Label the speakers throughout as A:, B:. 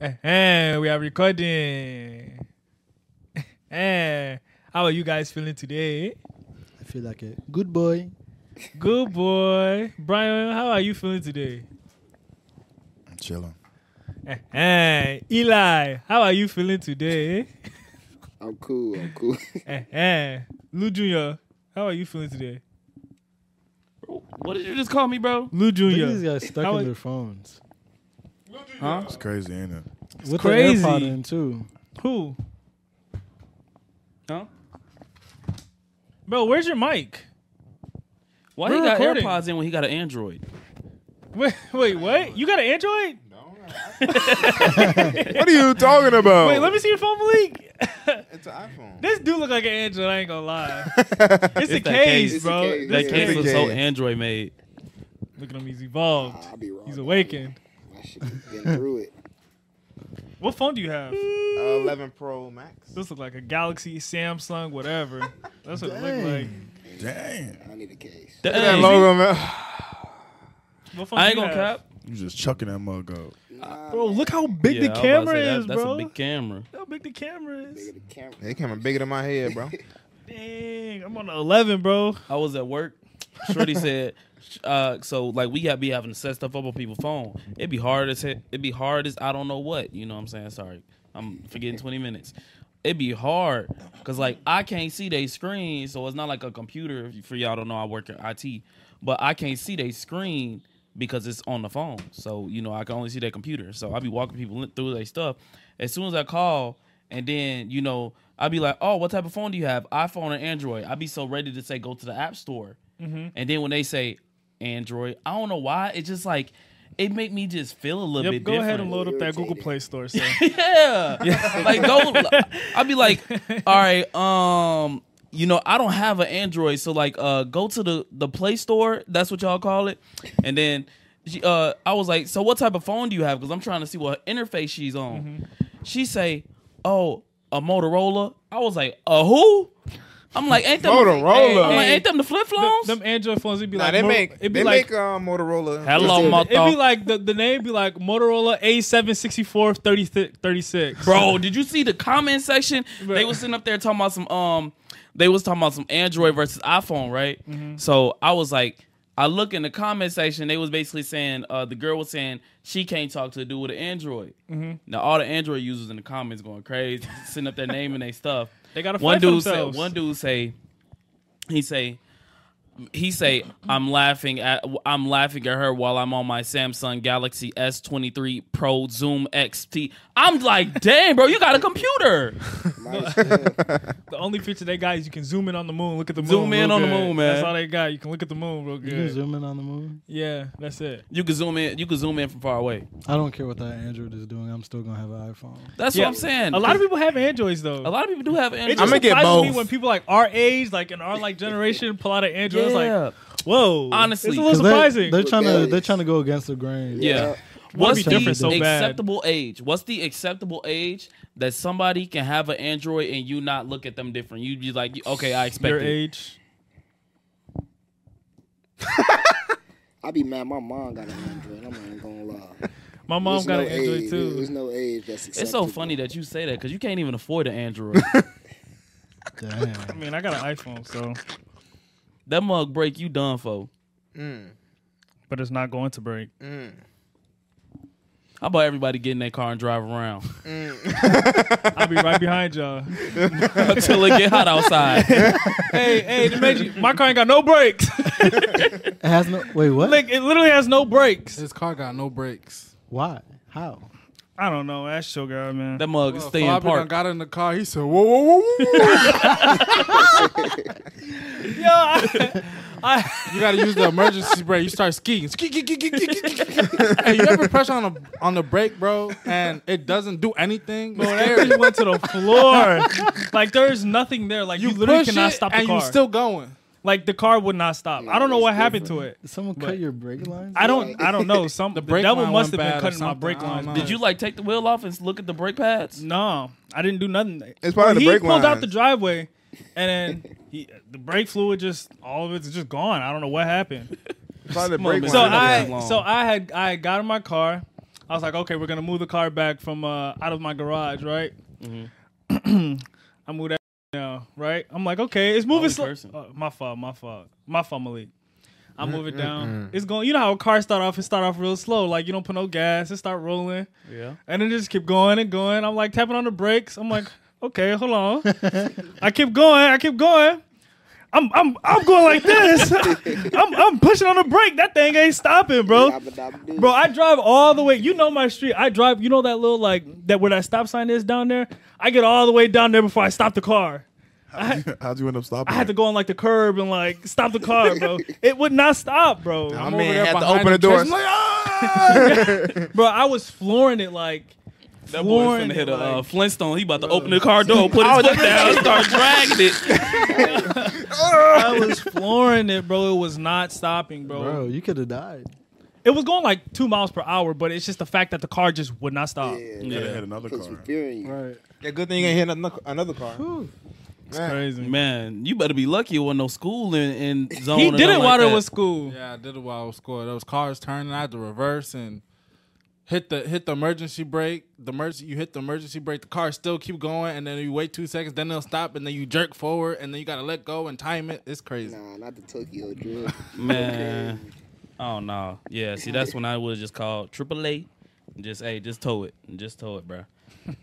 A: Eh, we are recording. Eh, how are you guys feeling today?
B: I feel like a good boy.
A: Good boy. Brian, how are you feeling today?
C: I'm chilling.
A: Eh, eh. Eli, how are you feeling today?
D: I'm cool. I'm cool.
A: Eh, eh. Lou Jr., how are you feeling today?
E: What did you just call me, bro?
A: Lou
B: Look at these
A: Jr.,
B: guys stuck
A: How
B: in
A: is-
B: their phones.
E: Huh?
C: It's crazy, ain't it?
B: With
A: crazy.
B: the AirPod in too.
A: who?
E: Huh?
A: Bro, where's your mic?
E: Why
A: We're
E: he got
A: recording.
E: AirPods in when he got an Android?
A: Wait, wait, what? You got an Android?
C: What are you talking about?
A: Wait, let me see your phone blink.
C: It's an iPhone.
A: this dude look like an Android, I ain't gonna lie. It's, a
E: that
A: case,
E: case.
A: bro.
D: It's a case.
E: That
A: This
E: case
A: is-
E: was so
C: Yeah.
E: Android made.
A: Look at him, he's evolved.
D: I'll be wrong.
A: He's awakened.
D: I should have been through it.
A: What phone do you have?
F: 11 Uh, Pro Max.
A: This look like a Galaxy, Samsung, whatever. That's what it look like.
C: Dang.
D: I need a case.
E: Dang.
C: man.
A: What phone
E: I
A: do
E: ain't
A: you
E: gonna
A: have?
E: cap.
C: You just chucking that mug out.
D: Nah,
A: Bro,
D: man.
A: look how big
E: Yeah, I
A: the
E: was about to
A: camera
E: say, that-
A: is,
E: That's
A: bro.
E: a big camera.
A: Look how big the camera
D: Look
A: is.
D: at the camera.
F: They came bigger than my head, bro.
A: Dang, I'm on the 11, bro.
E: I was at work. Shorty said, uh, "So like we got be having to set stuff up on people's phone. It'd be hard as he- it'd be hard as I don't know what. You know what I'm saying? Sorry, I'm forgetting 20 minutes. It'd be hard because like I can't see they screen, so it's not like a computer. If you- For y'all don't know, I work in IT, but I can't see they screen because it's on the phone. So you know I can only see their computer. So I be walking people through their stuff. As soon as I call, and then, you know, I'd be like, oh, what type of phone do you have? iPhone or Android? I'd be so ready to say, go to the App Store.
A: Mm-hmm.
E: And then when they say Android, I don't know why. It's just like, it make me just feel a little
A: Yep,
E: bit
A: go
E: different.
A: ahead and load up that Google
D: Irritating.
A: Play Store, son.
E: yeah. Like, go. I'd be like, all right, um, you know, I don't have an Android, so like, uh, go to the the Play Store. That's what y'all call it. And then, she, uh, I was like, so what type of phone do you have? Because I'm trying to see what interface she's on.
A: Mm-hmm.
E: She say, oh, a Motorola. I was like, a who? I'm like, ain't them
F: Motorola.
E: I'm like,
A: Hey,
E: ain't them the flip phones?
A: Them Android phones, it'd be
F: Nah,
A: like,
F: they
A: Mor-
F: make
A: it'd be
F: they
A: like, Oh,
F: make um, Motorola.
E: Hello,
D: It'd
A: it'd be
E: Moto.
A: like the, the name be like Motorola A76436.
E: Bro, did you see the comment section? They was sitting up there talking about some um they was talking about some Android versus iPhone, right? So I was like, I look in the comment section, they was basically saying, uh the girl was saying she can't talk to a dude with an Android. Now all the Android users in the comments going crazy, sitting up their name and they stuff.
A: They gotta
E: one
A: fight for
E: dude say,
A: themselves.
E: one dude say he say he say I'm laughing at I'm laughing at her while I'm on my Samsung Galaxy S23 Pro Zoom XT. I'm like, "Damn, bro, you got a computer."
D: Might as well.
A: The only feature they got is you can zoom in on the moon, look at the moon.
E: Zoom in
A: real
E: on the
A: good.
E: moon, man.
A: That's all they got. You can look at the moon real
B: You can
A: good.
B: zoom in on the moon.
A: Yeah, that's it.
E: You can zoom in, you can zoom in from far away.
B: I don't care what that Android is doing. I'm still gonna have an iPhone.
E: That's
A: Yeah.
E: what I'm saying.
A: A lot of people have Androids though.
E: a lot of people do have Android.
A: It just
F: I'ma get
A: surprises me
F: both.
A: when people like our age, like in our like generation, pull out an Android. It's
E: yeah.
A: like, whoa.
E: Honestly.
A: it's a little
B: 'Cause they-
A: surprising.
B: They're, trying to
D: Rebellious.
B: they're trying to go against the grain.
E: yeah.
D: Yeah.
E: What's
A: be
E: the
A: different so bad.
E: acceptable age? What's the acceptable age that somebody can have an Android and you not look at them different? You be like, okay, I expect
A: Your
E: it.
A: age.
D: I be mad. My mom got an Android. I'm not even gonna lie.
A: My mom
D: There's
A: got
D: no
A: an Android
D: age. There's
A: too.
D: no age that's acceptable.
E: It's so funny that you say that because you can't even afford an Android.
A: I
B: Damn.
A: mean, I got an iPhone, so
E: that mug break you done for.
F: Mm,
A: but it's not going to break.
F: mm,
E: How about everybody get in their car and drive around
A: I'll be right behind y'all.
E: until it get hot outside?
A: hey, hey, the magic. My car ain't got no brakes.
B: It has no wait, what?
A: like it literally has no brakes.
G: His car got no brakes.
B: Why? How?
A: I don't know. That's sugar, man.
E: That mug
G: Well,
E: stay in
G: Fabi done
E: park.
G: got in the car. He said, "Whoa, whoa, whoa, whoa!"
A: Yo, I, I
G: you got to use the emergency brake. You start skiing. Ski, ski, ski, ski, ski, ski. hey, you ever press on the on the brake, bro, and it doesn't do anything? It's
A: Bro, that
G: scary.
A: thing went to the floor. like there's nothing there. Like you, literally
G: push
A: cannot
G: it,
A: stop the
G: and
A: car.
G: you still going.
A: like the car would not stop. I don't know
D: it's
A: what happened to it.
B: Did someone
A: But-
B: cut your brake lines?
A: I don't. I don't know. Some the,
G: brake
A: devil
G: line
A: must have
G: went
A: been
G: bad or
A: cutting my
G: something.
A: brake
G: I don't
A: lines.
G: know.
A: Did
E: Did you like take the wheel off and look at the brake pads?
A: you- No, I didn't do nothing.
C: It's probably
A: Bro,
C: the
A: he
C: brake
A: pulled out
C: lines.
A: the driveway, and then he, the brake fluid just all of it's just gone. I don't know what happened.
C: Probably the brake
E: Moment.
A: so
E: Why did
C: line.
E: it
A: I
E: take long?
A: so I had I had got in my car. I was like, okay, we're gonna move the car back from uh, out of my garage, right? I moved that now, right? I'm like, okay, it's moving
E: Mm-hmm. Only
A: slow.
E: person.
A: Uh, my fault, my fault, my fault, Malik. I move it down. It's going. You know how cars start off? It start off real slow. Like you don't put no gas. It start rolling,
E: Yeah.
A: and it just keep going and going. I'm like tapping on the brakes. I'm like, okay, hold on. I keep going. I keep going. I'm I'm I'm going like this. I'm I'm pushing on the brake. That thing ain't stopping, bro. Bro, I drive all the way. You know my street. I drive. You know that little like that where that stop sign is down there. I get all the way down there before I stop the car.
C: How'd you end up stopping?
A: I had to go on like the curb and like stop the car, bro. It would not stop, bro.
F: I
G: I'm
F: mean,
G: over there
F: have to
G: behind
F: open the
G: the
F: doors.
G: church.
A: Bro, I was flooring it like
E: That boy
A: flooring
E: finna
A: it,
E: hit a uh,
A: like-
E: Flintstone. He about to open the car door, put his foot down, start dragging it.
A: I was flooring it, bro. It was not stopping, bro.
B: Bro, you could have died.
A: It was going like two miles per hour, but it's just the fact that the car just would not stop.
D: Yeah,
C: Could have hit
E: Yeah.
C: another car.
D: put some fear in you.
B: Right.
F: Yeah, good thing you ain't hit another- another car.
A: It's crazy, man.
E: Man, you better be lucky it wasn't no school in, in zone.
A: He
E: or
A: did
E: nothing
A: it
E: like
A: while it
E: that.
A: was school.
G: Yeah, I did it while I was scored. Those cars turning, I had to reverse and hit the hit the emergency brake. The emergency, you hit the emergency brake. The car still keep going, and then you wait two seconds, then they'll stop, and then you jerk forward, and then you gotta let go and time it. It's crazy.
D: Nah, not the Tokyo drill.
E: Man. Oh no. Yeah, see that's when I would just call triple A. Just hey, just tow it. Just tow it, bro.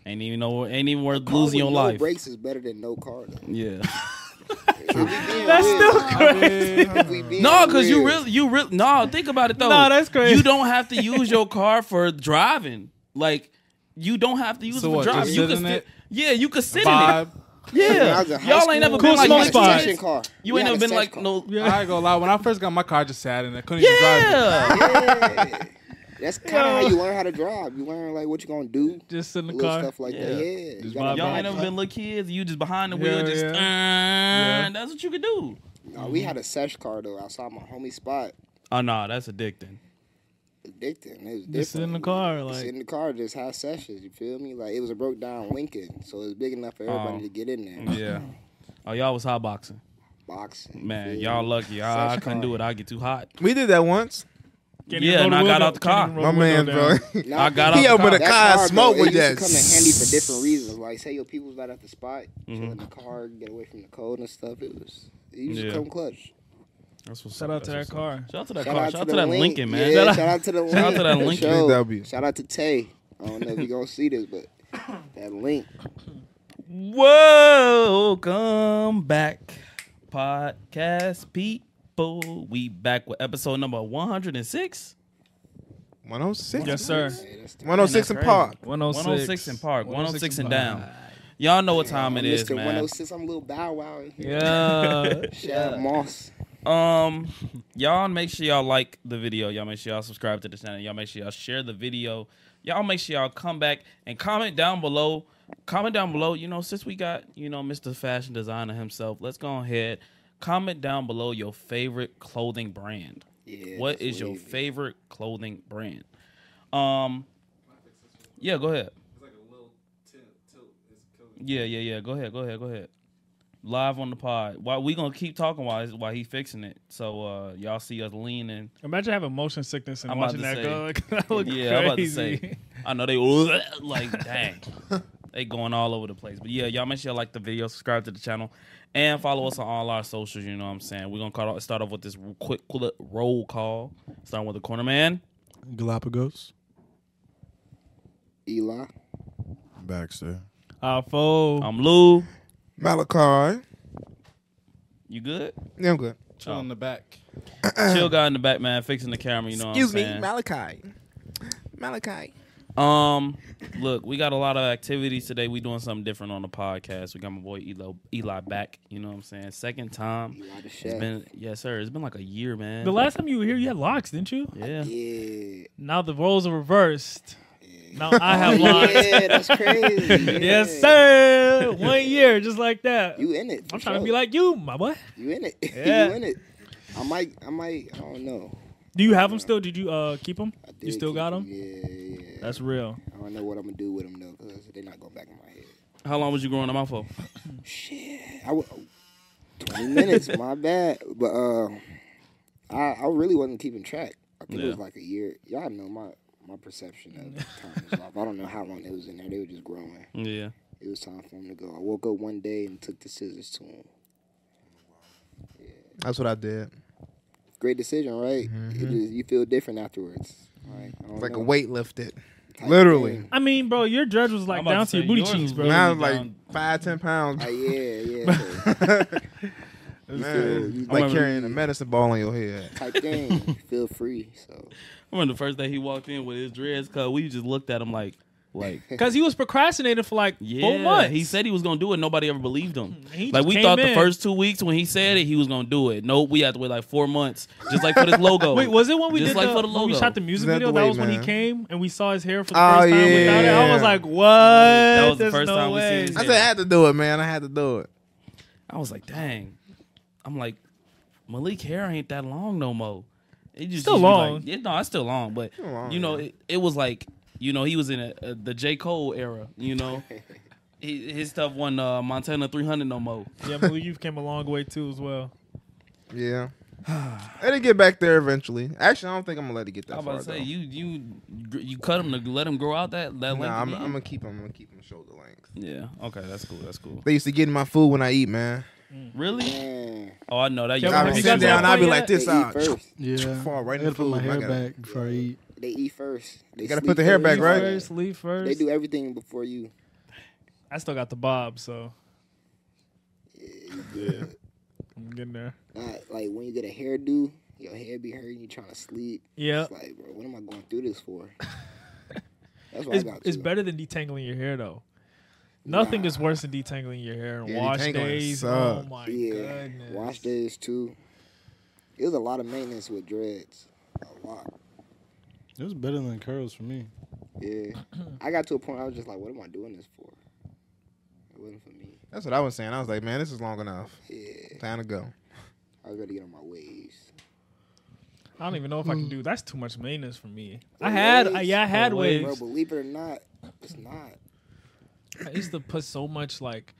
E: Ain't even know ain't even worth losing your
D: no
E: life.
D: Brakes is better than no car. Though.
E: Yeah.
A: That's still crazy.
E: No, because you really, you really, no, think about it though.
A: No, that's crazy.
E: You don't have to use your car for driving. Like, you don't have to use
G: So
E: it for
G: what, just
E: driving. You
G: sit
E: could
G: in
E: sti-
G: it?
E: Yeah, you could sit
G: Vibe.
E: in it. Yeah. Y'all ain't never
A: Cool
E: been like,
A: smoke
E: like
A: spot.
E: you
D: car.
E: You ain't never
D: We had a
E: been
D: sex
E: like
D: car.
E: no.
A: Yeah.
G: I ain't gonna lie. When I first got my car, I just sat in it. Couldn't even drive. It.
E: Yeah.
D: Yeah. That's kind of how
A: Yo.
D: you learn how to drive. You learn like what you gonna do,
A: Just in the
D: little
A: car.
D: stuff like
E: Yeah.
D: that. Yeah,
A: Just
D: you gotta
A: vibe
E: Y'all
A: out.
E: ain't never been little kids. You just behind the wheel,
A: Yeah,
E: just
A: yeah.
E: uh,
A: Yeah.
E: That's what you could do.
D: Nah, we had a sesh car though outside my homie spot.
E: Oh no, that's addicting.
D: Addicting. It was different.
A: Just in the car,
D: Just
A: like
D: in the car, just have sessions. You feel me? Like it was a broke down Lincoln, so it was big enough for everybody
E: Oh.
D: to get in there.
E: Yeah. Oh, y'all was hot boxing.
D: Boxing.
E: Man,
D: feel
E: y'all
D: me?
E: lucky. I, I
D: Sesh
E: couldn't
D: car.
E: do it. I get too hot.
F: We did that once.
A: Can't even
E: Yeah,
A: roll
E: and I got
A: window-
E: out the
A: can't
E: car.
A: even roll
F: My
A: the
F: man,
A: window
F: bro.
A: down.
D: Nah,
E: I got
F: He
E: out the
F: opened
E: car.
F: a
D: That
F: car,
D: car,
F: smoke with
D: though, it used
F: that.
D: to come in handy for different reasons. Like, say your people's right at the spot,
E: Mm-hmm.
D: chill in the car, get away from the cold and stuff. It was, it used
E: Yeah.
D: to come clutch.
E: That's what's
A: Shout
E: up.
A: out to
E: That's
A: that
E: what's up.
A: car.
E: Shout out to that
D: Shout
E: car.
D: out
E: Shout out
D: to
E: to
D: the
E: that
D: Link.
E: Lincoln, man.
D: Yeah,
E: Shout out-
D: shout out to the Link.
E: shout out to that Lincoln.
D: Show.
F: VW.
D: Shout out to Tay. I don't know if you're gonna see this, but that Link.
E: Whoa, come back, podcast people. We back with episode number 106.
F: 106.
A: Yes, sir.
D: Hey, that's the
F: 106 and Park.
A: 106.
E: 106 in Park, 106 and down.
A: Park.
E: Y'all know what time it
D: I'm
E: is,
D: Mr.
E: man.
D: 106. I'm a little bow wow in here.
A: Yeah.
D: Shout out Moss.
E: Um, y'all make sure y'all like the video. Y'all make sure y'all subscribe to the channel. Y'all make sure y'all share the video. Y'all make sure y'all come back and comment down below. Comment down below. You know, since we got you know Mr. Fashion Designer himself, let's go ahead. Comment down below your favorite clothing brand.
D: Yeah,
E: what
D: that's
E: is your
D: wavy.
E: favorite clothing brand? Um, yeah, go ahead. Yeah, yeah, yeah. Go ahead, go ahead, go ahead. Live on the pod. Why we gonna keep talking while while he fixing it? So uh, y'all see us leaning.
A: Imagine having motion sickness and
E: I'm about
A: watching
E: to
A: that
E: say.
A: go. Like, that look
E: yeah,
A: crazy.
E: I'm about to say. I know they like dang, they going all over the place. But yeah, y'all make sure y'all like the video, subscribe to the channel, and follow us on all our socials. You know what I'm saying? We're gonna call, start off with this quick, quick roll call. Starting with the corner man.
B: Galapagos.
D: Eli.
C: Baxter.
A: I fold.
E: I'm Um, Lou.
F: Malachi.
E: You good?
F: Yeah, I'm good.
G: Chill in the back.
E: Chill guy in the back, man, fixing the camera. You know
F: Excuse
E: what
F: me,
E: I'm saying?
F: Malachi. Malachi.
E: Um, look, we got a lot of activities today. We doing something different on the podcast. We got my boy Eli, Eli back. You know what I'm saying? Second time.
D: Eli the chef.
E: It's been yes, sir. It's been like a year, man.
A: the last time you were here, you had locks, didn't you?
E: yeah.
D: yeah. Oh,
A: Now the roles are reversed. Now I have locks.
D: yeah, that's crazy. Yeah.
A: Yes, sir. One year, just like that.
D: You in it? for
A: I'm trying to
D: sure.
A: be like you, my boy.
D: you in it.
A: Yeah.
D: you in it. I might, I might, I don't know.
A: Do you have them still? Did you uh keep them?
D: I
A: You
D: did
A: still
D: keep
A: got them?
D: 'em. Yeah, yeah.
A: That's real.
D: I don't know what I'm gonna do with them though, cause they're not going back in my head.
E: How long was you growing them out for?
D: Shit, I w- twenty minutes. My bad, but uh, I I really wasn't keeping track. I think it was
E: Yeah.
D: like a year. Y'all know my my perception of the time was off. I don't know how long it was in there. They were just growing.
E: Yeah.
D: It was time for him to go. I woke up one day and took the scissors to him.
F: That's what I did.
D: Great decision, right? It is, you feel different afterwards. Like, I don't
F: It's Mm-hmm. like a
D: know.
F: weight lifted.
D: Type
F: literally.
D: thing.
A: I mean, bro, your judge was like
E: I'm about
A: down
E: to
A: to your
E: say,
A: booty
E: yours
A: cheeks,
E: was
A: bro.
E: really-
F: Now it's like
E: down.
F: five, ten pounds.
D: Like, yeah, yeah.
F: Man,
D: you
F: like
D: remember-
F: carrying a medicine ball on your head.
D: type thing. You feel free. So
E: I remember the first day he walked in with his dreads cut. We just looked at him like, like,
A: Because he was procrastinating for like
E: yeah.
A: four months.
E: He said he was gonna do it. Nobody ever believed him.
A: He just
E: like we
A: came
E: thought the
A: in.
E: first two weeks when he said it, he was gonna do it. Nope, we had to wait like four months, just like for this logo.
A: Wait, was it when we
E: Just
A: did
E: like
A: the,
E: for the
A: when we
E: logo.
A: shot the music
F: Is that
A: video?
F: the
A: that
F: way,
A: was when he
F: man?
A: came and we saw his hair for the
F: Oh,
A: first time without it. I was
F: yeah.
A: like, what?
E: That was the
A: There's
E: first
A: no
E: time we
A: way.
E: seen his
F: I
E: hair.
F: said I had to do it, man. I had to do it.
E: I was like, dang. I'm like, Malik hair ain't that long no more. It just
A: Still
E: used to be
A: long.
E: Like, yeah, no, it's still long, but
F: long,
E: you know, it, it was like, you know, he was in a, a, the J Cole era. You know, he, his stuff won uh, Montana 300 no more.
A: Yeah, Malik, you've came a long way too as well.
F: Yeah. Let it get back there eventually. Actually, I don't think I'm gonna let it get
E: I
F: that
E: was about
F: far
E: to say
F: though.
E: you you gr- you cut him to let him grow out that that length.
F: nah, I'm,
E: again?
F: I'm gonna keep him. I'm gonna keep him shoulder length.
E: yeah, okay, that's cool. That's cool.
F: They used to get in my food when I eat, man.
E: Really?
D: man,
E: Oh, I know that.
A: Yeah,
E: you
A: Have
F: I would
A: you
F: sit
A: got to that
F: down. I'd be
A: point
F: like
A: yet?
F: this.
D: they
F: ah,
D: eat first.
B: Yeah.
F: Fall right
B: I
F: in the
B: gotta put
F: food.
B: my
F: I
B: hair
F: gotta-
B: back before I eat.
D: They eat first. They
F: You gotta
D: sleep
F: put the hair back,
A: Leave
F: right?
A: First, leave first.
D: They do everything before you.
A: I still got the bob, so. Yeah. I'm getting there.
D: Not, like when you get a hairdo, your head be hurting. You trying to sleep.
A: Yeah.
D: It's like, bro, what am I going through this for? That's what
A: It's,
D: I got.
A: it's
D: too.
A: better than detangling your hair, though. Nothing
D: Nah.
A: is worse than detangling your hair and
F: Yeah,
A: wash
F: detangling
A: days. Oh
F: sucks.
A: my
D: yeah,
A: goodness.
D: wash days too. It was a lot of maintenance with dreads. A lot.
B: It was better than curls for me.
D: Yeah. I got to a point I was just like, what am I doing this for? It wasn't for me.
F: That's what I was saying. I was like, man, this is long enough.
D: Yeah.
F: Time to go.
D: I was ready to get on my waves.
A: I don't even know if I can
D: Mm.
A: do. That's too much maintenance for me. I had, I, yeah, I had waves.
D: Bro, believe it or not, it's not.
A: I used to put so much like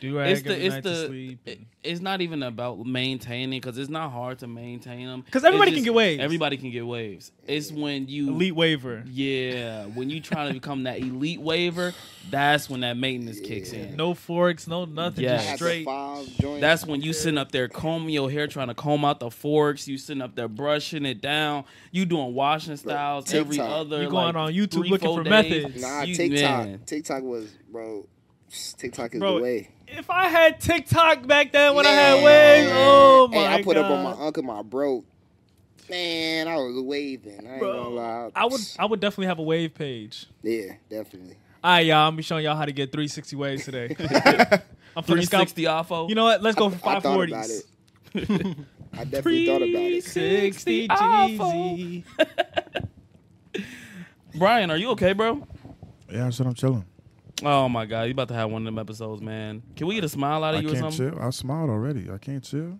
A: do rag
E: It's
A: every
E: the it's
A: night to
E: the
A: sleep.
E: it- it's not even about maintaining because it's not hard to maintain them
A: 'Cause everybody can get waves.
E: Everybody can get waves. It's when you
A: Elite waiver.
E: Yeah, when you trying to become that elite waiver, that's when that maintenance kicks in.
A: No forks, no nothing,
E: Yeah.
D: I
A: just
D: had
A: straight.
D: the five joints.
E: That's when you sitting up there combing your hair, trying to comb out the forks. You sitting up there brushing it down. You doing washing styles every
D: TikTok.
E: other.
A: You going
E: like,
A: on YouTube
E: three,
A: looking
E: four
A: for
E: days.
A: methods.
D: nah,
E: You-
D: TikTok.
E: man.
D: TikTok was, bro. psh, TikTok is
A: Bro,
D: the way.
A: If I had TikTok back then when I
D: Man.
A: had waves, oh my
D: Hey, I put
A: god!
D: up on my uncle, my bro. Man, I was waving. I ain't
A: Bro,
D: gonna lie.
A: I would,
D: Psh,
A: I would definitely have a wave page.
D: Yeah, definitely.
A: All right, y'all. I'm gonna be showing y'all how to get 360 waves today. I'm finna scout.
E: 360 off of.
A: You know what? Let's go for
D: I thought about it.
A: 540s.
D: I definitely thought about it.
A: 60
E: Awful.
A: Jeezy.
E: Brian, are you okay, bro?
C: Yeah, I said I'm chilling.
E: Oh my god, you about to have one of them episodes, man. Can we get a smile out of
C: I
E: you or
C: can't
E: something?
C: chill. I smiled already. I can't chill.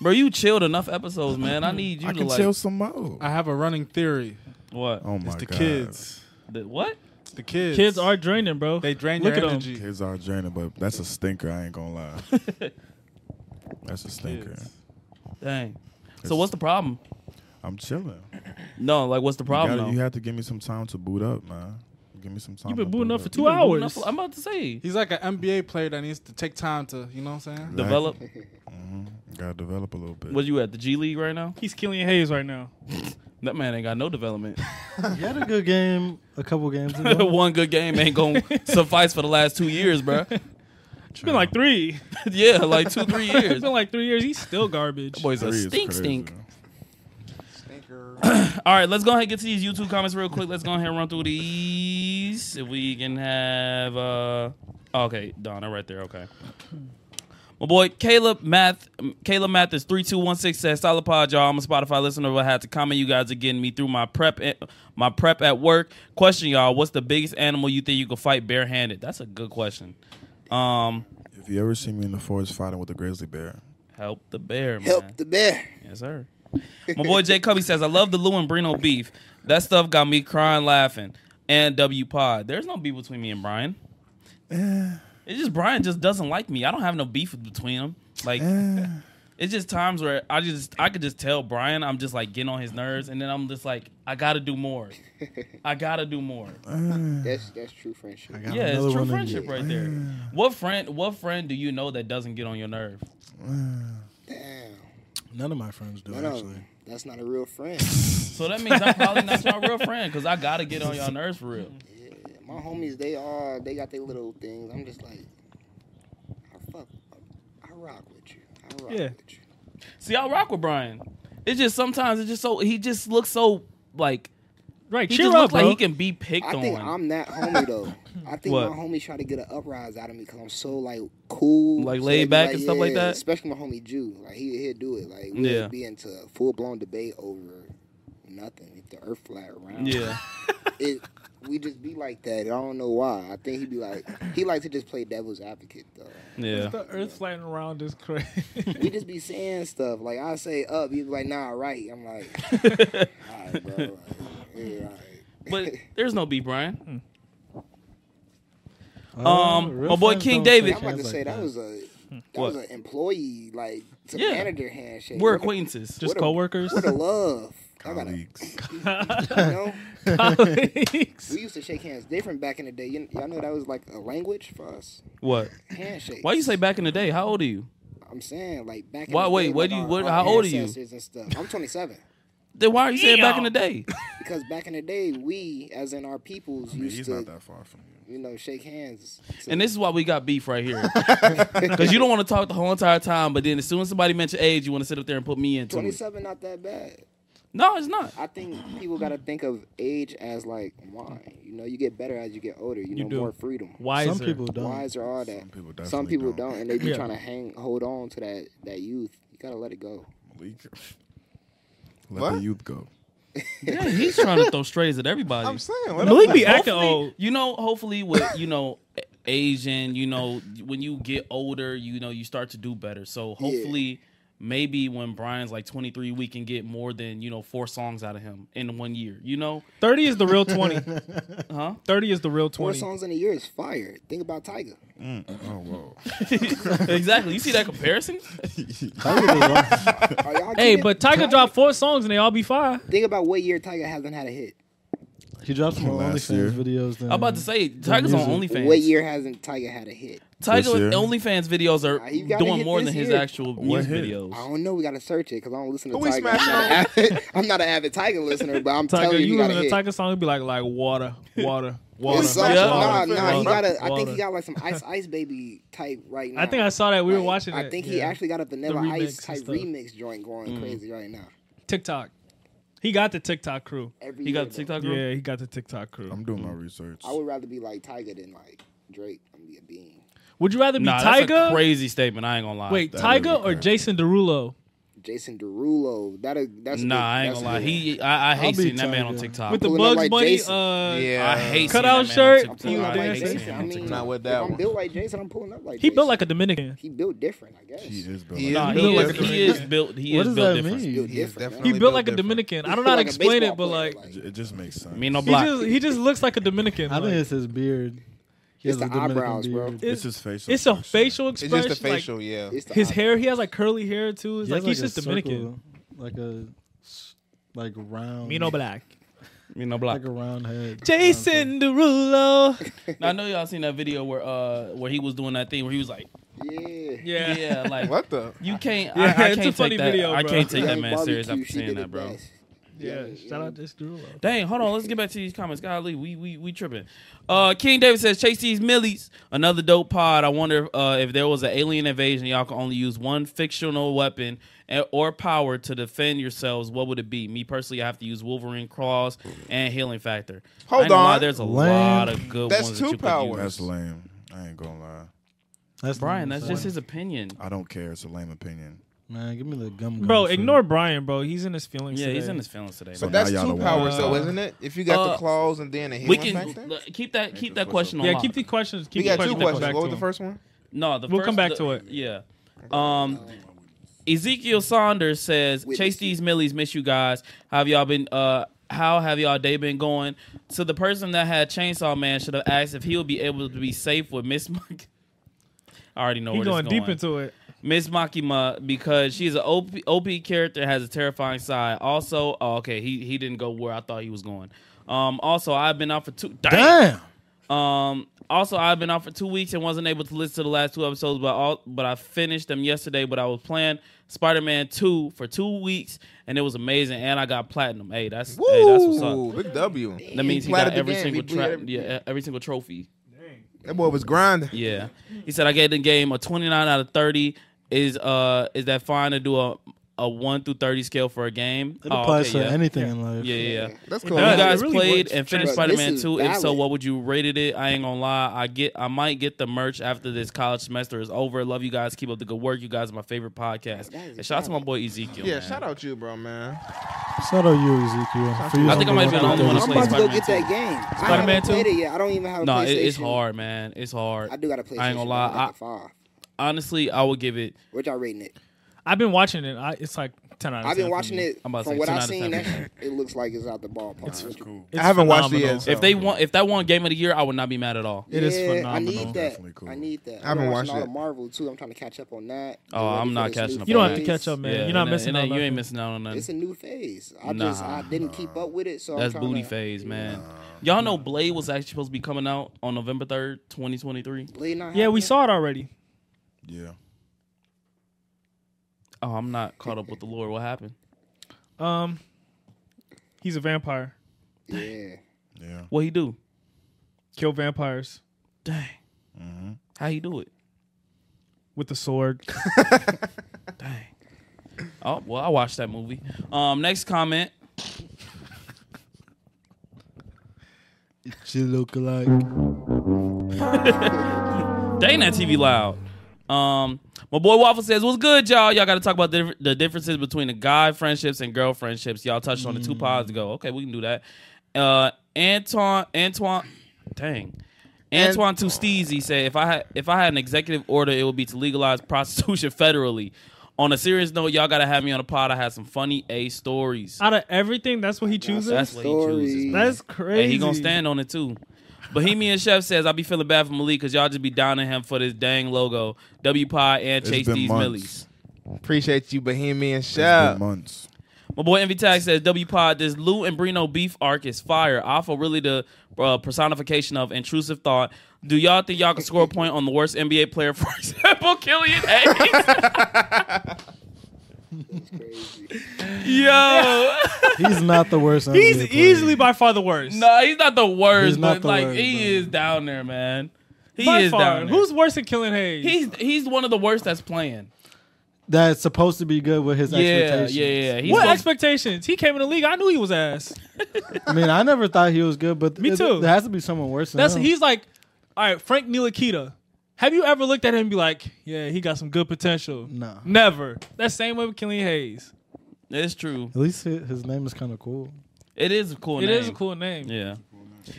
E: Bro, you chilled enough episodes, man. I need you
C: I
E: to
C: can
E: like
C: chill some more.
G: I have a running theory.
E: what?
C: oh my
G: It's the
C: god.
G: kids.
E: The, what?
G: The kids.
A: Kids are draining, bro.
G: They drain
A: Look at
G: your
A: 'em.
G: energy.
C: Kids are draining, but that's a stinker. I ain't gonna lie. that's a stinker.
G: Kids.
E: Dang. So
C: It's-
E: what's the problem?
C: I'm chilling. You
E: No, like what's the problem?
C: gotta-
E: though?
C: You have to give me some time to boot up, man. Give me some time.
A: You've been
C: to
A: booting
C: boot
A: up for
E: You
A: two
E: been booting
A: hours.
E: up- I'm about to say.
G: He's like an NBA player that needs to take time to, you know what I'm saying?
E: Develop.
C: Mhm. Gotta develop a little bit.
E: What you at the G League right now?
A: He's Killian Hayes right now.
E: That man ain't got no development.
B: You had a good game, a couple games ago.
E: One good game ain't gonna suffice for the last two years, bro.
A: It's been like three.
E: yeah, like two, three
A: it's
E: years.
A: been like three years. He's still garbage.
E: Boy's a
C: Three is
E: stink,
C: crazy.
E: stink. All right, let's go ahead and get to these YouTube comments real quick. Let's go ahead and run through these. If we can have, uh, okay, Donna, right there. Okay, my boy Caleb Math, Caleb Mathis three two one six says, "Solid pod, y'all. I'm a Spotify listener, but I had to comment. You guys are getting me through my prep, at, my prep at work. Question, y'all, what's the biggest animal you think you could fight barehanded? That's a good question. Um,
C: If you ever see me in the forest fighting with a grizzly bear,
E: help the bear, man.
D: Help the bear.
E: Yes, sir. My boy Jay Cubby says, I love the Lou and Brino beef. That stuff got me crying, laughing. And W Pod. There's no beef between me and Brian.
B: Eh.
E: It's just Brian just doesn't like me. I don't have no beef between him. Like,
C: Eh,
E: it's just times where I just I could just tell Brian I'm just like getting on his nerves, and then I'm just like I gotta do more. I gotta do more.
D: That's that's true friendship.
B: got
E: yeah,
B: another
E: it's true
B: one Eh. in
E: friendship
B: you.
E: right there. What friend? What friend do you know that doesn't get on your nerve?
D: Damn,
B: None of my friends do
D: no, no,
B: actually.
D: that's not a real friend.
E: So that means I'm probably not your real friend because I gotta get on your nerves for real.
D: My homies, they all they got their little things. I'm just like, I fuck, I rock with you. I rock
A: Yeah.
D: with you.
E: See, I rock with Brian. It's just sometimes it's just so he just looks so like
A: Right,
E: he
A: cheer
E: just
A: up,
E: looks
A: bro.
E: like he can be picked
D: I think
E: on.
D: I'm that homie though. I think
E: What?
D: my homies try to get an uprise out of me because I'm so like cool,
E: Like,
D: so
E: laid
D: they be
E: back and stuff like
D: yeah,
E: that?
D: Especially my homie Jew, like he he'll do it. Like we'll
E: Yeah.
D: be into full blown debate over nothing. If the Earth flat around,
E: Yeah,
D: it, we just be like that. I don't know why. I think he be like he likes to just play devil's advocate though.
E: yeah.
A: The earth flattening around is crazy.
D: We just be saying stuff like I say up, you be like nah right. I'm like, all right, bro, like, yeah, all right.
E: But there's no beef, Brian.
B: Um,
E: my boy King David.
D: I'm about to say that was a that was
E: Hmm, What?
D: an employee like to
E: Yeah.
D: manager handshake.
E: We're
D: What a-
E: acquaintances.
A: Just
D: a-
A: coworkers.
D: What a love. I gotta, you
C: Colleagues.
D: know,
A: Colleagues.
D: we used to shake hands different back in the day. You, y'all know that was like a language for us.
E: what?
D: Handshake.
E: Why you say back in the day? How old are you?
D: I'm saying like back. in
E: Why-
D: the
E: wait,
D: day,
E: what
D: like
E: you-
D: our-
E: what-
D: our
E: how old are you?
D: ancestors And stuff. I'm 27.
E: Then why are you saying back in the day?
D: Because back in the day, we as in our peoples
C: Man,
D: used
C: he's
D: to
C: not that far from you.
D: you know shake hands. to-
E: And this is why we got beef right here. Because you don't want to talk the whole entire time, but then as soon as somebody mentions age, you want to sit up there and put me into it.
D: 27 not that bad.
E: No, it's not.
D: I think people gotta think of age as like wine. You know, you get better as you get older. You,
A: You
D: know
A: do.
D: more freedom.
A: Wiser.
B: Some people don't.
D: Wise are all that.
C: Some people definitely
D: Some people
C: don't.
D: don't, and they be
A: Yeah.
D: trying to hang, hold on to that that youth. You gotta let it go.
C: Malik. Let the
F: What?
C: youth go.
E: Yeah, he's trying to throw strays at everybody.
F: I'm saying. What
A: Malik be
E: Hopefully-
A: acting old.
E: You know, hopefully with you know Asian, you know, when you get older, you know, you start to do better. So hopefully maybe when Brian's like 23, we can get more than, you know, four songs out of him in one year. You know?
A: Thirty is the real twenty.
E: Huh?
A: Thirty is the real
D: Four
A: twenty.
D: songs in a year is fire. Think about Tiger.
C: Oh, whoa.
E: exactly. You see that comparison?
D: Are y'all
A: Hey,
D: kidding?
A: but Tiger dropped four songs and they all be fire.
D: think about what year Tiger hasn't had a hit.
B: He dropped some more
C: Last year.
B: OnlyFans videos. Than,
E: I'm about to say Tiger's on
B: music.
E: OnlyFans.
D: What year hasn't Tiger had a hit?
E: Tiger's
C: This year.
E: OnlyFans videos are
D: Nah, he got a
E: doing
D: hit
E: more
D: this
E: than his
D: year.
E: actual
C: What
E: music
C: hit?
E: videos.
D: I don't know. We gotta search it because I don't listen to
F: Who we
D: Tiger. I'm not, an avid, I'm not an avid Tiger listener, but I'm
A: Tiger,
D: telling you,
A: you
D: you got a
A: listen to
D: hit.
A: Tiger song, it be like like water, water, water.
D: It's so-
E: Yeah.
D: Nah,
A: Water.
D: nah, he got a. I think
A: Water.
D: he got like some Ice Ice Baby type right now.
A: I think I saw that we were
D: Like,
A: watching.
D: I
A: it.
D: think he
A: Yeah.
D: actually got a Vanilla
A: remix
D: Ice
A: and
D: type
A: stuff. Mm.
D: remix joint going crazy right now.
A: TikTok. He got the TikTok crew.
D: Every
E: he
D: year,
E: got a
D: though.
E: TikTok girl?
A: Yeah, he got the TikTok crew.
C: I'm doing my research.
D: I would rather be like Tiger than like Drake. I'm gonna be a bean.
A: Would you rather be
E: Nah, that's a
A: Tiger?
E: crazy statement. I ain't gonna lie.
A: Wait,
C: That
A: Tiger
C: is a
A: or
C: crap.
A: Jason Derulo?
D: Jason Derulo. That a, that's a
E: nah,
D: good-
E: I ain't
D: that's
E: gonna lie.
D: a good one.
E: He, I, I hate
B: be
E: seeing that man on
B: Tiger.
E: TikTok.
A: With the
D: pulling up
A: Bugs
D: like
A: Bunny,
D: Jason.
A: uh,
E: I
F: Yeah,
E: hate
A: Cut out
E: seeing that man on
A: shirt.
E: TikTok.
D: I'm pulling up
E: I
D: like
E: hate seeing
D: Jason.
E: him
D: I
E: on
D: mean,
E: TikTok.
F: Not with
D: if
F: that
D: I'm
F: one.
D: built like Jason. I'm pulling up
A: he
D: like Jason.
A: built like a Dominican.
D: he built different. I guess
C: He is built.
F: He
C: like-
E: Nah,
F: is
E: he
F: built
E: is,
F: different.
E: he is built. He
B: What
E: is
B: does
E: built
B: that
E: different.
D: built
B: mean?
F: He is
D: different.
A: He
F: definitely
A: built like a
F: different.
A: Dominican. I
D: He
A: don't know how to
D: like a
A: explain
D: baseball
A: it, but
D: player,
A: like
D: like,
C: It it just makes sense.
E: Me no
A: he
E: block.
A: just he just looks like a Dominican.
B: I think
A: like,
B: it's his beard. He
D: It's
B: has a
D: the
B: Dominican
D: eyebrows, bro.
B: beard.
C: it's his facial.
A: it's a
C: expression.
A: facial
F: It's
A: expression.
F: just the
A: like,
F: facial. Yeah.
D: it's the
A: his
D: eye-
A: hair, he has like curly hair too. It's
B: He
A: like
B: has,
A: he's
B: like,
A: just
B: a
A: Dominican.
B: circle, like a s- like round.
A: Mino Black.
E: You know, block.
B: Like a round head.
A: Jason Derulo.
E: Now, I know y'all seen that video where uh where he was doing that thing where he was like,
D: Yeah.
A: Yeah.
E: yeah, like
F: What the?
E: you can't.
A: Yeah,
E: I, I
A: it's
E: can't
A: a
E: take
A: funny
E: that.
A: video,
E: I
A: bro.
E: can't take that
D: Young
E: man serious
D: Barbecue,
E: after
D: she
E: saying
D: did
E: that,
D: it
E: bro.
D: best.
A: Yeah. Shout out to Derulo.
E: Dang, hold on. Let's get back to these comments. Golly, we we we tripping. Uh, King David says chase these millies. Another dope pod. I wonder uh, if there was an alien invasion, y'all can only use one fictional weapon and- or power to defend yourselves. What would it be? Me personally, I have to use Wolverine claws and healing factor. I ain't
F: Hold
E: gonna lie,
F: on.
E: there's a
B: Lame.
E: lot of good
F: That's
E: ones.
F: two
E: that you could
F: powers.
E: use.
C: That's lame. I ain't gonna lie.
B: That's
E: Brian,
B: not
E: that's
B: what I'm
E: just his opinion.
C: I don't care. It's a lame
B: saying.
C: opinion.
B: man. Give me the gum. gum
A: Bro,
B: shit.
A: ignore Brian, bro. He's in his feelings.
E: Yeah,
A: today.
E: he's in his feelings today.
C: So
E: man.
F: But that's
C: now y'all
F: two
C: the
F: powers,
C: wild.
F: though, isn't it? If you got
E: Uh,
F: the claws and then the
E: we
F: healing
E: can
F: factor,
E: l- keep that keep that
C: what's
E: question
A: Yeah,
E: alive.
A: keep the questions. Keep
F: we got
A: the
F: two
A: questions.
F: questions.
A: back
F: What
A: to
F: was the
A: him.
F: first one?
E: No, the
A: We'll
E: first,
A: come back
E: the-
A: to it.
E: Yeah. Um, Ezekiel Saunders says,
D: Witness
E: "Chase
D: you."
E: these millies, miss you guys. How have y'all been? Uh, how have y'all day been going?" So the person that had Chainsaw Man should have asked if he would be able to be safe with Miss Monkey. I already know
A: He
E: Oh, where
A: going
E: this is
A: deep into
E: going.
A: it.
E: Miss Makima because she's an OP, OP character has a terrifying side. Also, oh, okay, he he didn't go where I thought he was going. Um, also, I've been out for two. Damn.
B: Damn.
E: Um, also, I've been out for two weeks and wasn't able to listen to the last two episodes, but all but I finished them yesterday. But I was playing Spider Man Two for two weeks, and it was amazing. And I got platinum. Hey, that's hey, that's what's
F: Ooh,
E: up.
F: big W.
E: That means he got
F: platted the
E: every
F: game.
E: single
F: He- he
E: tra-
F: had-
E: yeah, every single trophy.
F: That boy was grinding.
E: Yeah. He said I gave the game a 29 out of 30. Is uh is that fine to do a a 1 through 30 scale for a game?
B: It
E: Oh,
B: applies
E: okay,
B: to
E: yeah.
B: anything in life.
E: Yeah, yeah. yeah.
F: That's
A: It
F: cool.
E: If you
A: does.
E: guys
A: really
E: played
A: works.
E: and finished
D: Bro, this
E: Spider-Man
D: is
E: 2, if so
D: valid.
E: what would you rated it? I ain't gonna lie. I get I might get the merch after this college semester is over. Love you guys. Keep up the good work. You guys are my favorite podcast.
D: That is
E: And shout out to my boy Ezekiel.
F: Yeah,
E: man.
F: shout out to you, bro, man.
B: Shout out you, Ezekiel. For you
E: I think I might be the only one
D: I'm
E: play
D: about to go
E: Spider-Man
D: get that game. I
A: Spider-Man
D: haven't played
A: two?
D: it yet. I don't even have a
E: No,
D: PlayStation.
E: it, it's hard, man. It's hard.
D: I do got a PlayStation.
E: I ain't gonna
D: but
E: lie.
D: I,
E: I,
D: like the five.
E: honestly, I would give it
D: What y'all rating it?
A: I've been watching it. I, it's like ten out of ten.
D: I've been
A: for
D: watching
A: me.
D: it.
E: I'm about to
D: From
E: say
D: what
E: 10
D: I've
E: outta
D: seen,
E: 10.
D: that- it looks like it's out the ballpark.
C: It's cool.
A: It's
F: I haven't watched it
A: phenomenal.
F: yet.
E: if they want if that won game of the year, I would not be mad at all.
A: It is
D: Yeah, I
A: phenomenal.
D: need that.
C: Definitely cool.
D: I need
F: I
D: that. I've been
F: haven't
D: watching
F: watched
D: all
F: it.
D: the Marvel too. I'm trying to catch up on that.
E: Oh,
D: ready
E: I'm
D: for
E: not
D: this
E: catching
D: new
E: up
A: You don't have to
D: phase.
A: catch up, man.
E: Yeah,
A: You're not
E: and-
A: missing
E: and
A: out.
E: You
A: nothing.
E: ain't missing out on
D: It's
E: nothing.
D: a new phase. I
E: Nah.
D: just I didn't keep up with it, so
E: That's
D: I'm trying
E: booty
D: to,
E: phase, man. Y'all know Blade was actually supposed to be coming out on November third, twenty twenty three.
D: Blade not
A: Yeah, we
D: happening?
A: saw it already.
C: Yeah.
E: Oh, I'm not caught up with the lore. What happened?
A: Um, he's a vampire.
D: Yeah,
C: Yeah.
E: What he do?
A: Kill vampires
E: Dang. How he do it?
A: with the sword.
E: Dang. Oh well, I watched that movie. Um, next comment.
B: She look like
E: Dang that TV loud. Um, my boy Waffle says, "What's good, y'all? Y'all got to talk about the, the differences between the guy friendships and girl friendships. Y'all touched on the two pods ago. Okay, we can do that. Uh, Antoine, Antoine, dang." Antoine Tusteezy said, "If I had if I had an executive order, it would be to legalize prostitution federally." On a serious note, y'all gotta have me on a pod. I had some funny A stories.
A: Out of everything, that's what he chooses.
E: That's
A: That's,
E: what he chooses. man.
A: crazy.
E: Hey, he gonna stand on it too. Bohemian Chef says I be feeling bad for Malik because y'all just be downing him for this dang logo, W Pie and
C: It's
E: Chase
C: been
E: these
C: months.
E: Millies.
F: Appreciate you, Bohemian
C: It's
F: Chef.
C: been months.
E: My boy Envy Tag says W Pod, this Lou and Brino beef arc is fire. Alpha really the uh, personification of intrusive thought. Do y'all think y'all can score a point on the worst NBA player, for example, Killian Hayes?
D: it's crazy.
E: Yo,
B: he's not the worst.
A: He's
B: NBA player.
A: easily by far the worst.
E: no, he's not the worst,
B: He's not
E: but
B: the
E: like
B: worst,
E: he
B: bro.
E: is down there, man. He
A: by
E: is
A: far.
E: down there.
A: Who's worse than Killing Hayes?
E: he's he's one of the worst that's playing.
B: that's supposed to be good with his
E: Yeah, yeah,
B: expectations.
E: yeah. He's
A: what
E: supposed-
A: expectations? He came in the league. I knew he was ass.
B: I mean, I never thought he was good, but
A: Me
B: it-
A: too.
B: There has to be someone worse. Than
A: That's
B: him.
A: he's like, all right, Frank Nilakita. Have you ever looked at him and be like, yeah, he got some good potential?
B: No.
A: Never. That's same way with Killing Hayes.
E: It's true.
B: At least his, his name is kind of cool.
E: It is a cool
A: It is
E: name.
A: a cool name.
E: Yeah.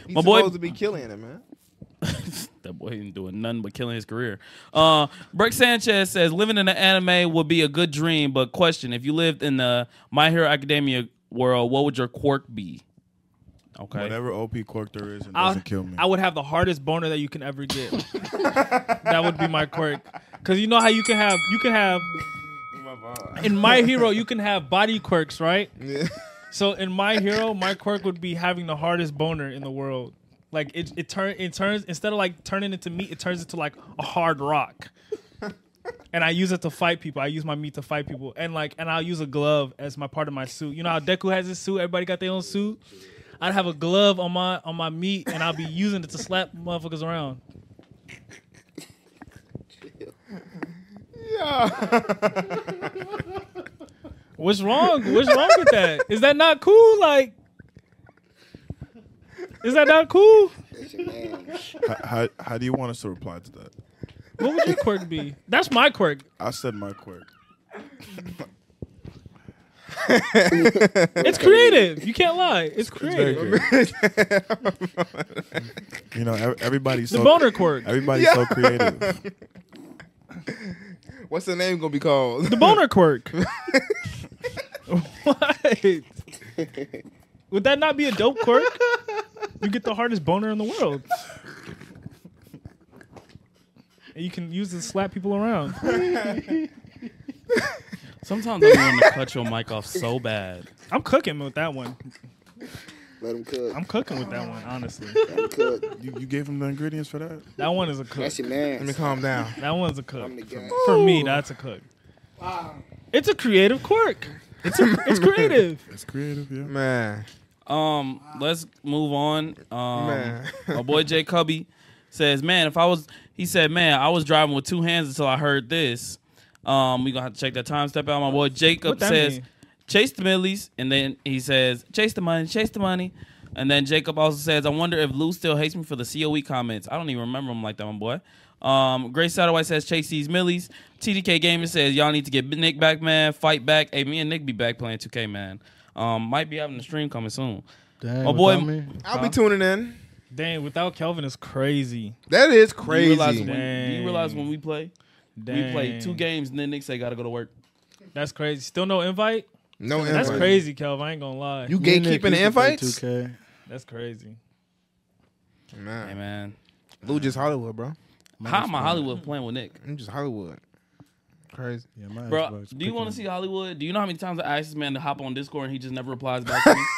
F: He's
E: My boy-
F: supposed to be killing it, man.
E: that boy ain't doing nothing but killing his career. Uh Brick Sanchez says living in the anime would be a good dream, but question, if you lived in the My Hero Academia world, what would your quirk be? Okay.
C: Whatever OP quirk there is, it doesn't
A: I,
C: kill me.
A: I would have the hardest boner that you can ever get. that would be my quirk. Cause you know how you can have you can have in My Hero you can have body quirks, right?
F: Yeah.
A: So in My Hero, my quirk would be having the hardest boner in the world. Like it it turn it turns instead of like turning into meat, it turns into like a hard rock. And I use it to fight people. I use my meat to fight people. And like and I'll use a glove as my part of my suit. You know how Deku has his suit, everybody got their own suit? I'd have a glove on my on my meat and I'll be using it to slap motherfuckers around. What's wrong? What's wrong with that? Is that not cool? Like Is that not cool?
D: That's your man.
C: how, how, how do you want us to reply to that?
A: What would your quirk be? That's my quirk.
C: I said my quirk.
A: It's creative. You can't lie. It's
C: Very
A: creative.
C: good. you know, ev- everybody's
A: The
C: so
A: boner quirk.
C: everybody's so creative.
F: What's the name gonna be called?
A: The boner quirk. what? Would that not be a dope quirk? You get the hardest boner in the world. and you can use it to slap people around.
E: Sometimes I want to cut your mic off so bad.
A: I'm cooking with that one.
D: Let him cook.
A: I'm cooking with that one, honestly.
D: Let him cook.
C: You, you gave him the ingredients for that?
A: That one is a cook.
D: That's your
F: Let me
D: man.
F: calm down.
A: That one's a cook.
D: I'm the guy.
A: For me, that's a cook. It's a creative quirk. It's a, it's creative.
C: It's creative, yeah.
F: Man,
E: Um, let's move on. Um,
F: Man.
E: my boy Jay Cubby says, "Man, if I was," he said, "Man, I was driving with two hands until I heard this." Um, we gonna have to check that time step out. My boy
A: What
E: Jacob
A: that
E: says,
A: mean?
E: "Chase the millies," and then he says, "Chase the money, chase the money." And then Jacob also says, "I wonder if Lou still hates me for the COE comments. I don't even remember him like that, my boy." Um, Grace Satterwhite says, "Chase these millies." TDK Gamer says, "Y'all need to get Nick back, man. Fight back. Hey, me and Nick be back playing 2K, man. Um, might be having a stream coming soon."
B: Dang,
E: My boy-
B: without me?
F: I'll be tuning in.
A: Dang, without Kelvin is crazy.
F: That is
E: You
F: crazy.
E: realize when, do you
A: Dang.
E: realize when we play,
A: Dang.
E: we play two games and then Nick say gotta go to work.
A: That's crazy. Still no invite?
F: no,
A: That's
F: invite.
A: crazy, Kelvin. I ain't gonna lie.
F: You
B: Me and Nick
F: gatekeeping the
B: used to play
F: invites?
B: 2K.
A: That's crazy.
E: Hey
F: Man,
E: man,
F: Lou just Hollywood, bro.
E: how am I Hollywood playing with Nick,
F: I'm just Hollywood. Crazy.
B: Yeah, my
E: bro?
B: Xbox
E: Do you want to
B: picking-
E: see Hollywood? Do you know how many times I asked this man to hop on Discord and he just never replies back to me?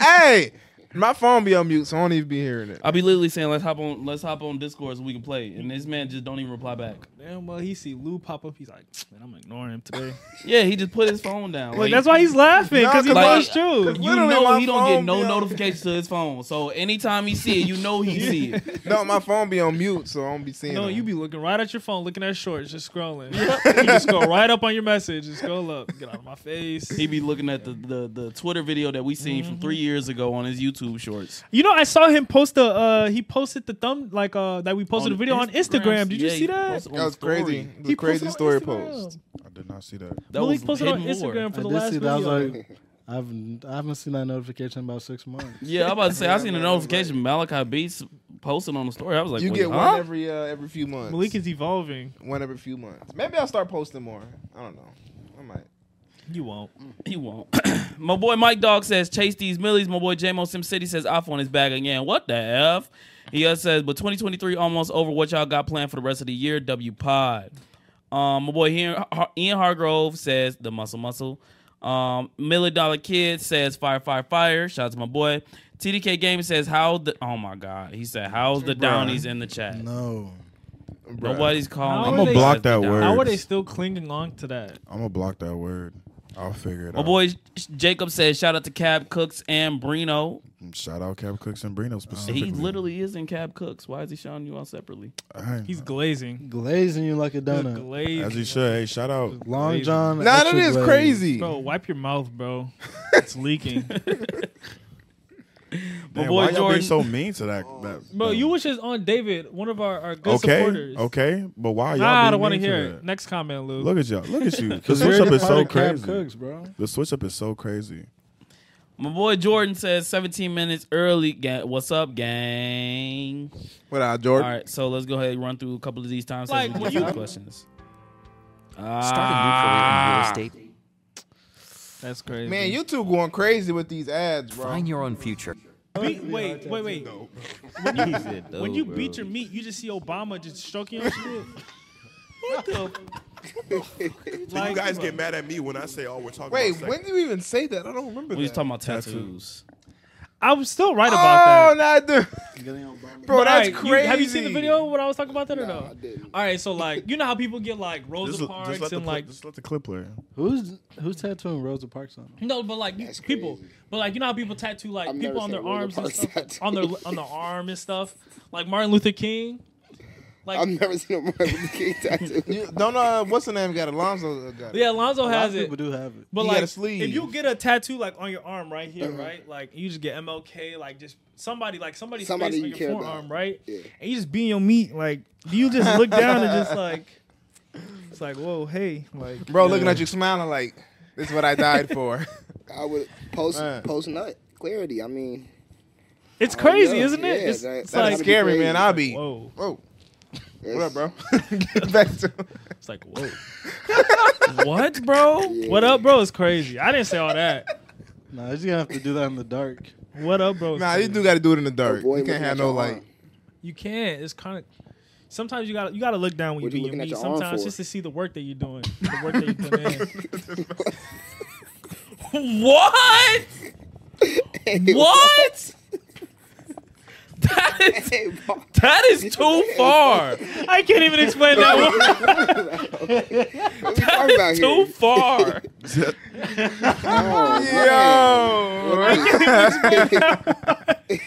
F: Hey, my phone be on mute, so I don't even be hearing it.
E: I'll be literally saying let's hop on, let's hop on Discord so we can play, and this man just don't even reply back.
A: Damn, well, he see Lou pop up. He's like, man, I'm ignoring him today.
E: Yeah, he just put his phone down.
A: Like, that's why he's laughing
F: Nah,
A: because he
F: cause
A: knows
E: like-
A: it's true.
F: cause-
E: You
F: Literally,
E: know
F: my
E: he don't get
F: phone
E: no
F: be on-
E: notifications to his phone, so anytime he see it, you know he see it.
F: No, my phone be on mute, so I don't be seeing.
A: No,
F: them.
A: you be looking right at your phone, looking at shorts, just scrolling. you just go right up on your message, just scroll up, get out of my face.
E: He be looking at the the, the Twitter video that we seen from
A: Mm-hmm.
E: three years ago on his YouTube shorts.
A: You know, I saw him post the uh he posted the thumb like uh that we posted a video on Instagram. Did you
E: Yeah,
A: see
E: he
A: that?
E: posted on
F: that was
E: story.
F: crazy. It was
A: He
F: a crazy
A: posted on
F: story
A: Instagram.
F: post.
C: I did not see that.
E: That
A: Malik
E: was
A: posted on
E: hidden lore.
A: Instagram for
B: I
A: the
B: did
A: last
B: see that. I was
A: video.
B: like, I've I haven't seen that notification in about six months.
E: Yeah, I'm about to say I seen a notification Malachi Beats posted on the story. I was like,
F: you
E: wait,
F: get
E: huh?
F: one every uh, every few months.
A: Malik is evolving.
F: one every few months. Maybe I'll start posting more. I don't know. I might.
A: You won't.
E: He won't. My boy Mike Dog says, chase these millies. My boy JMO Sim City says, iPhone is back again. What the F? He uh, says, but 2023 almost over. What y'all got planned for the rest of the year? W Pod. Um, my boy Ian, Har- Ian Hargrove says, the muscle muscle. Um, Million Dollar Kid says, fire, fire, fire. Shout out to my boy. TDK Game says, how the, oh my God. He said, how's the Downies in the chat?
B: No,
E: Nobody's
A: How
E: calling. you
A: are they-
E: guys
C: block
E: the
C: that
E: Downies.
C: word.
A: How are they still clinging on to that?
C: I'm gonna block that word. I'll figure it
E: My
C: out.
E: boy Jacob says, shout out to Cab Cooks and Brino.
C: Mm, Shout out Cap Cooks and Brino specifically.
E: He literally is in Cab Cooks. Why is he shouting you out separately?
C: I ain't
A: He's
C: know.
A: glazing.
B: glazing you like a
A: He's
B: donut.
A: glazing.
C: as he should. Hey, shout out.
B: Long
A: glazing.
B: John.
F: Nah, that
B: extra
F: is
B: glaze.
F: crazy.
A: Bro, wipe your mouth, bro. It's leaking.
E: My
C: Damn,
E: boy
C: why y'all
E: Jordan-
C: being so mean to that? that
A: Bro,
C: that-
A: you was just on David, one of our, our good
C: okay?
A: supporters.
C: Okay, but why y'all?
A: Nah, I don't
C: want to
A: hear it. Next comment, Lou.
C: Look at y'all. Look at you. The
B: Cause we're
C: switch up is so
B: Cab
C: crazy.
B: Cooks, bro.
C: The switch up is so crazy.
E: My boy Jordan says 17 minutes early. Gang. What's up, gang?
F: What out,
E: All
F: Jordan?
E: right, so let's go ahead and run through a couple of these time
A: Like,
E: sessions and
A: when
E: get
A: you-
E: some questions. Ah.
H: Start a new career in real estate.
A: That's crazy.
F: Man, you two going crazy with these ads, bro.
H: Find your own future.
A: Be- wait, wait, wait.
E: Ah.
A: When you beat your meat, you just see Obama just stroking your shit. What the?
C: you guys get mad at me when I say, "Oh, we're talking."
F: Wait, when did you even say that? I don't remember.
E: We was
F: that.
E: talking about tattoos.
A: I was still right
F: oh,
A: about that.
F: not the. Bro,
A: But,
F: that's
A: alright,
F: crazy.
A: you- have you seen the video when I was talking about that or no?
D: I didn't.
A: All right, so like you know how people get like Rosa
C: Just, just
A: Parks
C: let the
A: and
C: clip-
A: like
C: just let the clip play.
B: Who's who's tattooing Rosa Parks on? him?
A: no, but like you-
D: That's
A: people,
D: crazy.
A: but like you know how people tattoo like
D: I've never
A: people on
D: seen
A: their
D: Rosa
A: arms and
D: Parks
A: stuff,
D: tattoo.
A: on their on their arm and stuff, like Martin Luther King. Like
D: I've never seen a Martin Luther King tattoo.
F: You don't know uh, what's the name? Got Alonzo. uh, Got it.
A: yeah, Alonzo
B: A lot
A: has
B: of
A: it.
B: people do have it.
A: But
F: You got
A: like,
F: a sleeve.
A: if you get a tattoo like on your arm right here,
D: Uh-huh.
A: right, like you just get MLK, like just somebody, like somebody's
D: Somebody
A: face
D: you
A: on
D: care
A: your
D: about.
A: forearm, right,
D: Yeah.
A: and you just be in your meat, like do you just look down and just like, it's like, whoa, hey, like,
F: Bro, looking at you smiling like this is what I died for.
D: I would post
F: Man.
D: post nut clarity. I mean,
A: it's
D: I don't
A: crazy,
D: know.
A: isn't it?
D: Yeah,
A: it's
D: that-
A: it's
D: that
F: That's
A: like,
D: scary.
F: scary, man. I'll be.
A: whoa,
F: Whoa,
D: it's-
F: what up, bro? Get back to.
A: it's like, whoa,
E: what, bro?
D: yeah.
A: what up, bro? It's crazy. I didn't say all that.
B: Nah, you gonna have to do that in the dark.
A: What up, bro? is
F: Nah, you
A: crazy.
F: do got to do it in the dark.
D: Avoid
F: You can't
D: looking
F: have
D: at
F: no
D: your
F: like.
D: arm.
A: You can't. It's kind of. Sometimes you gotta you gotta look down when
D: What
A: you
D: you
A: do your
D: looking at
A: meat.
D: your arm
A: Sometimes
D: for?
A: just to see the work that you're doing, the work that you're putting in.
E: What? What? That is
D: Hey, bro.
E: that is too far.
A: I can't even explain that one.
D: What we talking about
E: Too
D: here?
E: far.
D: Oh,
F: Yo,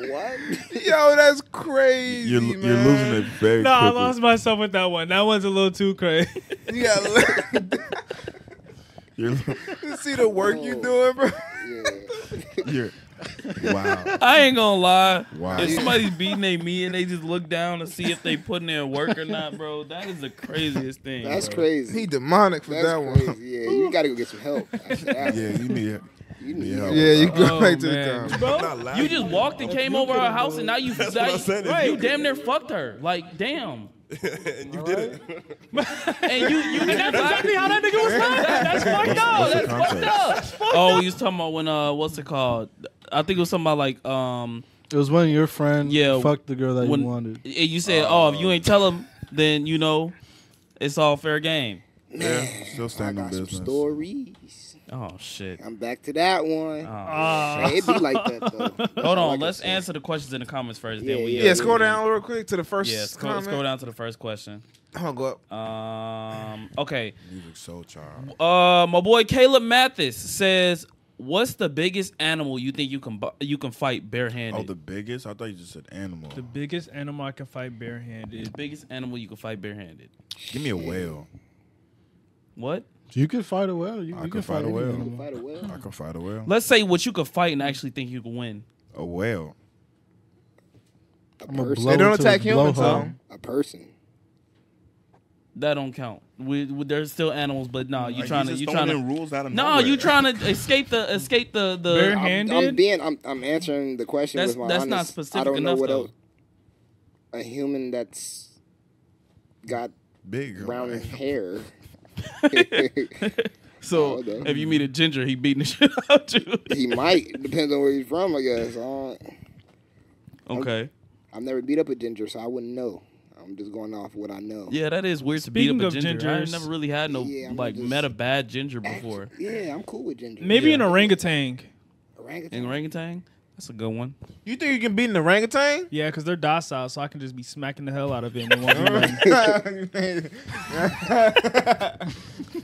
D: man. What?
F: yo, that's crazy.
C: You're,
F: man.
C: you're losing it very
A: No, I
C: quickly.
A: lost myself with that one. That one's a little too crazy.
F: You gotta
C: You're,
F: to see the work you
D: Oh.
F: doing, bro.
D: Yeah.
C: you're, wow.
E: I ain't gonna lie.
C: Wow.
E: If somebody's beating their meat and they just look down to see if they putting in work or not, bro, that is the craziest thing.
D: That's
E: bro.
D: crazy.
F: He demonic for
D: That's
F: that
D: crazy.
F: one.
D: Yeah, you gotta go get some help. After that.
C: Yeah, you need it.
D: You need
C: Yeah.
D: help.
F: Yeah, you go
E: Oh,
F: back to
E: man.
F: the town.
C: not
E: Bro,
C: laughing.
E: you just walked and came over her house, and now you
C: That's what I
E: like,
C: said, if
E: right,
C: you
E: you damn near fucked her. Like, damn.
C: and you did it.
E: And you, you, and that's
A: exactly how that nigga was like.
E: That's fucked up.
C: the
E: That's fucked up. Oh, you was talking about when uh, what's it called? I think it was something about like um,
B: It was when your friend
E: Yeah,
B: fucked the girl that
E: when
B: you wanted.
E: and you said, oh, if you ain't tell him, then you know, it's all fair game.
C: Yeah, still
D: I
C: standing
D: got some
C: business.
D: stories.
E: Oh shit.
D: I'm back to that one.
E: Oh.
D: It'd be like that though.
E: Hold on,
D: Like I
E: let's
D: said.
E: answer the questions in the comments first.
D: Yeah,
E: then we
D: yeah,
F: Yeah, scroll down real quick to the first
E: Yeah,
F: yeah,
E: scroll,
F: comment.
E: scroll down to the first question.
F: I'm gonna go up.
E: Um, okay.
C: Music soul child.
E: Uh, my boy Caleb Mathis says, "What's the biggest animal you think you can bu- you can fight barehanded?
C: Oh, the biggest? I thought you just said animal.
A: The biggest animal I can fight barehanded.
E: the biggest animal you can fight barehanded.
C: Give me a whale.
E: What?
B: You could fight a whale. You,
C: I
B: you
C: could
B: could
C: fight
B: fight
C: a whale.
B: anyone.
D: Fight a whale.
C: I can fight a whale.
E: Let's say what you could fight and actually think you can win.
C: A whale.
D: A
B: I'ma
D: person.
B: blow
F: They don't
B: into
F: attack
B: a
F: humans,
B: blowhole.
F: though.
D: A person.
E: That don't count. We, we, there's still animals, but nah, you
C: Like,
E: trying to
C: just
E: you
C: throwing
E: trying
C: in
E: to
C: rules out of
E: no,
C: nowhere.
E: you trying to escape the escape the the.
A: Bare-
D: I'm, I'm
A: Handed?
D: being. I'm, I'm answering the question
E: That's-
D: with my
E: that's not
D: honest-
E: specific
D: I don't
E: enough,
D: know what
E: though.
D: else. A human that's got
C: big
D: brown
C: like,
D: hair.
E: so
D: Hold on.
E: if you meet a ginger, he beating the shit out you.
D: he might depends on where he's from. I guess. I don't,
E: Okay.
D: I've never beat up a ginger, so I wouldn't know. I'm just going off what I know.
E: Yeah, that is weird
A: Speaking
E: to beat up a
A: of
E: ginger. I
A: gingers-
E: never really had no
D: Yeah, I'm
E: like
D: just-
E: met a bad ginger before.
D: Yeah, I'm cool with ginger.
A: Maybe
E: Yeah.
A: an orangutan.
D: Orangutan.
E: And orangutan, that's a good one.
F: You think you can beat an orangutan?
A: Yeah, because they're docile, so I can just be smacking the hell out of it. And it won't be nothing.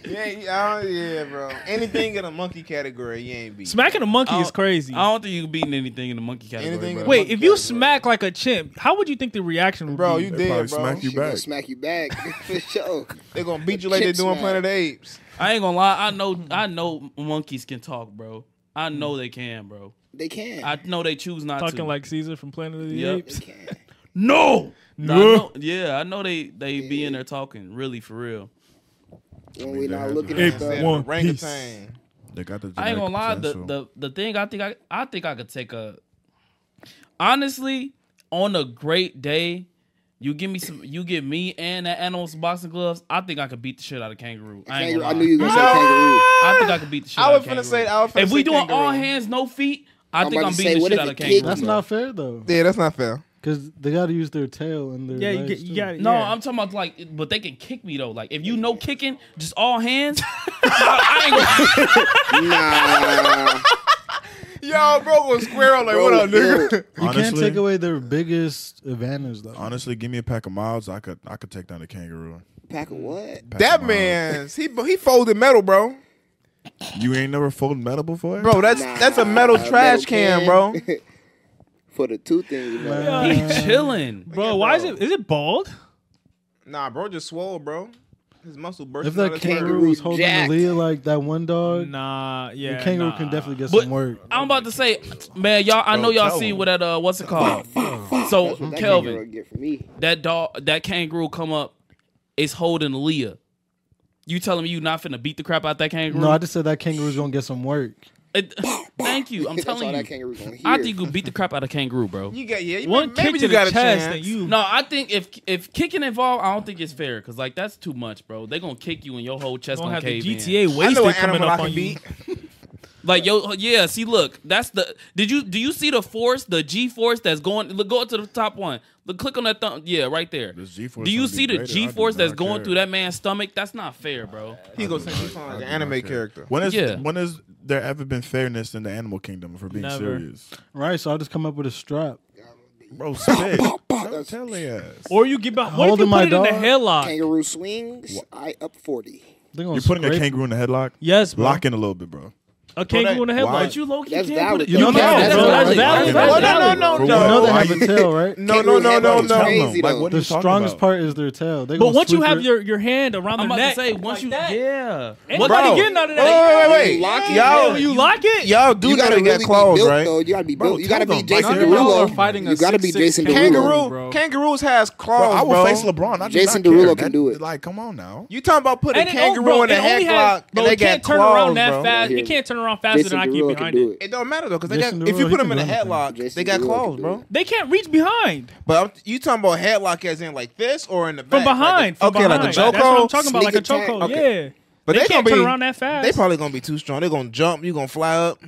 F: yeah, yeah, I don't- yeah, bro. Anything in a monkey category, you ain't beat.
A: smacking a monkey
E: I
A: is
E: don't-
A: crazy.
E: I don't think you beating anything in the monkey category.
F: Anything
E: bro.
F: in-
A: Wait, if you
F: Monkey,
A: smack like a chimp, how would you think the reaction would
F: bro,
A: be?
F: you
C: They
F: did, bro.
C: probably smack you
D: She gonna
C: back.
D: smack you back for sure.
F: They're gonna beat you like they
D: Kid
F: do on
D: smack.
F: Planet of the Apes.
E: I ain't gonna lie. I know. I know monkeys can talk, bro. I know they can, bro.
D: They can.
E: I know they choose not
A: talking
E: to.
A: like Caesar from Planet of the
E: Yep.
D: they
A: Apes.
D: can.
E: no. Nah, I
A: No.
E: know- yeah, I know they they be in there talking really for real.
D: When we
C: they
D: not
C: have
D: looking
C: to-
D: at
F: Said
D: the
F: an
A: One
F: orangutan.
C: They got the
E: I ain't gonna lie. The,
C: potential.
E: the the thing I think I I think I could take a. Honestly, on a great day, you give me some. You give me and that animal some boxing gloves. I think I could beat the shit out of kangaroo. I, ain't
D: kangaroo.
E: gonna
D: I
E: lie.
D: knew you were gonna say kangaroo.
E: I think I could beat the shit
F: I
E: out
F: was
E: of kangaroo.
F: finna say, I was finna
E: if we
F: say
E: doing all
F: kangaroo.
E: hands, no feet, I
D: I'm
E: think
D: about
E: I'm
D: to
E: beating
D: say,
E: the shit
D: what if
E: out of
D: it kicked
E: kangaroo.
B: That's not fair though,
F: Yeah, that's not fair.
B: because they got to use their tail and their
A: Yeah, you,
B: legs
A: get, you
B: too.
A: got it.
E: No,
A: yeah.
E: I'm talking about like, but they can kick me though. Like, if you know kicking, just all hands. I, I ain't gonna,
D: Nah,
F: Yo, bro, was square on like,
D: Bro,
F: what up,
D: yo.
F: nigga?
B: You can't
C: Honestly-
B: take away their biggest advantage though.
C: Honestly, give me a pack of miles. I could I could take down a kangaroo.
D: pack of what?
C: Pack of
F: That
C: miles.
F: man's he he folded metal, bro.
C: You ain't never folded metal before,
F: Bro, that's
D: Nah,
F: that's a metal
D: a
F: trash
D: metal
F: can, bro.
D: For the two things, you know.
B: Man.
E: he chilling.
A: bro,
F: Yeah,
A: why is
F: bro.
A: it? Is it bald?
F: Nah, bro, just swole, bro. His muscle burst.
B: If that kangaroo was holding
D: jacked.
B: the lead like that one dog,
A: Nah, yeah.
B: the kangaroo
A: nah.
B: can definitely get
E: But-
B: some work.
E: I'm about to say, man, y'all.
D: Oh,
E: I know y'all see what that uh, what's it called? So
D: That kangaroo
E: Kelvin,
D: would get for me.
E: that dog, that kangaroo come up, is holding Leah. You telling me you not finna beat the crap out that kangaroo?
B: No, I just said that kangaroo's gonna get some work.
E: It- thank you. I'm
D: That's all
E: telling
D: that
E: you.
D: kangaroo gonna hear.
E: I think you beat the crap out of kangaroo, bro.
F: You got yeah. You
A: One
F: maybe
A: kick
F: you
A: to
F: got
A: the
F: a
A: chest
F: chance.
A: and you.
E: No, I think if if kicking involved, I don't think it's fair because like that's too much, bro. They gonna kick you and your whole chest
A: don't
E: gonna
A: have the
E: cave in.
A: GTA
F: I
A: wasted
F: know an
A: coming
F: animal I
A: up on
F: can
A: you.
F: beat.
E: Like yo, yeah. See, look, that's the. Did you do you see the force, the G force that's going? Look, go up to the top one. Look, click on that thumb. Yeah, right there.
C: This G-force
E: do you
C: gonna be
E: see the
C: greater. I
E: G
C: do
E: force that's
C: not
E: going
C: care.
E: through that man's stomach? That's not fair, bro.
F: He goes he sound like an anime character.
C: When is
E: Yeah.
C: when has there ever been fairness in the animal kingdom? For being
A: Never.
C: serious,
B: Right, so I'll just come up with a strap.
C: bro, spit. Don't tell their ass.
A: Or you get behind. What if you
B: Holding
A: put
B: my
A: it in
B: dog.
A: the headlock?
D: Kangaroo swings. I up forty.
B: They're gonna
C: You're putting a
B: scrape-
C: kangaroo in the headlock.
A: Yes, bro.
C: Lock in a little bit, bro.
A: a kangaroo in the
C: why-
A: headlock.
E: But you low key
D: That's
E: can't
D: valid,
E: put it.
D: though.
E: You
D: That's
E: can't.
D: valid.
E: bro.
D: That's
A: valid.
E: That's valid.
A: That's
E: That's
A: valid.
E: valid.
F: no, no,
C: For what?
B: You know
F: no.
B: they
C: Why
B: have
C: you-
B: a tail, right?
F: No, no,
D: Kangaroo
F: no, no,
D: headlock is
C: Tell
F: no.
D: crazy.
C: them. Like, what are
B: The
C: you talking
B: strongest
C: about?
B: part is their tail. They
A: But
B: gonna
A: once you
B: sweep
A: have
B: it-
A: your, your hand around
E: I'm
A: the
E: about
A: neck,
E: to say once you yeah.
A: ain't
E: What-
A: nobody
F: Bro.
A: getting out of
F: Wait, wait,
A: that.
F: wait, wait.
D: Lock it.
A: Yeah,
F: Yo,
A: when you lock it,
F: Y'all do
D: You
F: gotta
D: really
F: get
D: be
F: clothes,
D: built,
F: right?
D: Though. You gotta be
C: Bro,
D: built. you gotta
C: tell
D: be
C: them. Like,
D: Jason
C: they're all
D: Derulo.
G: fighting a
D: you gotta be
G: 6'6"
D: Jason Derulo.
G: kangaroo.
F: Kangaroo,
G: bro.
F: kangaroos has
C: Bro,
F: claws,
C: I
F: bro.
C: will face LeBron. I do
D: Jason
C: not care.
D: Derulo
C: That-
D: can do it.
C: Like, come on now.
F: You talking about putting
A: and
F: a
A: it, oh,
F: kangaroo
A: bro,
F: in a
A: it only has,
F: headlock
A: bro,
F: and they
A: it can't
F: got
A: turn around
F: claws,
A: that
F: bro.
A: fast.
D: Yeah.
A: It can't turn around faster
D: Jason
A: than I keep
D: Derulo can
A: behind
D: do
A: it.
D: it.
F: It don't matter though, cause they
B: Jason
F: got if
B: Derulo,
F: you
B: he
F: put them
B: can
F: in a
B: do anything.
F: headlock,
D: Jason
F: they got
D: Derulo
F: claws,
D: can do
F: bro.
D: it.
A: They can't reach behind.
F: But I'm, you talking about headlock as in like this or in the back?
A: From behind.
F: Like
A: From
F: a, okay,
A: behind.
F: like a chokehold.
A: That's what I'm talking about. Like a
D: Sneak attack.
A: chokehold.
F: Okay.
A: Yeah.
F: But
A: They
F: they
A: can't
F: gonna
A: turn
F: be-
A: around that fast.
F: They probably gonna be too strong. They gonna jump. You gonna fly up.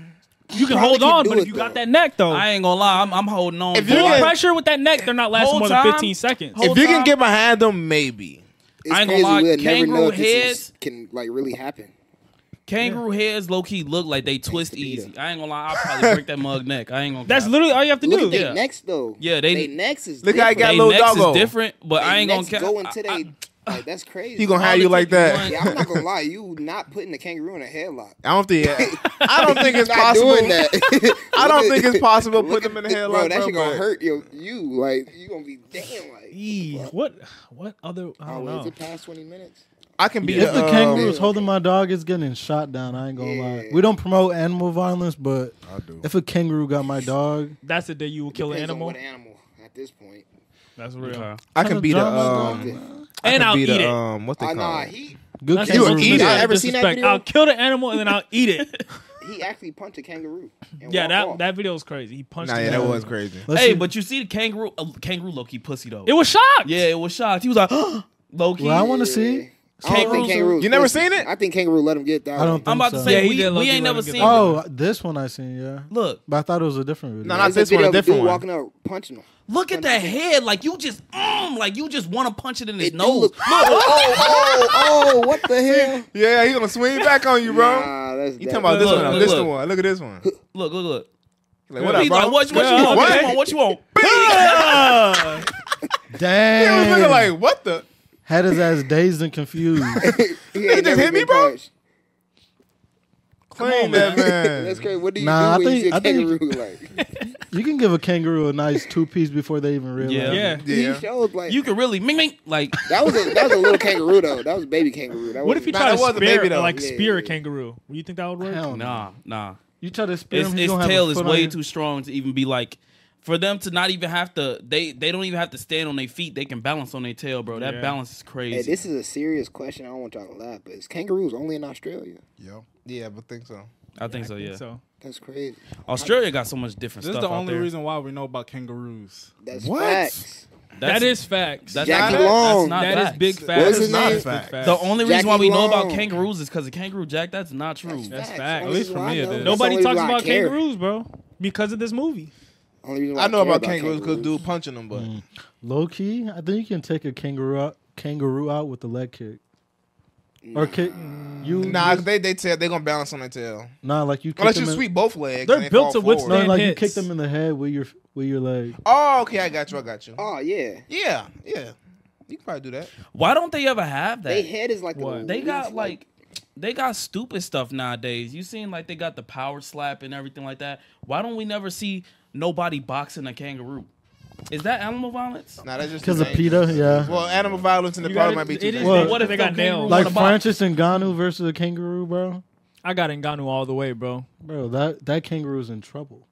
A: You can
D: Probably
A: hold
D: can
A: on,
D: do
A: but if
D: it,
A: you got
D: though.
A: that neck though,
E: I ain't gonna lie. I'm, I'm holding on.
F: If
E: bro.
F: you
A: full
F: can-
A: pressure with that neck, they're not lasting
E: Whole
A: more than
E: time-
A: 15 seconds.
E: whole
F: if you
E: time-
F: can get behind them, maybe.
D: It's
E: I ain't gonna
D: crazy.
E: lie,
D: We'll never
E: kangaroo
D: know if this
E: heads-
D: is, can like really happen.
E: kangaroo heads low key look like they twist easy. I ain't gonna lie. I'll probably break that mug neck. I ain't gonna.
A: That's
E: cap.
A: literally all you have to
D: Look
A: do.
D: at their
E: Yeah.
D: necks though.
E: Yeah, they-
D: their necks is
F: Look how he
D: different.
F: got
E: They
F: little
E: necks
F: doggo.
E: is different, but
D: Their
E: I ain't gonna
D: necks
E: cap.
D: go into
E: I- I-
D: they. Like, that's crazy.
F: He gonna have
E: All
F: you
E: it
F: like
E: took was
F: that.
E: one-
D: Yeah, I'm not gonna lie. You not putting the kangaroo in a headlock.
F: I don't think. I don't think it's
D: not
F: possible.
D: doing that.
F: I don't think it's possible to
D: Look
F: put them in
D: at
F: the
D: this-
F: headlock.
D: Bro, that shit gonna
F: but-
D: hurt your, you. Like you gonna be damn like.
A: Eee, What? What other? I
D: Oh,
A: don't
D: is
A: know.
D: it past twenty minutes?
F: I can be
E: Yeah.
B: If the
F: um,
B: kangaroo's holding my dog, it's getting shot down. I ain't gonna lie.
D: Yeah.
B: We don't promote animal violence, but
C: I do.
B: if a kangaroo got my dog,
A: That's the day you will kill an
D: Depends on
A: animal.
D: what animal at this point.
A: That's real.
F: I can be the. Um, I
A: And
F: can
A: I'll
F: be
A: eat
F: the,
A: it.
F: Um, what's they
D: Oh
F: called?
D: nah, he
B: good
A: That's
F: You
A: some
F: would
B: kangaroo.
F: eat
A: disrespect.
F: it.
D: Y'all ever seen that
A: Disrespect.
D: video?
A: I'll kill the animal and then I'll eat it.
D: he actually punched a kangaroo. and
A: yeah,
D: walked
A: that
D: off.
A: that video was crazy. He punched.
F: Nah,
A: the
F: yeah, that
A: animal.
F: was crazy.
B: Listen,
E: Hey, but you see the kangaroo, uh, kangaroo low key pussy though.
A: It was shocked.
E: yeah, it was shocked. He was like, low key.
B: well, I want
D: Yeah.
B: to see.
D: I don't think
E: Kangaroos-
D: kangaroos.
F: You never
D: pussy.
F: seen it?
D: I think kangaroo let him get that.
B: I
D: one.
B: don't. Think
E: I'm about
B: so.
E: to say
A: Yeah, he
E: we,
A: did low
E: we
A: key
E: ain't
A: let him
E: never
A: get
E: seen.
A: that.
E: Oh,
B: Oh, this one I seen. Yeah,
E: look,
B: but I thought it was a different video.
F: No, not
D: There's
F: this
D: a
F: one,
D: video
F: a
D: of
F: different
D: dude
F: one.
D: Walking up, punching him.
E: look at that head. Like you just, mm, like you just want to punch it in his
D: It do
E: nose.
D: look-
E: Look,
D: Oh, oh, oh! What the hell?
F: Yeah, he gonna swing back on you, bro.
D: Nah, that's
F: you talking about this
E: Look,
F: one?
E: look,
F: this
E: look.
F: one? Look at this one.
E: look, look, look.
F: Like, what up,
E: He's like,
F: bro?
E: what, what you
A: Yeah,
E: want? What
A: okay.
E: you want? What you want?
F: He was
B: Damn,
F: looking like, what the?
B: had his ass dazed and confused.
D: He
F: just hit me, bro? Clean that man.
D: That's crazy. What do you
B: Nah, I
D: do when
B: think-
D: you see
B: I
D: a
B: think-
D: kangaroo? Like
B: you can give a kangaroo a nice two piece before they even realize.
E: Yeah.
B: it.
A: Yeah.
F: Yeah.
D: he showed like
E: You can really ming ming like.
D: that was a that was a little kangaroo though. That was a baby kangaroo. That
A: What
D: was
A: if you
F: Nah,
A: try
F: that
A: to
F: was a
A: spear
F: baby,
A: it,
F: though.
A: like
D: Yeah,
A: spear a
D: yeah.
A: kangaroo? You think that would work?
B: Hell no.
E: Nah, nah.
B: You try to spear
E: Its,
B: him,
E: its
B: gonna
E: tail
B: have
E: is
B: a foot
E: way
B: on
E: too
B: you.
E: strong to even be like. For them to not even have to, they they don't even have to stand on their feet. They can balance on their tail, bro. That
A: Yeah.
E: balance is crazy.
D: Hey, this is a serious question. I don't want y'all to laugh, but is kangaroos only in Australia?
C: Yo,
F: Yeah, but think so.
E: I think so. Yeah.
A: So
D: That's crazy.
E: Australia got so much different
G: This is
E: stuff
G: the
E: out
G: only
E: there.
G: reason why we know about kangaroos.
D: That's
C: What?
D: facts.
A: that's, facts.
E: that's
D: Jackie
E: not- That's
D: Long.
E: not
A: That is
E: facts.
A: big
D: What
A: facts.
D: was his
C: not
D: name?
C: fact.
E: The only reason
D: Jackie
E: why we know about
D: Long.
E: kangaroos is because of kangaroo jack. That's not true.
A: That's
D: facts.
A: fact. At
D: Only
A: least
D: reason
G: for
D: why
G: me
D: I
G: it
D: know-
G: is.
D: that's
A: Nobody
D: the only
A: talks
D: reason why I
A: about
D: care.
A: kangaroos, bro, because of this movie.
D: Only reason why
F: I know
D: care
F: about kangaroos because dude punching them, but
E: Mm.
B: Low key, I think you can take a kangaroo out, kangaroo out with the leg kick, or kick you.
F: Mm. nah, they they tell they gonna balance on their tail
B: nah, like you. Kick
F: unless
B: them
F: you
B: in,
F: sweep both legs.
A: They're
F: and they
A: built
F: fall
A: to
F: forward.
B: No,
A: withstand-
B: like you
A: hits.
B: kick them in the head with your with your leg.
F: Oh, okay, I got you. I got you.
D: Oh yeah,
F: Yeah, yeah, you can probably do that.
E: Why don't they ever have that?
D: they head is like
A: What?
D: The
E: They
D: least,
E: got like they got stupid stuff nowadays. You seen like they got the power slap and everything like that. Why don't we never see nobody boxing a kangaroo? Is that animal violence?
F: Nah, that's just
B: Because of
F: dangerous.
B: PETA, yeah.
F: Well, animal violence in the
A: You
F: probably
A: gotta-
F: might be too.
A: it is-
F: dangerous.
B: Well,
E: what if
A: they got
E: kangaroo
A: nails.
E: wanna
B: Like
E: box?
B: Francis Ngannou versus a kangaroo, bro.
A: I got Ngannou all the way, bro.
B: Bro, that that kangaroo's in trouble.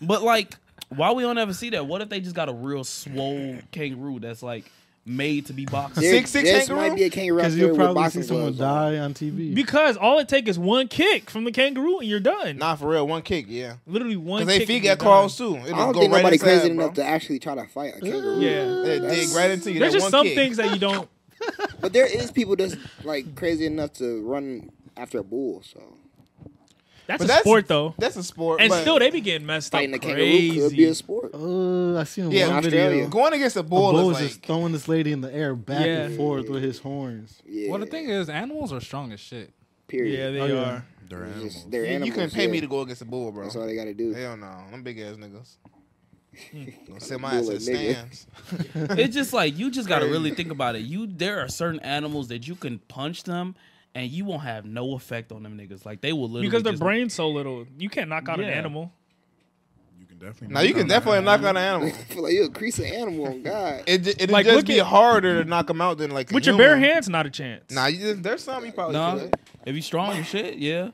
E: But like, why we don't ever see that? What if they just got a real swole kangaroo that's like made to be boxing?
D: there-
F: Six, six
D: there
F: kangaroo?
D: might be a kangaroo out
B: Because
D: there
B: you'll
D: with
B: probably
D: boxing
B: see someone
D: gloves on.
B: die on TV.
A: Because all it takes is one kick from the kangaroo and you're done.
F: Nah, for real, one kick, yeah.
A: Literally one.
F: Because they
A: kick
F: feet
A: and you're
F: got claws
A: done.
F: too. It
D: I don't
F: go
D: think
F: right
D: nobody
F: inside,
D: crazy
F: bro.
D: enough to actually try to fight a kangaroo.
A: Yeah.
F: They dig right into you.
A: There's
F: that
A: just
F: one
A: some
F: kick.
A: things that you don't.
D: But there is people that's like crazy enough to run after a bull. So
A: That's
F: But
A: a
F: that's-
A: sport though.
F: That's a sport.
A: And
F: but
A: still, they be getting messed up
D: Fighting a kangaroo could be a
A: crazy.
D: sport.
B: Oh, I seen
F: Yeah,
B: one
D: Australia.
B: video.
D: A
F: going against a
B: A
F: bull,
B: bull
F: is
B: was
F: like
B: just throwing this lady in the air back and
A: Yeah.
B: forth with his horns.
D: Yeah.
G: Well, the thing is, animals are strong as shit.
A: Yeah,
D: Period.
A: they
B: Oh, yeah.
A: are.
C: They're
D: It's
C: animals.
D: just- they're
F: You-
D: animals.
F: you couldn't pay
D: yeah.
F: me to go against a bull, bro.
D: That's all they got to do.
F: Hell no, them big ass niggas. Gonna send my
D: Bull
F: ass to
D: a
F: the
D: nigga.
F: stands.
E: it's just like you just got to really think about it. You there are certain animals that you can punch them, and you won't have no effect on them niggas. Like they will literally
A: Because their
E: just-
A: brain's so little. You can't knock out an
E: Yeah.
A: animal.
C: You can definitely.
F: Now you can definitely knock out an
D: I
F: animal.
D: feel like you a crease of animal. on God.
F: It ju- it'd
A: Like,
F: just
A: look
F: be
A: at-
F: harder to knock them out than like a
A: With your bare
F: human.
A: hands, not a chance.
F: Nah, you, there's some you probably
E: Nah,
F: could.
E: if you strong and shit, yeah.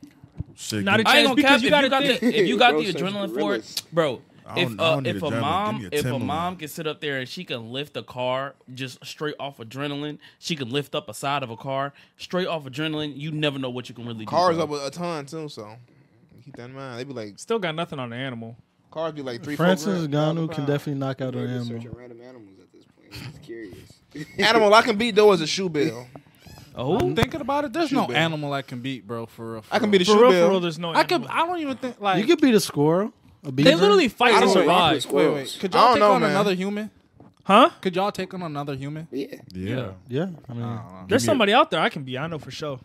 C: Shit,
A: Not
C: give-
A: a
E: I
A: Chance,
E: ain't gonna
A: because
E: cap
A: you
E: if
A: gotta
E: you got the
D: think.
E: if you got the
D: Bro says
E: adrenaline for
D: gorillas.
E: it, bro.
C: I don't-
E: If
C: I
E: uh,
C: don't
E: if
C: need
E: a
C: adrenaline. Give
E: mom
C: me a
E: if a
C: 10
E: mom
C: million.
E: can sit up there and she can lift a car just straight off adrenaline, she can lift up a side of a car straight off adrenaline. You never know what you can really
F: Cars
E: do.
F: up a, a ton too, so keep that in mind. They be like
A: Still got nothing on the animal.
F: cars be like three. four
B: Francis
F: grand, thousand
B: Ngannou can
F: pounds.
B: definitely knock out an
D: They're just
B: animal.
D: searching random animals at this point. I'm just curious.
F: Animal I can beat though is a shoe bill.
E: Oh,
G: Thinking about it, there's
F: Shoe
G: no
F: bill.
G: animal I can beat, bro. For real, for
F: I can
G: real.
F: beat a
A: For
F: shoe
A: real, for real,
F: bill.
A: there's no.
G: I could.
A: animal.
G: I don't even think like
B: You could beat a squirrel, a beaver.
A: They literally
F: I
A: fight to
F: don't know.
D: Rock with
A: survive,
G: Wait,
D: squirrels.
G: wait. Could
F: I
G: y'all
F: don't
G: take
F: know,
G: on
F: man.
G: another human?
A: huh?
G: Could y'all take on another human?
D: Yeah.
C: Yeah.
B: Yeah, I mean,
A: There's somebody out there I can be. I know for sure.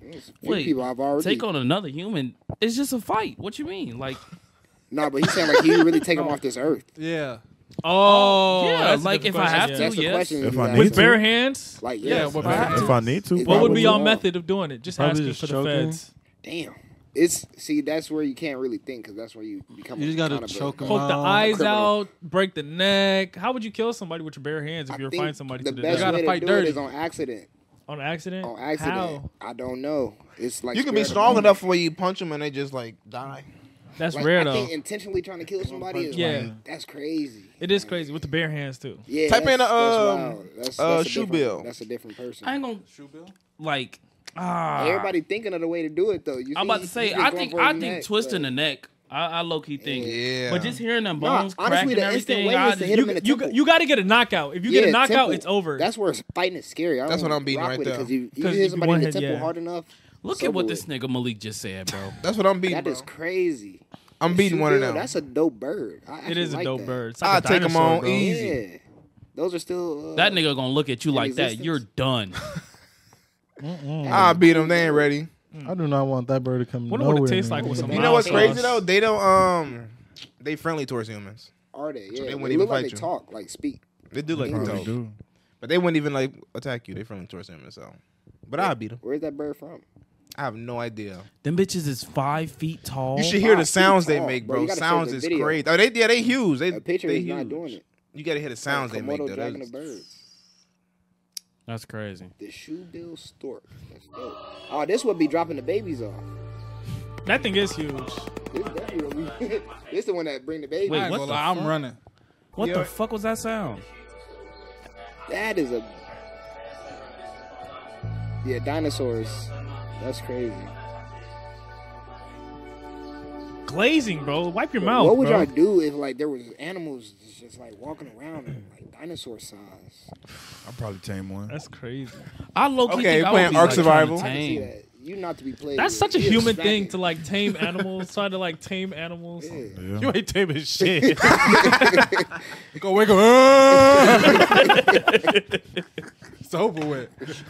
D: There's a few
E: wait.
D: people I've already.
E: Take on another human. It's just a fight. What you mean? Like
D: Nah, but he's saying like he really take them off this earth.
G: Yeah.
A: Oh,
E: yeah,
A: that's a
E: like if
A: different
E: I
A: question.
E: have
A: Yeah.
E: to,
D: That's the
E: yes.
D: question.
C: If
D: you
C: I
D: guys-
C: need
A: with
C: to.
A: bare hands.
D: Like
G: Yeah,
D: yes.
G: but-
C: If, if I need to,
D: What
A: What would
D: Probably
A: be our
D: not.
A: method of doing it? Just
B: Probably
A: asking
B: just
A: for the
B: choking.
A: feds.
D: damn. It's see that's where you can't really think because that's where you become.
B: You just
D: got
B: gotta
D: to
B: choke 'em
A: Poke the
B: Wow.
A: eyes
D: Criminal.
A: out, break the neck. How would you kill somebody with your bare hands if you were fighting somebody
D: the
A: to the
D: best
A: death?
G: gotta
D: way to
G: fight
D: do
G: dirty.
D: it is on accident.
A: on accident?
D: On accident.
A: How?
D: I don't know. It's like
F: You can be
D: scared of
F: strong
D: them.
F: enough where you punch them and they just like die.
A: That's
D: Like,
A: rare
D: I
A: though.
D: think intentionally trying to kill somebody is
A: Yeah.
D: like that's crazy.
A: It is crazy with the bare hands too.
D: Yeah,
F: Type in
D: that's,
F: a,
D: that's
F: um,
D: wild. that's,
F: uh,
D: that's a
F: shoe
D: different-
F: bill.
D: That's a different person.
E: I ain't gonna like ah.
D: Everybody thinking of the way to do it though. You
E: I'm
D: see,
E: about to
D: you
E: say
D: just
E: I
D: going
E: think
D: for
E: I
D: the
E: think
D: neck,
E: twisting
D: but-
E: the neck. I, I low key think.
F: Yeah.
E: But just hearing them
D: Nah,
E: bones
D: honestly,
E: cracking
D: the
E: and
D: instant
E: everything.
D: way is
E: I
D: to
E: just-
D: hit him
A: You,
D: in the
A: you,
D: temple.
A: you got to get a knockout. If you get a knockout,
D: temple.
A: it's over.
D: That's where it's fighting is scary. I
F: That's
D: don't
F: what I'm beating
D: rock
F: right
D: with it
F: there.
D: 'cause you, you
A: 'Cause
D: hit
A: you
D: somebody in the
A: want hit-
D: temple
A: yeah.
D: hard enough.
E: Look
D: so
E: at what
D: do
E: this
D: it.
E: nigga Malik just said, bro.
F: That's what I'm beating.
D: That
F: Bro.
D: is crazy.
F: I'm beating
D: Shoe
F: one of
D: bill,
F: them.
D: That's a dope bird. I
A: it
D: actually
A: is a
D: like
A: dope
D: that.
A: bird. It's
F: I'll
A: like a
F: take 'em
A: dinosaur,
F: on
A: bro.
F: easy.
D: Yeah, those are still uh,
E: That nigga gonna look at you
D: in
E: like that.
D: existence?
E: You're done.
F: I beat them. They ain't ready.
B: I do not want that bird to come
A: Wonder
B: nowhere.
A: what it tastes
B: near
A: like
B: me.
A: with some
F: You know what's
A: Miles Sanders.
F: crazy though? They don't um they friendly towards humans.
D: Are they? Yeah,
F: they
D: they,
F: wouldn't
D: look
F: even
D: like
F: fight
D: they
F: you.
D: talk, like speak.
F: They do like
C: probably
F: to talk.
C: do.
F: But they wouldn't even like attack you. They friendly towards humans, so but I'll beat them.
D: Where's that bird from?
F: I have no idea.
E: Them bitches is five feet tall.
F: You should hear the
D: Five feet
F: sounds they
D: tall,
F: make,
D: bro.
F: bro.
D: You gotta show
F: Sounds
D: the
F: is
D: video.
F: crazy. Oh, they yeah, they huge. They
D: A picture
F: they
D: is not
F: huge.
D: doing it.
F: You gotta hear the sounds they make.
D: Komodo
F: Though.
D: dragon
F: That's-
D: of birds.
E: That's crazy.
D: The shoebill stork. That's dope. Oh, this would be dropping the babies off.
A: That thing is huge.
D: This definitely would be. this the one that bring the babies.
E: Wait,
G: I ain't
E: what
G: gonna
E: the
G: lie, I'm running.
E: What
F: Yeah.
E: the fuck was that sound?
D: That is a. Yeah, dinosaurs. That's crazy.
A: Glazing, bro. Wipe your
D: But
A: mouth,
D: what would
A: bro.
D: y'all do if like there was animals just like walking around and, like dinosaur size?
C: I'll probably tame one.
A: That's crazy.
E: I low key
F: Okay,
E: think I
F: playing
E: would be,
F: Ark
E: like,
F: Survival.
E: trying to
D: I can see
E: tame.
D: that. You not to be played.
A: That's
D: with.
A: such a
D: You
A: human
D: distracted.
A: thing to like tame animals. Try to like tame animals.
D: Yeah.
C: Yeah.
G: You ain't taming shit.
F: Go wake up.
G: it's over with.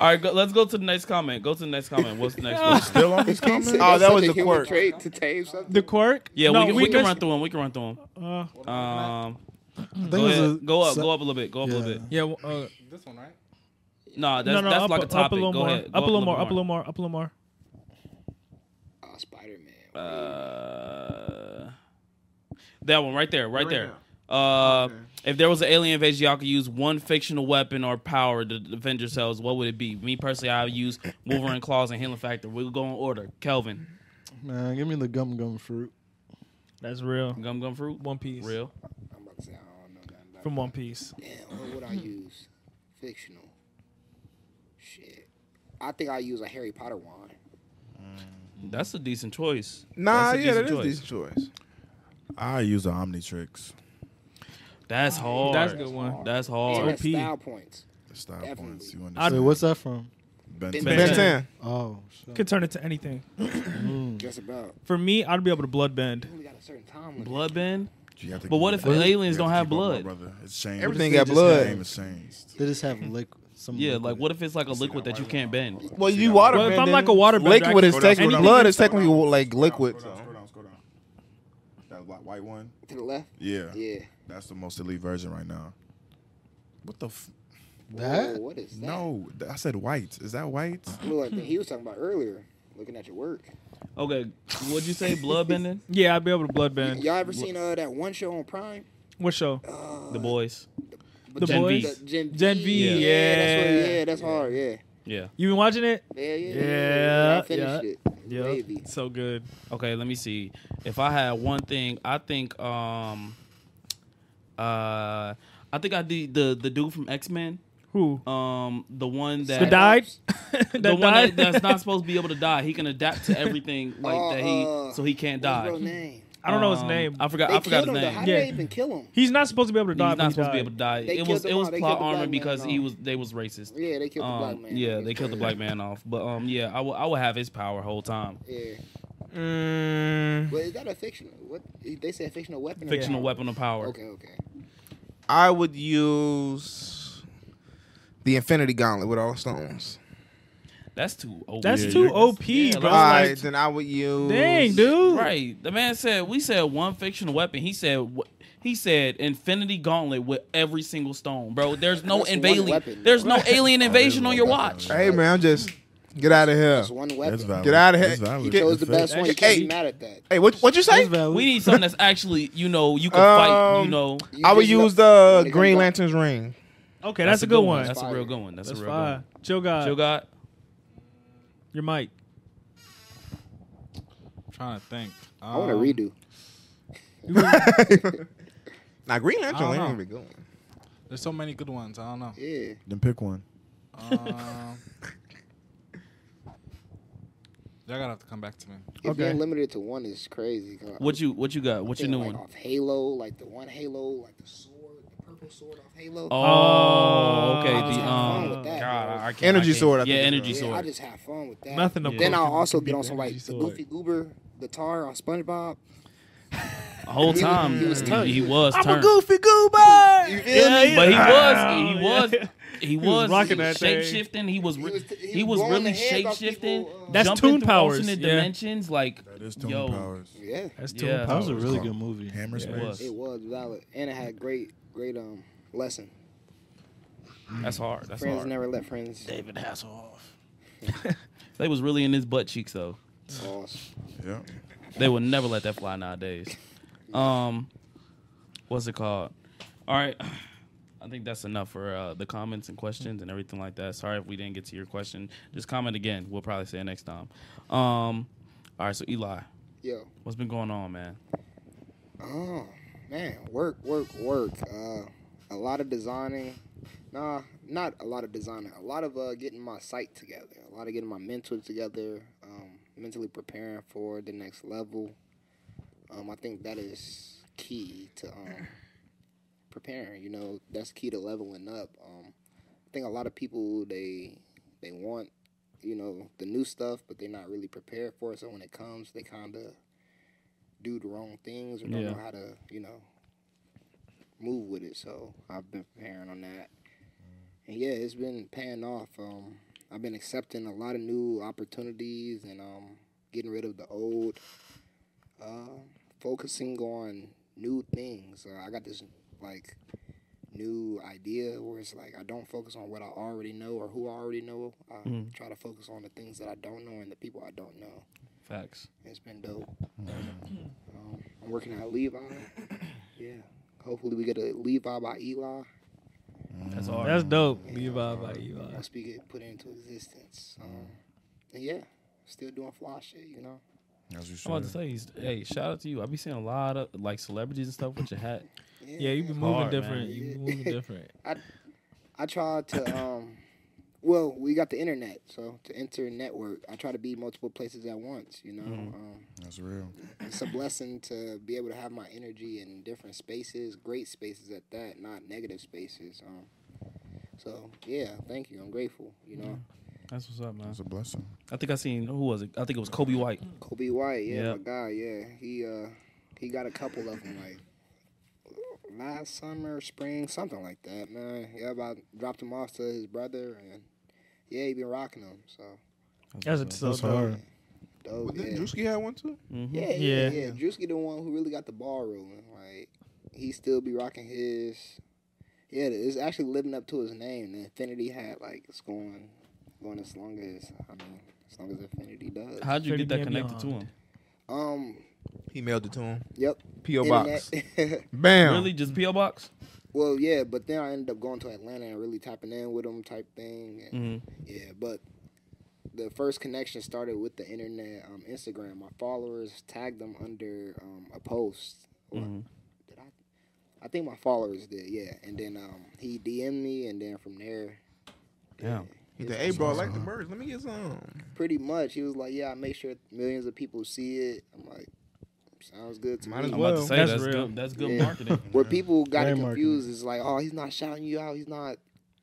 E: All right, go, let's go to the next comment. Go to the next comment. What's the next one?
C: Still on this
D: He said
C: comment?
F: Oh,
D: that's
F: that
D: such
F: was
D: a
F: the
D: human
F: quirk.
D: trait to tame something.
A: The quirk.
E: Yeah,
A: No,
E: we can, we can
A: just-
E: run through them. We can run through
A: Uh,
E: them. Um,
B: I think
E: go,
B: it's
E: ahead.
B: a-
E: go up,
B: so-
E: go up a little bit. Go up a little
B: Yeah.
E: bit.
A: yeah. well, Uh,
G: This one, right?
E: No, that's,
A: no, no.
E: that's
A: up,
E: like a topic.
A: Up a little
E: go
A: more.
E: ahead.
A: Up a little more. Up a little more. Up a little more.
D: Oh, Spider Man.
E: Uh, that one right there, right, there. Uh, If there was an alien invasion, y'all could use one fictional weapon or power to defend yourselves. What would it be? Me personally, I would use Wolverine claws and healing factor. We'll go in order. Kelvin,
B: Man, give me the gum gum fruit.
A: That's real.
E: gum gum fruit,
A: One Piece.
E: real.
D: I'm about to say I don't know nothing about
A: From One Piece.
D: Damn, what would I use? Fictional. Shit. I think I use a Harry Potter wand.
E: That's a decent choice.
F: Nah,
E: That's a
F: yeah, that
E: decent
F: is
E: choice.
F: decent choice.
C: I use the Omnitrix.
E: That's hard.
A: That's a good one.
E: That's
D: And
E: hard.
D: that's style points.
C: The style
D: Definitely.
C: points. You
B: Wait,
C: understand?
B: what's that from?
C: Ben,
D: Ben
C: ten.
F: Ben
D: Yeah.
F: 10.
B: Oh, shit.
A: Could turn it to anything.
D: Just about.
A: For me, I'd be able to blood bend.
D: We got a certain time limit.
E: Blood bend?
C: You have to
E: But
C: keep
E: what
C: up
E: if
C: with-
E: the aliens
C: you
E: don't
C: to
E: have
C: keep up with
E: blood?
C: it, brother? It's changed.
F: Everything
C: They
F: got
C: just
F: blood.
C: Game is changed.
B: They just have liquid. Some
E: Yeah,
B: liquid.
E: like what if it's like a liquid that you can't bend?
F: Well, you water
A: Well, if I'm
F: bending,
A: like a water bender, I
F: liquid
A: can
F: is
A: go
C: down,
F: technically
C: go down.
F: blood is technically
C: Scroll down,
F: like liquid.
C: Scroll down,
F: so.
C: scroll down, scroll down. That black- white one.
D: To the left?
C: Yeah.
D: Yeah.
C: That's the most elite version right now.
F: What the? F-
B: That?
D: Whoa, what is that?
C: No, th- I said white. Is that white?
D: Look like that he was talking about earlier. Looking at your work.
E: Okay, what'd you say? Blood bending?
A: Yeah, I'd be able to blood bend.
D: Y'all ever seen uh, that one show on Prime?
A: What show?
E: The boys.
D: But
A: The
D: Gen-
A: Boys?
D: the Gen,
A: Gen V,
D: V. Yeah, that's what-
A: yeah.
D: yeah, that's hard. Yeah.
E: Yeah.
A: You been watching it?
D: Yeah, yeah.
A: Yeah,
D: I finished
A: yeah.
D: it. Wavy.
A: So good.
E: Okay, let me see. If I had one thing, I think um uh I think I did the the dude from X Men.
A: Who?
E: Um the one that
A: The died?
E: the one that, that's not supposed to be able to die. He can adapt to everything like
D: Oh,
E: that he
D: uh,
E: so he can't
D: What's
E: die.
D: his real name?
A: I don't know his
E: Um,
A: name.
E: I forgot
D: They
E: I forgot
D: killed
E: his
D: him. though.
E: name.
D: How
A: Yeah.
D: did they even kill him?
A: He's not supposed to be able to die.
E: He's
A: but
E: not
A: he
E: supposed to be
A: died.
E: able to die.
D: They
E: it
D: killed
E: was
D: the
E: it was
D: black- they
E: plot
D: killed the black
E: armor
D: man
E: because he
D: off.
E: was they was racist.
D: Yeah, they killed the black
E: Um,
D: man.
E: yeah,
D: That's
E: they killed the
D: crazy.
E: black man off. But um, yeah, I will I will have his power whole time.
D: Yeah.
F: Mm,
D: Well, is that a fictional? What they say, a fictional weapon. or
E: Fictional
D: not?
E: weapon of power.
D: Okay, okay.
F: I would use the Infinity Gauntlet with all stones.
E: That's too old.
A: That's
E: Yeah,
A: too
E: you're-
A: OP,
E: Yeah,
A: bro.
F: All right,
A: Like,
F: then I would use.
A: dang, dude.
E: Right. The man said we said one fictional weapon. He said wh- he said Infinity Gauntlet with every single stone, bro. There's no
D: That's one
E: invasion.
D: weapon.
E: There's no alien invasion
C: no
E: on your
C: weapon.
E: watch.
F: Hey man, I'm just get out of here.
D: It's one
C: That's
D: weapon.
C: valid.
F: Get outta here.
C: That's valid.
F: You
D: It was the
C: That's
D: best one. You
F: Hey.
D: can't be mad at that.
F: Hey, what what you say?
B: That's valid.
E: We need something that's actually you know you can fight. You
F: Um,
E: know
D: You
F: I would
D: just know-
F: use the
D: Nigga,
F: Green
D: you-
F: Lantern's ring.
A: Okay, that's, a good one.
E: That's a
D: Fire.
E: real good one. That's,
A: That's
E: a real
A: fire. Joe God.
E: good one. Joe God.
A: Your mic.
G: trying to think.
D: I want to
G: Um,
D: redo.
F: Now Green
G: I
F: Lantern
G: don't
F: ring
G: know.
F: would be good. one.
G: There's so many good ones. I don't know.
D: Yeah.
C: Then pick one.
G: Um, y'all gotta have to come back to me.
D: If
A: Okay.
D: being limited to one is crazy. 'cause
E: What you what you got? What's your
D: thinking,
E: new
D: like,
E: one?
D: Off Halo, like the one Halo, like the sword, the purple sword off Halo.
E: Oh, okay.
D: I just
E: The
D: have fun
E: um,
D: with that,
E: God,
D: bro.
E: I, I can't,
F: Energy
E: I can't.
F: sword, I
E: yeah,
F: think it's
E: energy
D: yeah, I
E: sword.
D: just have fun with that.
A: Nothing to
E: Yeah.
D: Then
A: Pokemon
D: I'll also
A: can
D: get
A: beat
D: on
A: the
D: some like
A: energy
D: the
A: sword.
D: Goofy Goober, the Tar on SpongeBob.
E: Whole time he was turned. He was
A: I'm a
E: turned.
A: goofy goober.
E: Yeah,
A: Yeah,
E: but he was,
A: yeah.
E: he was, he was,
A: rocking that thing.
E: shape shifting. He was, re-
D: He was-
E: he
D: he
E: was,
D: was blowing
E: really
D: the heads
E: shape
D: off
E: shifting.
D: people, uh,
A: That's Toon Powers, yeah.
E: dimensions. Like,
C: That is Tony
E: yo,
C: Powers.
D: Yeah,
A: That's too
E: Yeah.
B: That was a really
C: Called
B: good movie.
C: Hammer
E: Yeah, it
C: Smash?
E: was.
D: it was valid, and it had great, great um lesson.
E: that's hard. That's
D: friends
E: hard.
D: never let friends.
E: David Hasselhoff. they was really in his butt cheeks though.
D: Lost.
C: Yeah.
E: They would never let that fly nowadays. Um, what's it called? All right, I think that's enough for uh, the comments and questions and everything like that. Sorry if we didn't get to your question. Just comment again. We'll probably say it next time. Um, all right. So Eli,
D: Yo,
E: what's been going on, man?
D: oh man, work, work, work. Uh, a lot of designing. Nah, not a lot of designing. A lot of uh, getting my site together. A lot of getting my mental together. Um, mentally preparing for the next level. Um, I think that is key to um, preparing. You know, that's key to leveling up. Um, I think a lot of people they they want you know the new stuff, but they're not really prepared for it. So when it comes, they kind of do the wrong things or don't
E: Yeah.
D: know how to you know move with it. So I've been preparing on that, and yeah, it's been paying off. Um, I've been accepting a lot of new opportunities and um, getting rid of the old. Uh, focusing on new things. Uh, I got this like new idea where it's like I don't focus on what I already know or who I already know. I
A: Mm-hmm.
E: Mhm.
D: try to focus on the things that I don't know and the people I don't know.
E: Facts.
D: It's been dope. Um, I'm working at Levi. Yeah. Hopefully we get a Levi by Eli.
E: That's hard.
A: Mm-hmm. That's dope.
D: Yeah,
A: Levi by
D: uh,
A: Eli.
D: Once we get put into existence. Um, and yeah, still doing fly shit, you know.
C: As you should.
E: I'm about to say, he's- hey, shout out to you. I be seeing a lot of like celebrities and stuff with your hat.
A: Yeah, you be moving
E: hard,
A: different.
E: man.
A: You be moving different.
D: I tried to um well, we got the internet, so to enter network, I try to be multiple places at once, you know. Um,
C: That's real.
E: Uh.
D: it's a blessing to be able to have my energy in different spaces, great spaces at that, not negative spaces. Um so yeah, thank you. I'm grateful, you know.
A: That's what's up, man.
C: It's a blessing.
E: I think I seen who was it? I think it was Kobe White.
D: Kobe White, yeah,
E: Yeah.
D: my guy, yeah. He uh he got a couple of them like last summer, spring, something like that, man. Yeah, I dropped him off to his brother, and yeah, he been rocking them. So
A: That's so
C: That's hard.
D: dope, Oh, yeah.
F: Didn't Drewski have one too?
E: Mm-hmm.
D: yeah, yeah, yeah,
A: Yeah.
D: Drewski the one who really got the ball rolling. Like he still be rocking his. Yeah, it's actually living up to his name. The Infinity hat, like it's going, going as long as I mean, as long as Infinity does.
E: How'd you get
A: 30
E: that
A: and
E: connected to him?
D: Um,
F: He mailed it to him.
D: yep.
F: P.O. Box.
D: Internet.
F: Bam.
E: Really, just PO box?
D: Well, yeah, but then I ended up going to Atlanta and really tapping in with them type thing. And,
E: Mm-hmm.
D: Yeah, but the first connection started with the internet, um, Instagram. My followers tagged them under um, a post. Or-
E: Mhm.
D: Did I? I think my followers did. Yeah, and then um, he DM'd me, and then from there,
E: Damn.
F: He said, "Hey, bro, I like the birds. Let me get some."
D: pretty much, he was like, "Yeah, I make sure millions of people see it." I'm like, "Sounds good to
F: Might
D: me."
F: as
E: I'm
F: well.
E: about to say
A: That's
E: that's,
A: real.
E: good. That's good
D: Yeah.
E: marketing.
D: Where people got it
B: Brand marketing.
D: confused is like, "Oh, he's not shouting you out. He's not."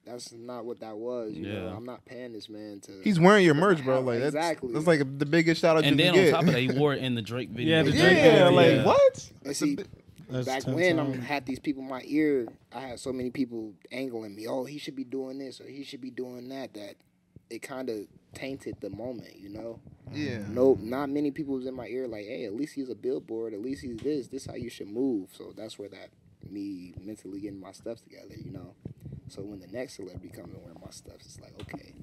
D: That's not what that was. You know,
E: Yeah.
D: I'm not paying this man to.
F: He's wearing your merch, bro. Like that's
D: Exactly.
F: that's like the biggest shout out
E: and
F: you
E: then
F: can
E: on
F: get.
E: top of that, he wore it in the Drake video.
A: Yeah, the
F: yeah,
A: Drake video,
F: like
A: yeah.
F: what?
D: And see,
B: That's
D: back
B: 10
D: when I
B: times.
D: had these people in my ear, I had so many people angling me. Oh, he should be doing this or he should be doing that. That it kind of tainted the moment, you know.
F: Yeah.
D: No, not many people was in my ear like, hey, at least he's a billboard. At least he's this. This how you should move. So that's where that me mentally getting my stuff together, you know. So when the next celebrity comes and wear my stuff, it's like, okay,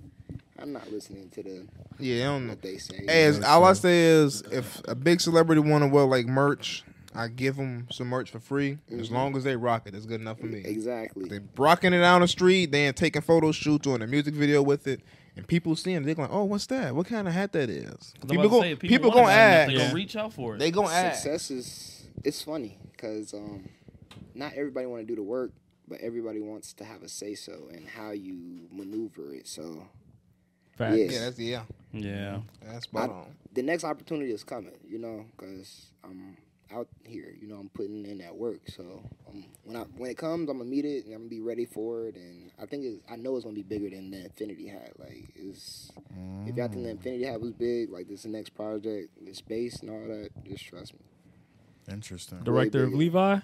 D: I'm not listening to the
F: Yeah, I don't know.
D: what they say.
F: As all I say is, if a big celebrity want to wear like merch, I give them some merch for free as long as they rock it. That's good enough for me.
D: Mm-hmm. exactly.
F: They rocking it down the street, then taking photo shoot, doing a music video with it, and people seeing it, they're going, "Oh, what's that? What kind of hat that is?" People
E: go,
F: going, people, gonna ask.
E: They
A: Yeah.
E: gonna reach out for it.
F: They gonna ask.
D: success is it's funny because um, not everybody want to do the work, but everybody wants to have a say so and how you maneuver it. So
A: Facts.
D: yeah,
F: Yeah, that's yeah,
E: yeah,
F: that's spot
D: I-
F: on.
D: the next opportunity is coming, you know, because I'm out here, you know, I'm putting in that work. So um, when I when it comes, I'm gonna meet it and I'm gonna be ready for it. And I think it's, I know it's gonna be bigger than the Infinity Hat. Like, it's, if y'all
C: Mm.
E: Mm.
D: think the Infinity Hat was big, like this is the next project, the space and all that, just trust me.
C: Interesting.
A: Director of Levi.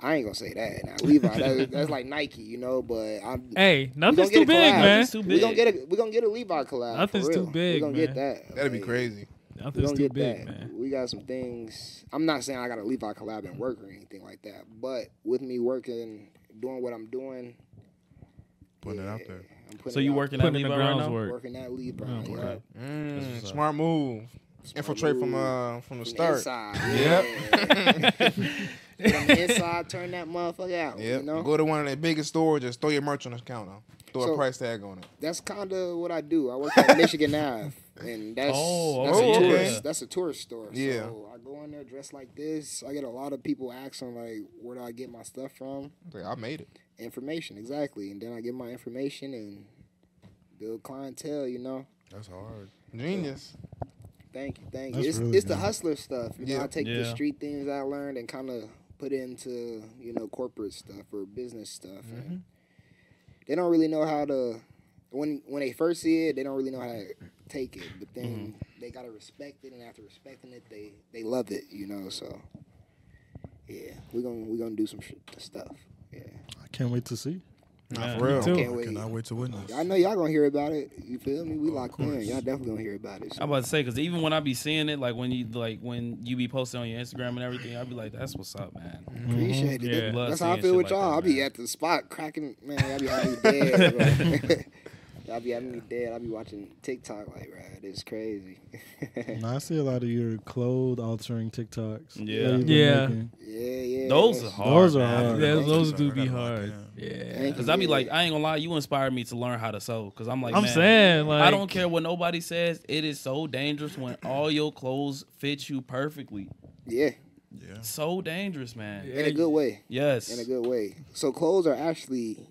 D: I ain't gonna say that. Now, Levi, that, that's like Nike, you know. But I'm
A: Hey,
D: we gonna
A: nothing's
D: get
A: too
D: a
A: big,
D: collab.
A: man.
E: Nothing's too
D: We gonna
E: big.
D: get a we gonna get a Levi collab.
A: Nothing's
D: for
A: too
D: real.
A: big,
D: We gonna get that.
F: That'd be
D: Like,
F: crazy.
D: We
A: Nothing's
D: gonna
A: too
D: get
A: big,
D: that.
A: man.
D: We got some things. I'm not saying I got a Levi collab and work or anything like that. But with me working, doing what I'm doing,
C: Putting it out
D: yeah,
C: there.
D: I'm putting
E: So
D: it
E: you
D: out
E: working at
A: Putting in
E: Levi
A: the
E: right now?
A: groundwork.
D: working at Levi.
A: Oh,
D: yeah.
A: okay.
F: Mm,
E: what's up.
F: smart move.
D: Smart
F: Infiltrate from
D: move.
F: uh from the
D: From the
F: start.
D: Inside.
F: Yep.
D: Yeah. From the inside, turn that motherfucker out.
F: Yep.
D: You know?
F: Go to one of their biggest stores, just throw your merch on the counter. Throw
D: So-
F: a price tag on it.
D: that's kind of what I do. I work at Michigan Ave, and that's
E: Oh,
D: that's,
F: oh,
D: a
F: okay.
D: tourist, that's a tourist store.
F: Yeah.
D: So I go in there dressed like this. I get a lot of people asking like, where do I get my stuff from?
F: Like, I made it.
D: Information, exactly. And then I get my information and build clientele. You know.
C: That's hard.
F: Genius.
D: Thank you, thank you.
B: That's
D: it's
B: really
D: it's the
B: good.
D: hustler stuff. You know,
F: Yeah.
D: I take the
E: Yeah.
D: street things I learned and kind of put into you know corporate stuff or business stuff.
B: Mm-hmm.
D: And they don't really know how to when when they first see it, they don't really know how to take it. But then
B: Mm-hmm.
D: they gotta respect it, and after respecting it, they they love it. You know, so yeah, we gonna we gonna do some shit, stuff. Yeah,
B: I can't wait to see.
F: Nah,
E: Yeah.
F: for real.
A: too.
D: can't
C: I
D: wait.
C: cannot wait to witness.
D: I know y'all gonna hear about it. You feel me? We locked in. Y'all definitely gonna hear about it.
E: I'm about to say because even when I be seeing it, like when you like when you be posting on your Instagram and everything, I'd be like, "That's what's up, man."
D: Appreciate it.
A: Yeah.
D: That-
E: Love
D: That's how I
E: seeing
D: feel
E: shit
D: with
E: like
D: y'all.
E: that,
D: I'll be
E: man.
D: at the spot cracking, man. I'll be having me dead. bro. y'all be having me dead. I'll be watching TikTok like, right, it's crazy. yeah,
B: Now, I see a lot of your clothes altering TikToks. that
E: Yeah.
B: you've been
A: Yeah.
B: making.
D: yeah.
E: Those
D: that's-
E: are hard.
B: Those are
E: man.
B: hard.
A: Yeah,
D: Thank
A: those
C: you.
A: do be
C: Thank you.
A: hard.
C: Yeah.
A: Yeah.
D: Thank
E: Because
D: you,
E: I'd be
D: yeah.
E: like, I ain't gonna lie, you inspired me to learn how to sew. Because I'm like,
A: I'm
E: man,
A: saying, like,
E: I don't care what nobody says. It is so dangerous when all your clothes fit you perfectly.
D: Yeah,
C: Yeah.
E: So dangerous, man.
D: in a good way.
E: Yes.
D: In a good way. So clothes are actually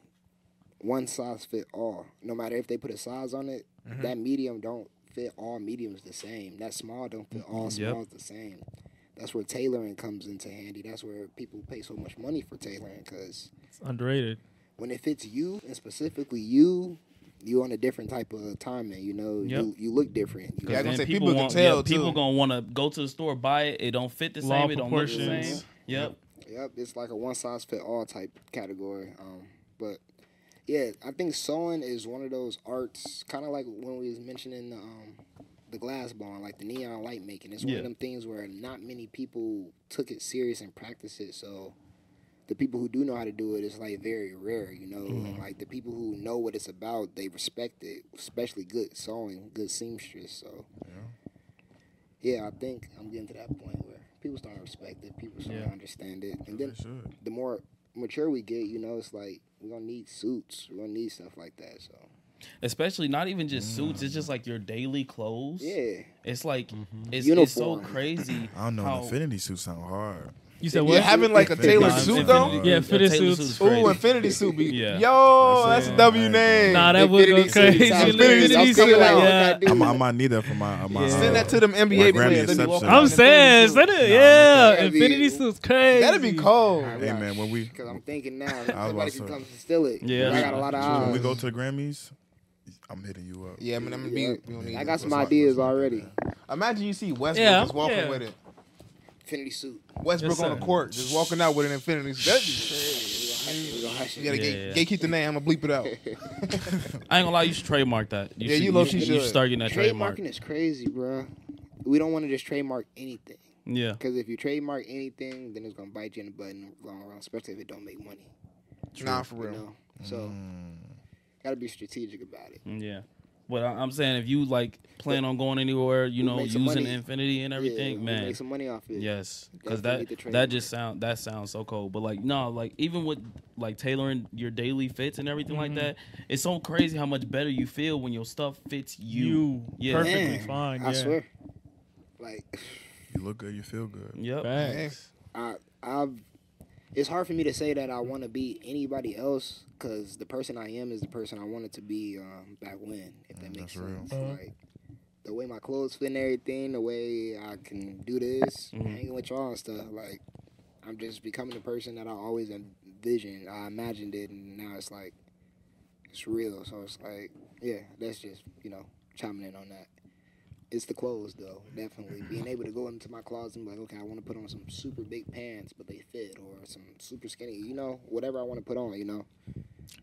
D: one size fit all. No matter if they put a size on it,
E: Mm-hmm.
D: that medium don't fit all mediums the same. That small don't fit all
E: Yep.
D: smalls the same. That's where tailoring comes into handy. That's where people pay so much money for tailoring because
A: It's underrated.
D: when it fits you and specifically you, you on a different type of timing. You know, you,
E: Yep.
D: you look different.
F: Yeah,
D: You
F: I
D: got
F: gonna
E: Then
F: say, people can
E: want-
F: tell,
E: people
F: too.
E: gonna want to go to the store, buy it. It don't fit the
A: Law
E: same. It don't look the
A: proportions.
E: same. Yep.
D: Yep, it's like a one size fit all type category. Um, but yeah, I think sewing is one of those arts, kind of like when we was mentioning the um, the glass blowing, like the neon light making. It's one
A: Yeah.
D: of them things where not many people took it serious and practiced it. So the people who do know how to do it, it's like very rare, you know. And like the people who know what it's about, they respect it, especially good sewing, good seamstress. So yeah, I think I'm getting to that point where people start to respect it, people start to understand it, and then the more mature we get, you know, it's like we're gonna need suits, we're gonna need stuff like that. So
E: Especially not even just suits. It's just like your daily clothes.
D: yeah,
E: It's like
A: Mm-hmm.
E: it's, it's so
D: Uniform.
E: crazy.
C: I don't know.
E: how-
C: An infinity suit sound hard.
A: You said
F: Yeah,
A: what?
F: having like a tailored
E: Nah,
F: suit
E: infinity-
F: though.
A: Yeah,
E: a
A: fitted
E: tailored
A: suits.
E: suit's
F: Ooh,
E: crazy.
F: infinity suit be
E: Yeah.
F: yo,
C: That's
F: Oh, that's
C: it.
F: a W
C: Right.
F: name.
A: Nah, that would go
F: Infinity suit.
A: crazy.
F: Infinity
A: Infinity
F: suit. I'm
A: suit,
F: coming
A: like,
F: out.
A: yeah.
C: I'm, I might need that for my. Uh, my
F: Send that to them
C: Or
F: NBA
C: Grammy
F: players. They be walking
C: Inception.
F: around
A: I'm
F: in
A: saying,
F: Infinity
A: send
F: suit.
A: it. yeah,
D: that'd be-
A: Infinity suits crazy.
F: that'd be cold.
D: I
C: Hey
D: realize,
C: man, when we
D: 'cause I'm thinking now
C: about
D: somebody
C: to
D: can
C: say.
D: come steal it.
E: Yeah.
D: I got a lot of
C: when we
D: eyes.
C: go to the Grammys, I'm hitting you up.
F: Yeah, I mean, I'm gonna be.
D: Yeah.
F: we don't need
D: I
F: to-
D: got some
C: Let's not-
D: ideas
C: let's not do
D: already.
C: that.
F: Imagine you see Westbrook
A: Yeah,
F: just walking
A: yeah.
F: with it.
D: Infinity suit.
F: Westbrook
A: Yes,
F: on the
A: sir.
F: court, just walking out with an infinity. suit. That'd be-
D: We gonna hush it.
F: You gotta
E: Yeah,
F: gate,
E: yeah.
F: gatekeep the name. I'm gonna bleep it out.
E: I ain't gonna lie, you should trademark that. You
F: Yeah,
E: should,
F: you low-key
E: you should
F: should.
E: start getting that trademark.
D: Trademarking is crazy, bro. We don't want to just trademark anything.
E: Yeah,
D: Because if you trademark anything, then it's gonna bite you in the butt in the long run, especially if it don't make money.
F: Nah, for
D: You
F: real.
D: know, so gotta be strategic about it.
E: mm, yeah. But I- I'm saying if you like plan on going anywhere, you
D: We
E: know,
D: make some
E: using
D: money.
E: infinity and everything,
D: yeah, we
E: man.
D: make some money off it.
E: Yes, because
D: Definitely
E: that
D: need to
E: that
D: trademark.
E: just sound that sounds so cold. But like no, like even with like tailoring your daily fits and everything like that, it's so crazy how much better you feel when your stuff fits you.
A: you
E: Yeah.
A: perfectly
D: Man,
A: fine. Yeah.
D: I swear. Like
C: You look good, you feel good.
E: Yep.
A: Facts.
D: I I've it's hard for me to say that I want to be anybody else because the person I am is the person I wanted to be um, back when, if that makes
C: Mm, that's real.
D: sense. Like the way my clothes fit and everything, the way I can do this, hanging with y'all and stuff. Like I'm just becoming the person that I always envisioned. I imagined it, and now it's like it's real. So it's like, yeah, that's just you know chiming in on that. It's the clothes though, definitely. Being able to go into my closet and be like, okay, I want to put on some super big pants, but they fit, or some super skinny, you know, whatever I want to put on, you know.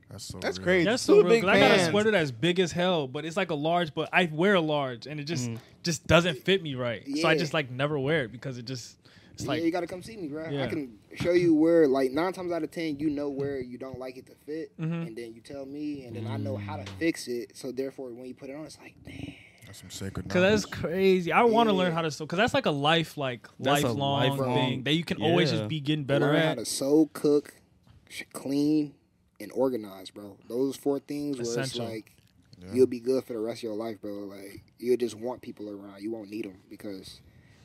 C: That's so.
F: That's
C: real.
F: crazy.
A: That's
F: Two
A: so real.
F: big
A: 'cause I got a
F: fans.
A: sweater that's big as hell, but it's like a large, but I wear a large and it just just doesn't fit me right. So I
D: Mm. Yeah.
A: just like never wear it because it just it's
D: yeah, you
A: like
D: gotta come see me, bro. I
A: Yeah.
D: can show you where, like nine times out of ten, you know where you don't like it to fit,
A: Mm-hmm.
D: and then you tell me, and then I know how to fix it. So therefore, when you put it on, it's like, man,
C: That's some sacred.
A: because that's
C: knowledge.
A: crazy. I want to
D: Yeah.
A: learn how to sew because that's like a life like
E: That's a
A: lifelong,
E: lifelong-
A: thing that you can always
E: Yeah.
A: just be getting better
D: learn how
A: at.
D: to sew, cook, sh- clean, and organize, bro. Those four things where
A: Essential.
D: it's like you'll be good for the rest of your life, bro. Like you'll just want people around. You won't need them because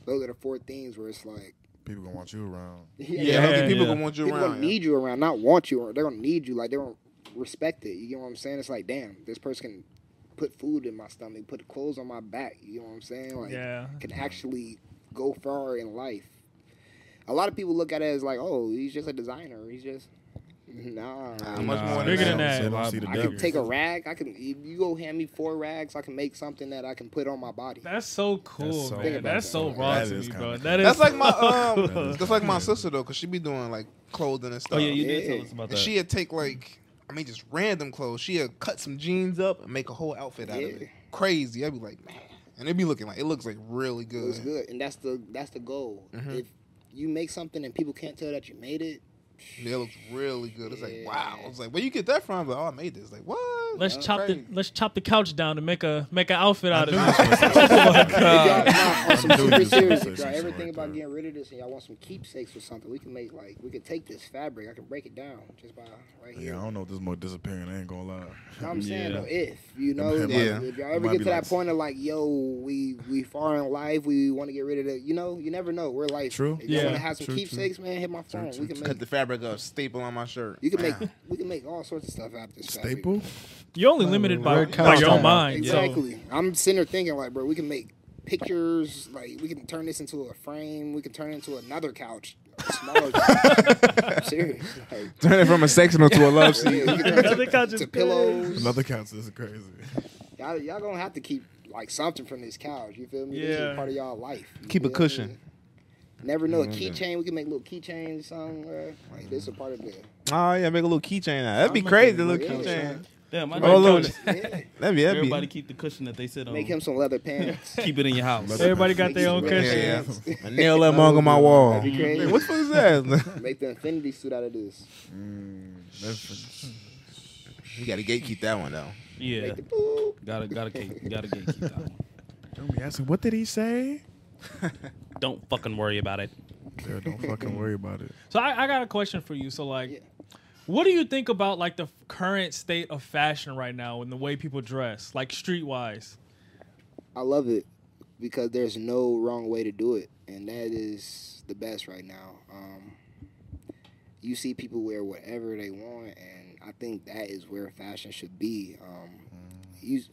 D: those are the four things where it's like,
C: People gonna want you around.
D: yeah,
F: Yeah,
A: Yeah,
F: low-key people
A: yeah.
F: gonna want you
D: people
F: around.
D: gonna need you around, not want you, or they're gonna need you. Like they're gonna respect it. You know what I'm saying? It's like, damn, this person can put food in my stomach, put clothes on my back. You know what I'm saying? Like,
A: Yeah.
D: can actually go far in life. A lot of people look at it as like, oh, he's just a designer. He's just nah.
F: Nah, much more
A: bigger than
F: than that.
A: that.
C: They don't see the
D: I can
C: depth.
D: take a rag. I can. if You go hand me four rags. I can make something that I can put on my body.
A: That's so cool,
C: That's so-
A: man.
D: Think about
A: that's
D: that.
A: so raw
C: That
A: to
C: is
A: me, bro.
C: kinda
A: That is
F: That's like my
C: That
F: um,
C: is
F: that's like my
C: crazy.
F: sister though, cause she be doing like clothing and stuff.
E: Oh yeah, you did
D: Yeah.
E: tell us about
F: And
E: that.
F: she'd take like, I mean, just random clothes. She'd cut some jeans up and make a whole outfit out of
D: Yeah.
F: it. Crazy. I'd be like, man, and it'd be looking like it looks like really
D: It was
F: good.
D: good, and that's the that's the goal.
F: Mm-hmm.
D: If you make something and people can't tell that you made it,
F: And it looks really good. It's like
D: Yeah.
F: wow. It's like where you get that from? I'm like, oh, I made this. Like what?
A: Let's
F: That's
A: chop
F: crazy.
A: the let's chop the couch down and make a make an outfit out of it.
D: y'all, nah, on some
C: I'm doing
D: super
C: this
D: serious, if
C: conversation
D: y'all ever
C: right
D: think about
C: there.
D: getting rid of this and y'all want some keepsakes or something, we can make like we can take this fabric. I can break it down just by right here.
C: Yeah, I don't know if this more disappearing. I ain't gonna lie.
D: Know what I'm saying
E: Yeah.
D: though, if you know,
C: might
D: like,
F: be- Yeah.
D: if y'all
C: it
D: ever
C: might
D: get to
C: be
D: that
C: like-
D: point of like, yo, we we far in life, we want to get rid of the, you know, you never know. We're like,
C: True.
D: If you all want
A: Yeah.
D: to have some
C: True, true.
D: keepsakes, man, hit my phone.
C: true,
D: we can
F: Cut
D: make
F: the fabric up, staple on my shirt.
D: you can make we can make all sorts of stuff out of this fabric.
C: Staple.
A: You're only limited by,
B: Red
A: by your
B: couch.
A: own mind. so-
D: Exactly. I'm sitting there thinking like, bro, we can make pictures. Like we can turn this into a frame. We can turn it into another couch. Small. I'm serious. Like,
F: Turn it from a sectional to a love seat.
D: yeah, you can-
A: Another couch is
D: to pillows.
C: Another counts is crazy.
D: Y'all, y'all gonna have to keep like something from this couch. You feel me? This
A: Yeah.
D: is part of y'all life. you
F: Keep a
D: feel me?
F: cushion.
D: Never know a keychain. We can make little keychains or something. bruh. Like this is a part of the.
F: Oh yeah, make a little keychain out. That'd be
B: make
F: crazy,
B: a
F: a little
D: little
F: keychain.
E: Damn, I
F: Oh,
E: know.
F: look.
D: Yeah.
F: That'd be that'd be.
E: Everybody keep the cushion that they sit on.
D: Make him some leather pants.
E: keep it in your house.
A: Everybody got their own
D: Yeah,
F: yeah,
A: cushion.
F: yeah. A nail that mug on my wall.
D: That'd be crazy.
F: Man, what the fuck is that?
D: Make the infinity suit out of this.
F: you gotta gatekeep that one though.
E: Yeah,
D: Make the boop.
E: gotta gotta keep gotta gatekeep that one.
C: Don't be asking, what did he say?
E: Don't fucking worry about it.
C: Dude, don't fucking worry about it.
A: So I, I got a question for you. So like,
D: Yeah.
A: what do you think about like the f- current state of fashion right now and the way people dress, like streetwise?
D: I love it because there's no wrong way to do it, and that is the best right now. Um, you see people wear whatever they want, and I think that is where fashion should be. Um, you s-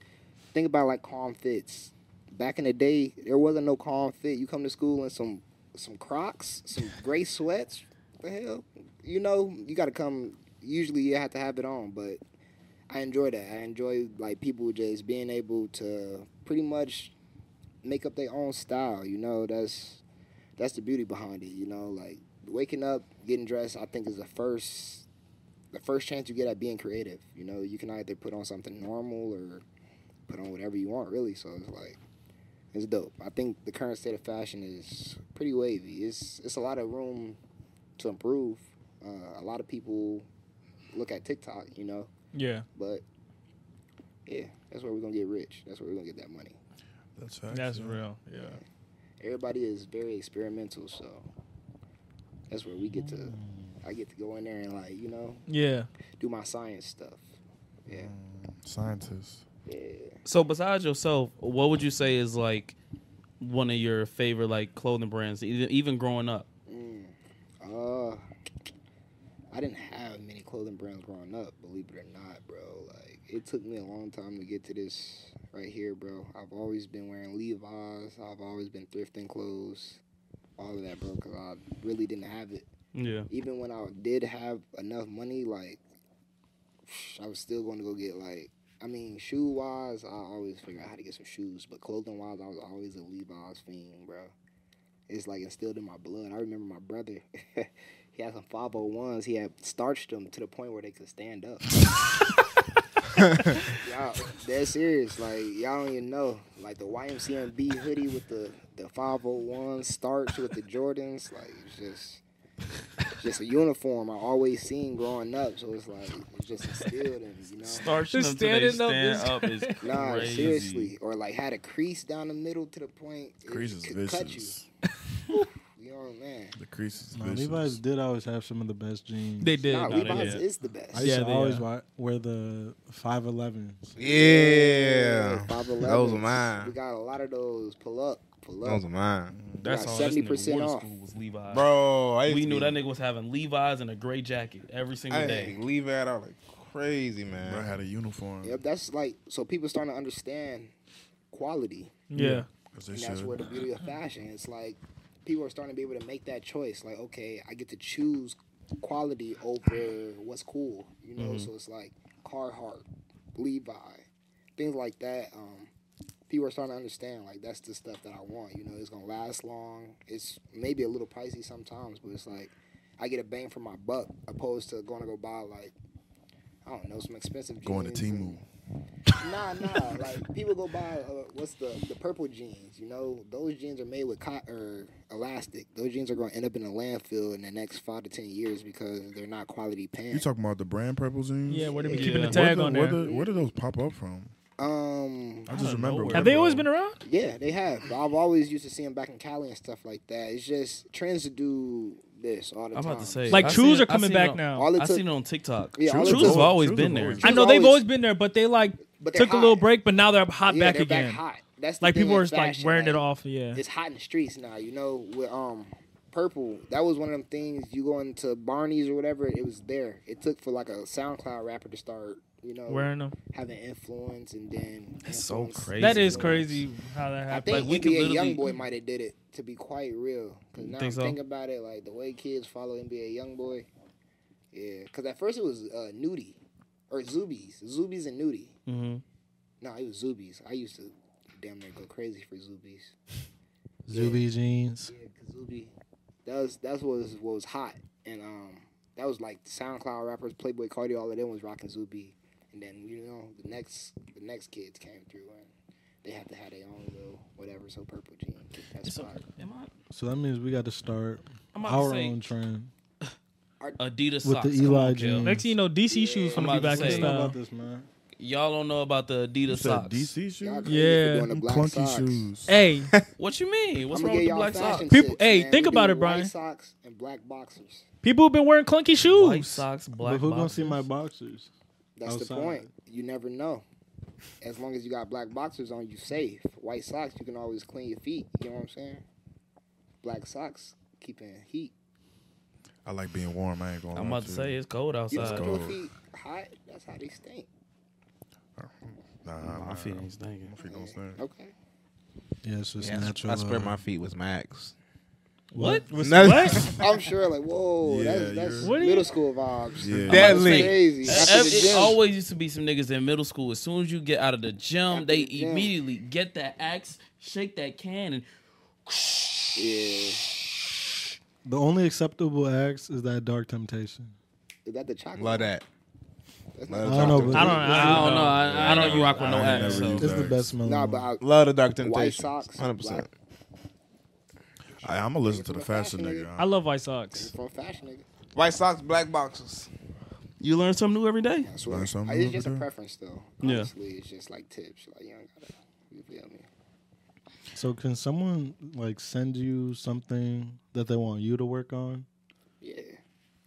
D: think about like calm fits. Back in the day, there wasn't no calm fit. You come to school in some some Crocs, some gray sweats. What the hell, you know, you got to come. Usually, you have to have it on, but I enjoy that. I enjoy like people just being able to pretty much make up their own style. You know, that's that's the beauty behind it. You know, like waking up, getting dressed. I think is the first the first chance you get at being creative. You know, you can either put on something normal or put on whatever you want, really. So it's like it's dope. I think the current state of fashion is pretty wavy. It's it's a lot of room to improve. Uh, a lot of people look at TikTok. You know.
A: Yeah,
D: But yeah, that's where we're gonna get rich. That's where we're gonna get that money.
C: That's facts.
A: that's
C: yeah.
A: real.
C: Yeah.
D: Everybody is very experimental, so that's where we get to. I get to go in there and like you know
A: Yeah,
D: do my science stuff. Yeah,
C: Scientists.
D: yeah.
E: So besides yourself, what would you say is like one of your favorite like clothing brands, even even growing up?
D: Mm. Uh, I didn't have many clothing brands growing up, believe it or not, bro. Like, it took me a long time to get to this right here, bro. I've always been wearing Levi's, I've always been thrifting clothes, all of that, bro, because I really didn't have it.
E: Yeah.
D: Even when I did have enough money, like, I was still going to go get, like, I mean, shoe wise, I always figure out how to get some shoes, but clothing wise, I was always a Levi's fiend, bro it's like instilled in my blood. I remember my brother. he had some 501s. He had starched them to the point where they could stand up. y'all, that's serious. Like y'all don't even know. Like the YMCMB hoodie with the the 501 starch with the Jordans. Like it's just. Just a uniform I always seen growing up, so it's like it's just instilled in me, you know.
E: Starching
A: Just
E: them till they
A: standing up
E: stand up is crazy.
D: Nah, seriously, or like had a crease down the middle to the point it
C: Crease is
D: could cut you.
C: vicious.
D: You know, man.
C: The crease is
B: Nah,
C: vicious.
B: Levi's did always have some of the best jeans.
A: they did.
D: Nah,
E: no, they
D: Levi's
E: did.
D: is the best.
B: I used
A: Yeah,
B: to
A: they,
B: always
A: uh,
B: wi- wear the 511s.
F: Yeah.
D: 511s.
F: Those are
D: We
F: mine.
D: got a lot of those. Pull up, pull up.
F: Those are mine.
E: That's
D: got
E: all. Seventy
D: 70%
E: percent
D: off.
E: off. School was Levi's.
F: Bro, I used
E: we
F: to
E: knew
F: be-
E: that nigga was having Levi's and a gray jacket every single
F: I
E: day.
F: didn't leave that out like crazy, man.
C: Bro had a uniform.
D: Yep, that's like so people starting to understand quality.
A: Yeah,
C: 'cause they
D: And that's
C: should.
D: where the beauty of fashion. It's like people are starting to be able to make that choice. Like, okay, I get to choose quality over what's cool. You know,
C: Mm-hmm.
D: so it's like Carhartt, Levi, things like that. Um, people are starting to understand like that's the stuff that I want. You know, it's gonna last long. It's maybe a little pricey sometimes, but it's like I get a bang for my buck opposed to going to go buy like. I don't know some expensive jeans.
C: Going to
D: and-
C: Timu.
D: Nah, nah. Like people go buy uh, what's the the purple jeans. You know, those jeans are made with cotton or elastic. Those jeans are going to end up in a landfill in the next five to ten years because they're not quality
C: You
D: pants.
C: talking about the brand purple jeans?
A: yeah. Where they be
E: Yeah.
A: keeping the
E: Where
A: tag
C: where
A: on
C: the,
A: there?
C: Where, the, where did those pop up from?
D: um,
C: I just
E: don't
C: remember.
E: know where.
A: have they always been around?
D: yeah, they have. But I've always used to see them back in Cali and stuff like that. It's just trends to do this all the
E: I'm
D: time.
E: about to say,
A: Like
E: I
A: shoes
E: seen-
A: are
E: I
A: coming
E: seen
A: back
E: it-
A: now.
D: all it
E: I
D: took.
E: seen it on TikTok.
D: Yeah, all
E: Shoes
D: it
E: have
D: took-
E: always
C: shoes
E: been
C: have
E: there.
C: always
A: I know
D: Shoes
A: they've
D: always-
A: always been there, but they like
D: But they're
A: took a little
D: hot.
A: break, but now they're hot
D: yeah,
A: back
D: they're
A: again.
D: Back hot. That's the
A: Like
D: thing
A: people
D: in
A: are like
D: fashion,
A: wearing it
D: like,
A: off. Yeah,
D: It's hot in the streets now. You know, with um purple. That was one of them things you go into Barney's or whatever. It was there. It took for like a SoundCloud rapper to start, you know,
A: Wearing them.
D: having influence and then.
E: That's so
D: influence
E: crazy.
A: That is
D: influence.
A: crazy how that
D: I
A: happened.
D: think
E: Like, we could
D: NBA
E: literally-
D: YoungBoy might have did it. To be quite real, because now
E: Think
D: I'm
E: so?
D: thinking about it, like the way kids follow NBA YoungBoy. Yeah, because at first it was uh, Nudie or Zubies, Zubies and Nudie.
E: Mm-hmm.
D: No, it was Zubies. I used to damn near go crazy for Zubies.
B: Zuby jeans.
D: Yeah, Kazubi. That was that's what was what was hot, and um, that was like SoundCloud rappers, Playboy Cardi, all of them was rocking Zubi, and then you know the next the next kids came through and they had to have their own little whatever. So purple jeans, that's
E: It's
D: fine.
E: okay. Am I?
B: So that means we got to start
E: I'm about
B: our
E: to say
B: own trend.
E: Adidas
B: With
E: socks.
B: the
E: Come
B: Eli
E: on, Kel.
B: jeans.
A: Next thing you know, DC shoes
E: I'm
A: gonna be back
E: about to
A: in
E: say.
A: style.
B: this, man.
E: Y'all don't know about the Adidas
C: Said
E: socks.
C: DC
D: Y'all
C: shoes?
D: crazy for
A: Yeah,
D: doing the black
C: Clunky
D: socks.
C: shoes.
A: Hey,
E: What you mean? What's
D: I'ma
E: wrong with
D: get
E: the
D: y'all
E: black
D: fashion
E: socks?
A: People-
D: tips,
A: hey,
D: man.
A: think
D: We
A: about
D: do
A: it, Brian.
D: White socks and black boxers.
A: people been wearing clunky shoes.
E: White socks, black.
B: but who gonna
E: boxers.
B: see my boxers?
D: That's
B: Outside.
D: the point. You never know. As long as you got black boxers on, you safe. White socks, you can always clean your feet. You know what I'm saying? Black socks keeping heat.
C: I like being warm. I ain't going.
E: I'm about to say it's cold
D: You just
E: outside.
D: put your
C: cold.
D: feet hot. That's how they stink.
C: Nah,
E: My
C: nah,
E: feet
C: nah.
E: ain't stinking.
C: My feet don't stink.
D: Okay.
B: Yeah, it's just
F: Yeah,
B: natural.
F: I spread
B: uh,
F: my feet with my axe.
E: What?
A: What?
D: I'm sure, like, whoa,
C: Yeah,
D: that's, that's
C: you're-
A: What do you-
D: middle school vibes.
C: Yeah.
F: Deadly.
D: Crazy. After the
E: It,
D: gym.
E: always used to be some niggas in middle school. As soon as you get out of the gym,
D: After
E: they
D: the gym.
E: immediately get that axe, shake that can, and
D: yeah.
B: The only acceptable acts is that Dark Temptation.
D: Is that the chocolate?
F: Love that.
D: That's
F: Love,
B: I
F: the
B: don't know,
F: dark
B: but-
E: I don't. I don't know. I, I don't rock with no
C: I
E: axe.
C: never
E: So.
C: used
B: It's the
C: Facts.
B: best melon.
D: Nah, but I,
F: temp- love the dark temptation.
D: White socks,
F: Hundred percent.
C: I, I'm gonna listen to the fashion nigga.
A: I love white socks.
D: from fashion, nigga.
F: White socks, black boxers.
E: You learn something new every day.
D: I swear.
C: Learn something
D: I-
C: new
D: It's
C: every
D: just a
C: day.
D: preference, though.
E: Yeah.
D: Honestly, it's just like tips. Like, you don't gotta. You feel me?
B: So can someone like send you something that they want you to work on?
D: Yeah,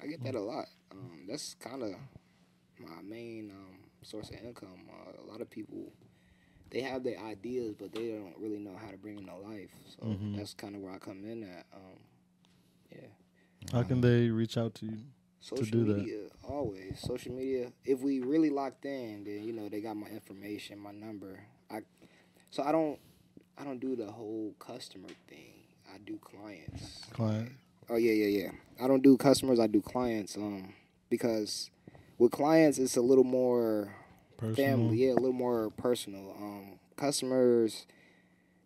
D: I get that a lot. Um, that's kind of my main um, source of income. Uh, a lot of people they have their ideas, but they don't really know how to bring them to life. So
B: Mm-hmm.
D: that's kind of where I come in at. Um, yeah,
B: How
E: Mm.
B: can they reach out to you?
D: social
B: do that.
D: media always. Social media. If we really locked in, then you know they got my information, my number. I so I don't I don't do the whole customer thing. I do clients.
B: Client.
D: Oh yeah, yeah, yeah. I don't do customers. I do clients. Um, because with clients, it's a little more
B: Personal.
D: family. Yeah, a little more personal. Um, customers,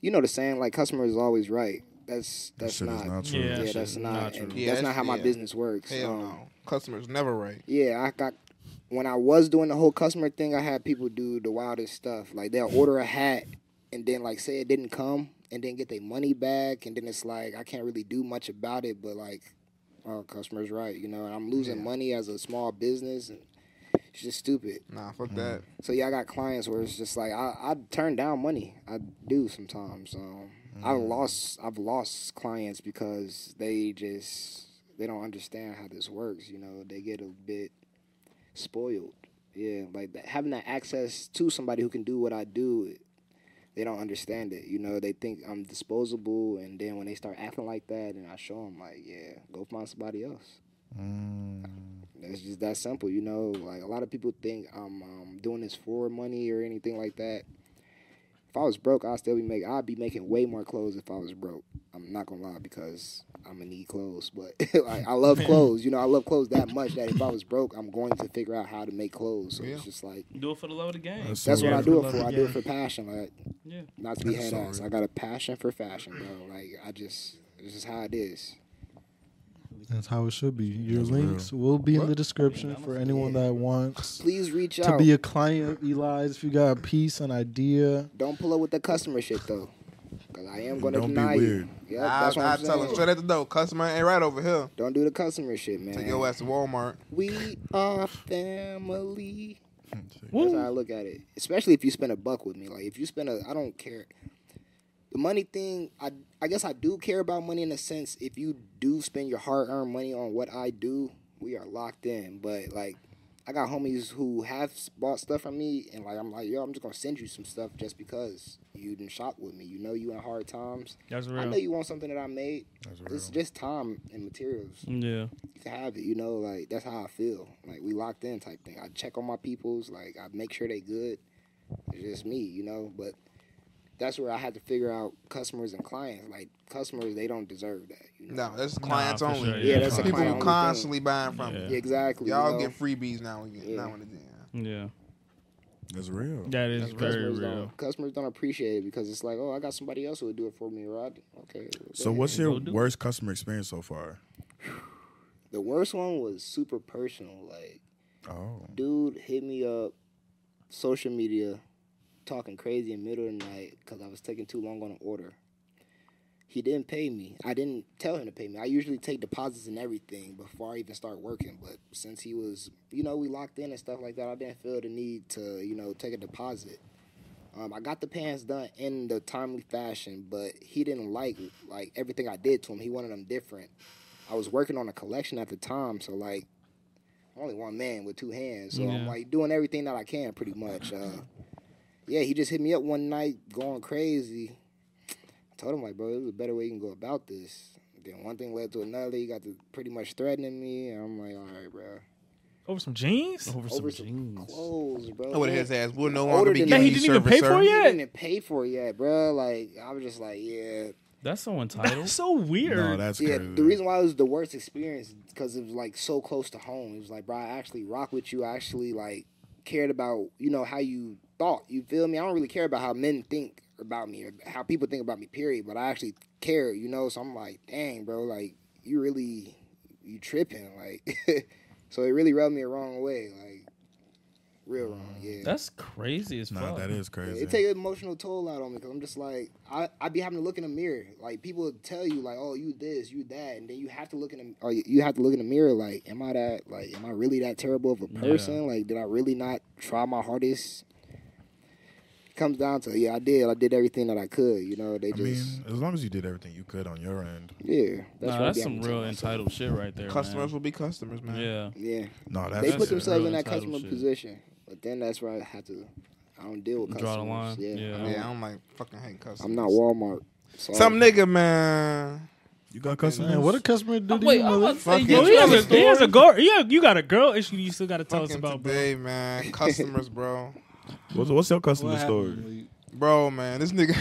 D: you know the saying like customers is always right. That's
C: That
D: that's
C: shit
D: not.
C: is not true.
A: Yeah.
D: Yeah,
A: shit
D: that's
A: is
D: not.
A: not
D: and
A: true.
F: Yeah,
D: that's
F: that's-
D: not how my
F: yeah.
D: business works.
F: Hell
D: um,
F: no. Customers never right.
D: Yeah, I got. When I was doing the whole customer thing, I had people do the wildest stuff. Like they'll order a hat and then like say it didn't come and then get their money back and then it's like I can't really do much about it, but like our customers right, you know, and I'm losing money as a small business and it's just stupid.
F: Nah, fuck that.
D: So yeah, I got clients where it's just like I, I turn down money. I do sometimes. Um, I lost I've lost clients because they just they don't understand how this works. You know, they get a bit spoiled. Yeah, like that, having that access to somebody who can do what I do. They don't understand it. You know, they think I'm disposable, and then when they start acting like that, and I show them like, yeah, go find somebody else. It's just that simple, you know. Like a lot of people think I'm um, doing this for money or anything like that. If I was broke, I'd still be make. I'd be making way more clothes if I was broke. I'm not gonna lie because I'm gonna need clothes. But like, I love clothes, you know. I love clothes that much that if I was broke, I'm going to figure out how to make clothes. So it's just like
E: Do it for the love of the game.
C: That's
D: that's
C: so
D: what I
C: real.
D: do it for. I do it for passion. Like
E: Yeah.
D: not to be head ass. I got a passion for fashion, bro. Like I just, this is how it is.
B: That's how it should be. Your
C: That's
B: links will be in the description for anyone that wants
D: Please reach
B: to
D: out.
B: be a client of Eli's. If you got a piece, an idea,
D: Don't pull up with the customer shit though, cause I am gonna
C: Don't be
D: deny
C: weird.
D: you. Yeah, that's
F: I,
D: what
F: I
D: I'm
F: tell them
D: saying.
F: straight at the door. Customer ain't right over here.
D: Don't do the customer shit, man.
F: Take your ass to Walmart.
D: We are family. That's how I
A: Woo.
D: look at it. Especially if you spend a buck with me. Like if you spend a, I don't care. The money thing, I I guess I do care about money in a sense. If you do spend your hard earned money on what I do, we are locked in. But like, I got homies who have s- bought stuff from me, and like I'm like, yo, I'm just gonna send you some stuff just because. you didn't shop with me. You know you in hard times.
A: That's
D: I
A: real.
D: know you want something that I made.
C: That's
D: It's
C: real.
D: just time and materials.
E: Yeah.
D: You can have it, you know, like that's how I feel. Like we locked in type thing. I check on my peoples, like I make sure they good. It's just me, you know, but that's where I had to figure out customers and clients. Like customers, they don't deserve that. You know?
F: No, that's clients
A: for
F: only.
A: sure,
D: yeah. Yeah, that's a
F: people
D: client
F: who
D: only
F: constantly buying from you.
E: Yeah.
D: Exactly. you
F: Y'all
D: know?
F: get freebies now and again.
D: Yeah.
F: Now and again.
E: Yeah.
C: That's real.
A: That is very
D: customers
A: real.
D: don't customers don't appreciate it because it's like, oh, I got somebody else who would do it for me, Rod. Okay.
C: So
D: okay.
C: what's
E: Go
C: your
E: do it.
C: worst customer experience so far?
D: The worst one was super personal. Like,
C: Oh,
D: dude hit me up, social media, talking crazy in the middle of the night because I was taking too long on an order. He didn't pay me. I didn't tell him to pay me. I usually take deposits and everything before I even start working. But since he was, you know, we locked in and stuff like that, I didn't feel the need to, you know, take a deposit. Um, I got the pants done in the timely fashion, but he didn't like like everything I did to him. He wanted them different. I was working on a collection at the time, so like I'm only one man with two hands, so I'm
E: Yeah.
D: like doing everything that I can pretty much. Uh, yeah, he just hit me up one night going crazy. I told him like, bro, there's a better way you can go about this. Then one thing led to another. He got to pretty much threatening me, and I'm like, all right, bro.
A: Over some jeans?
E: Over
D: Over some clothes, bro.
F: I would
D: Yeah.
F: have his ass. We'll no
D: Older
F: longer be
D: than
F: giving
D: that.
A: That he
F: you
A: didn't even
F: service,
A: pay for
F: sir.
A: it
D: He didn't
A: yet?
D: even pay for it yet, bro. Like I was just like, yeah,
E: That's so
A: That's
E: entitled.
A: so weird.
C: no, that's
D: yeah.
C: crazy.
D: The reason why it was the worst experience because it was like so close to home. It was like, bro, I actually rock with you. I actually like cared about you know how you thought. You feel me? I don't really care about how men think about me or how people think about me. Period. But I actually care, you know. So I'm like, dang, bro, like you really you tripping, like. so it really rubbed me the wrong way, like real wrong. Yeah.
E: That's crazy as fuck.
C: nah, that is
D: Yeah,
C: crazy.
D: It take an emotional toll out on me because I'm just like I I be having to look in the mirror. Like people would tell you like, oh, you this, you that, and then you have to look in the or you- you have to look in the mirror. Like, am I that? Like, am I really that terrible of a person? Like, did I really not try my hardest? It comes down to yeah, I did. I did everything that I could. You know, they
C: I
D: just
C: mean, as long as you did everything you could on your end.
D: yeah.
E: Nah,
D: what I
E: that's
D: be
E: some
D: having to
E: real
D: tell myself.
E: entitled shit right there.
F: Customers
E: Customers.
F: will be customers, man.
E: Yeah.
D: Yeah,
C: No, that's
D: they put
E: some-
D: themselves
E: real
D: in that
E: entitled
D: customer
E: shit.
D: position, but then that's where I have to. I don't deal with customers.
E: Draw the line.
D: Yeah,
E: Yeah.
D: I don't-
F: Yeah, I'm like fucking hate customers.
D: I'm not Walmart. Sorry.
F: Some nigga, man.
C: you got customers.
B: Man, what a customer did to
E: Wait,
B: you,
E: I'm about
B: mother?
E: to say,
F: Fuck
E: yo,
F: it.
E: he
A: He
F: Tell
E: has
A: has,
F: us
E: a
A: a, he has a girl. Yeah, you got a girl issue. You still got to tell us
F: Fucking
A: about, bro.
F: today, man. Customers, bro.
C: What's, what's your customer
B: What
C: story?
B: happened, Malik?
F: Bro, man. This nigga,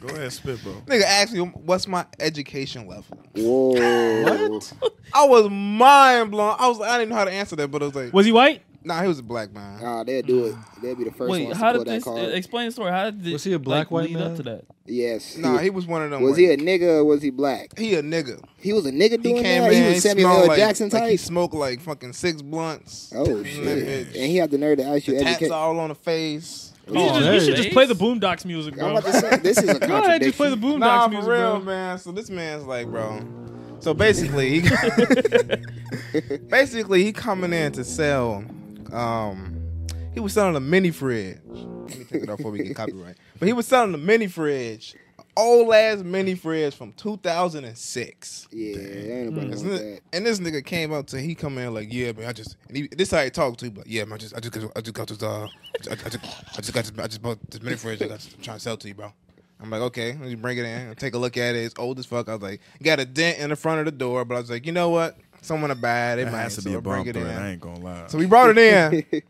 C: Go ahead, spit, bro.
F: nigga asked me, what's my education level?
D: Whoa.
B: What?
F: I was mind blown. I was, I didn't know how to answer that, but I was like,
A: Was he white?
F: nah, he was a black man.
D: Ah, they'll do it. They'll be the first
E: Wait,
D: ones
E: how
D: to pull
E: did
D: that
E: this?
D: card.
E: Explain the story. How did it,
B: Was he a black
E: like,
B: white
E: lead up
B: man?
E: to that?
D: yes.
F: Nah, he was one of them. like,
D: was he a nigga or was he black?
F: He a nigga.
D: He was a nigga
F: He
D: doing
F: came
D: that.
F: in.
D: he was Samuel
F: smelled
D: L.
F: like-
D: Jackson
F: like
D: type.
F: he smoked like fucking six blunts.
D: oh
F: And that
D: shit!
F: bitch-
D: And he had the nerve to ask you
F: the tats
D: educate. Oh,
F: all on the face.
A: You should, just, you
B: hey.
A: should just play the Boomdocs music,
D: I'm
A: bro.
D: about to say this is a
A: Go ahead, just play the
D: contradiction.
A: Boomdocs
F: Nah, for
A: music,
F: real,
A: bro.
F: man. So this man's like, bro. So basically, he basically he coming in to sell. Um, he was selling a mini fridge. Let me take it off before we get copyright. But he was selling a mini fridge, old ass mini fridge from 2006.
D: Yeah,
E: Hmm.
D: ain't nobody
F: This
D: want
F: ni-
D: that.
F: And this nigga came up to he come in like, yeah, man, I just and he, this how he talked to you, but yeah, man, I just I just got- I just got this uh I, I just I just got this I just bought this mini fridge I got I'm trying to sell to you, bro. I'm like, okay, let me bring it in. I take a look at it. It's old as fuck. I was like, got a dent in the front of the door, but I was like, you know what? Someone to buy it. They
C: That
F: might
C: has to
F: so
C: be
F: I
C: a bomb
F: bring
C: threat.
F: it in.
C: I ain't gonna lie.
F: So we brought it in.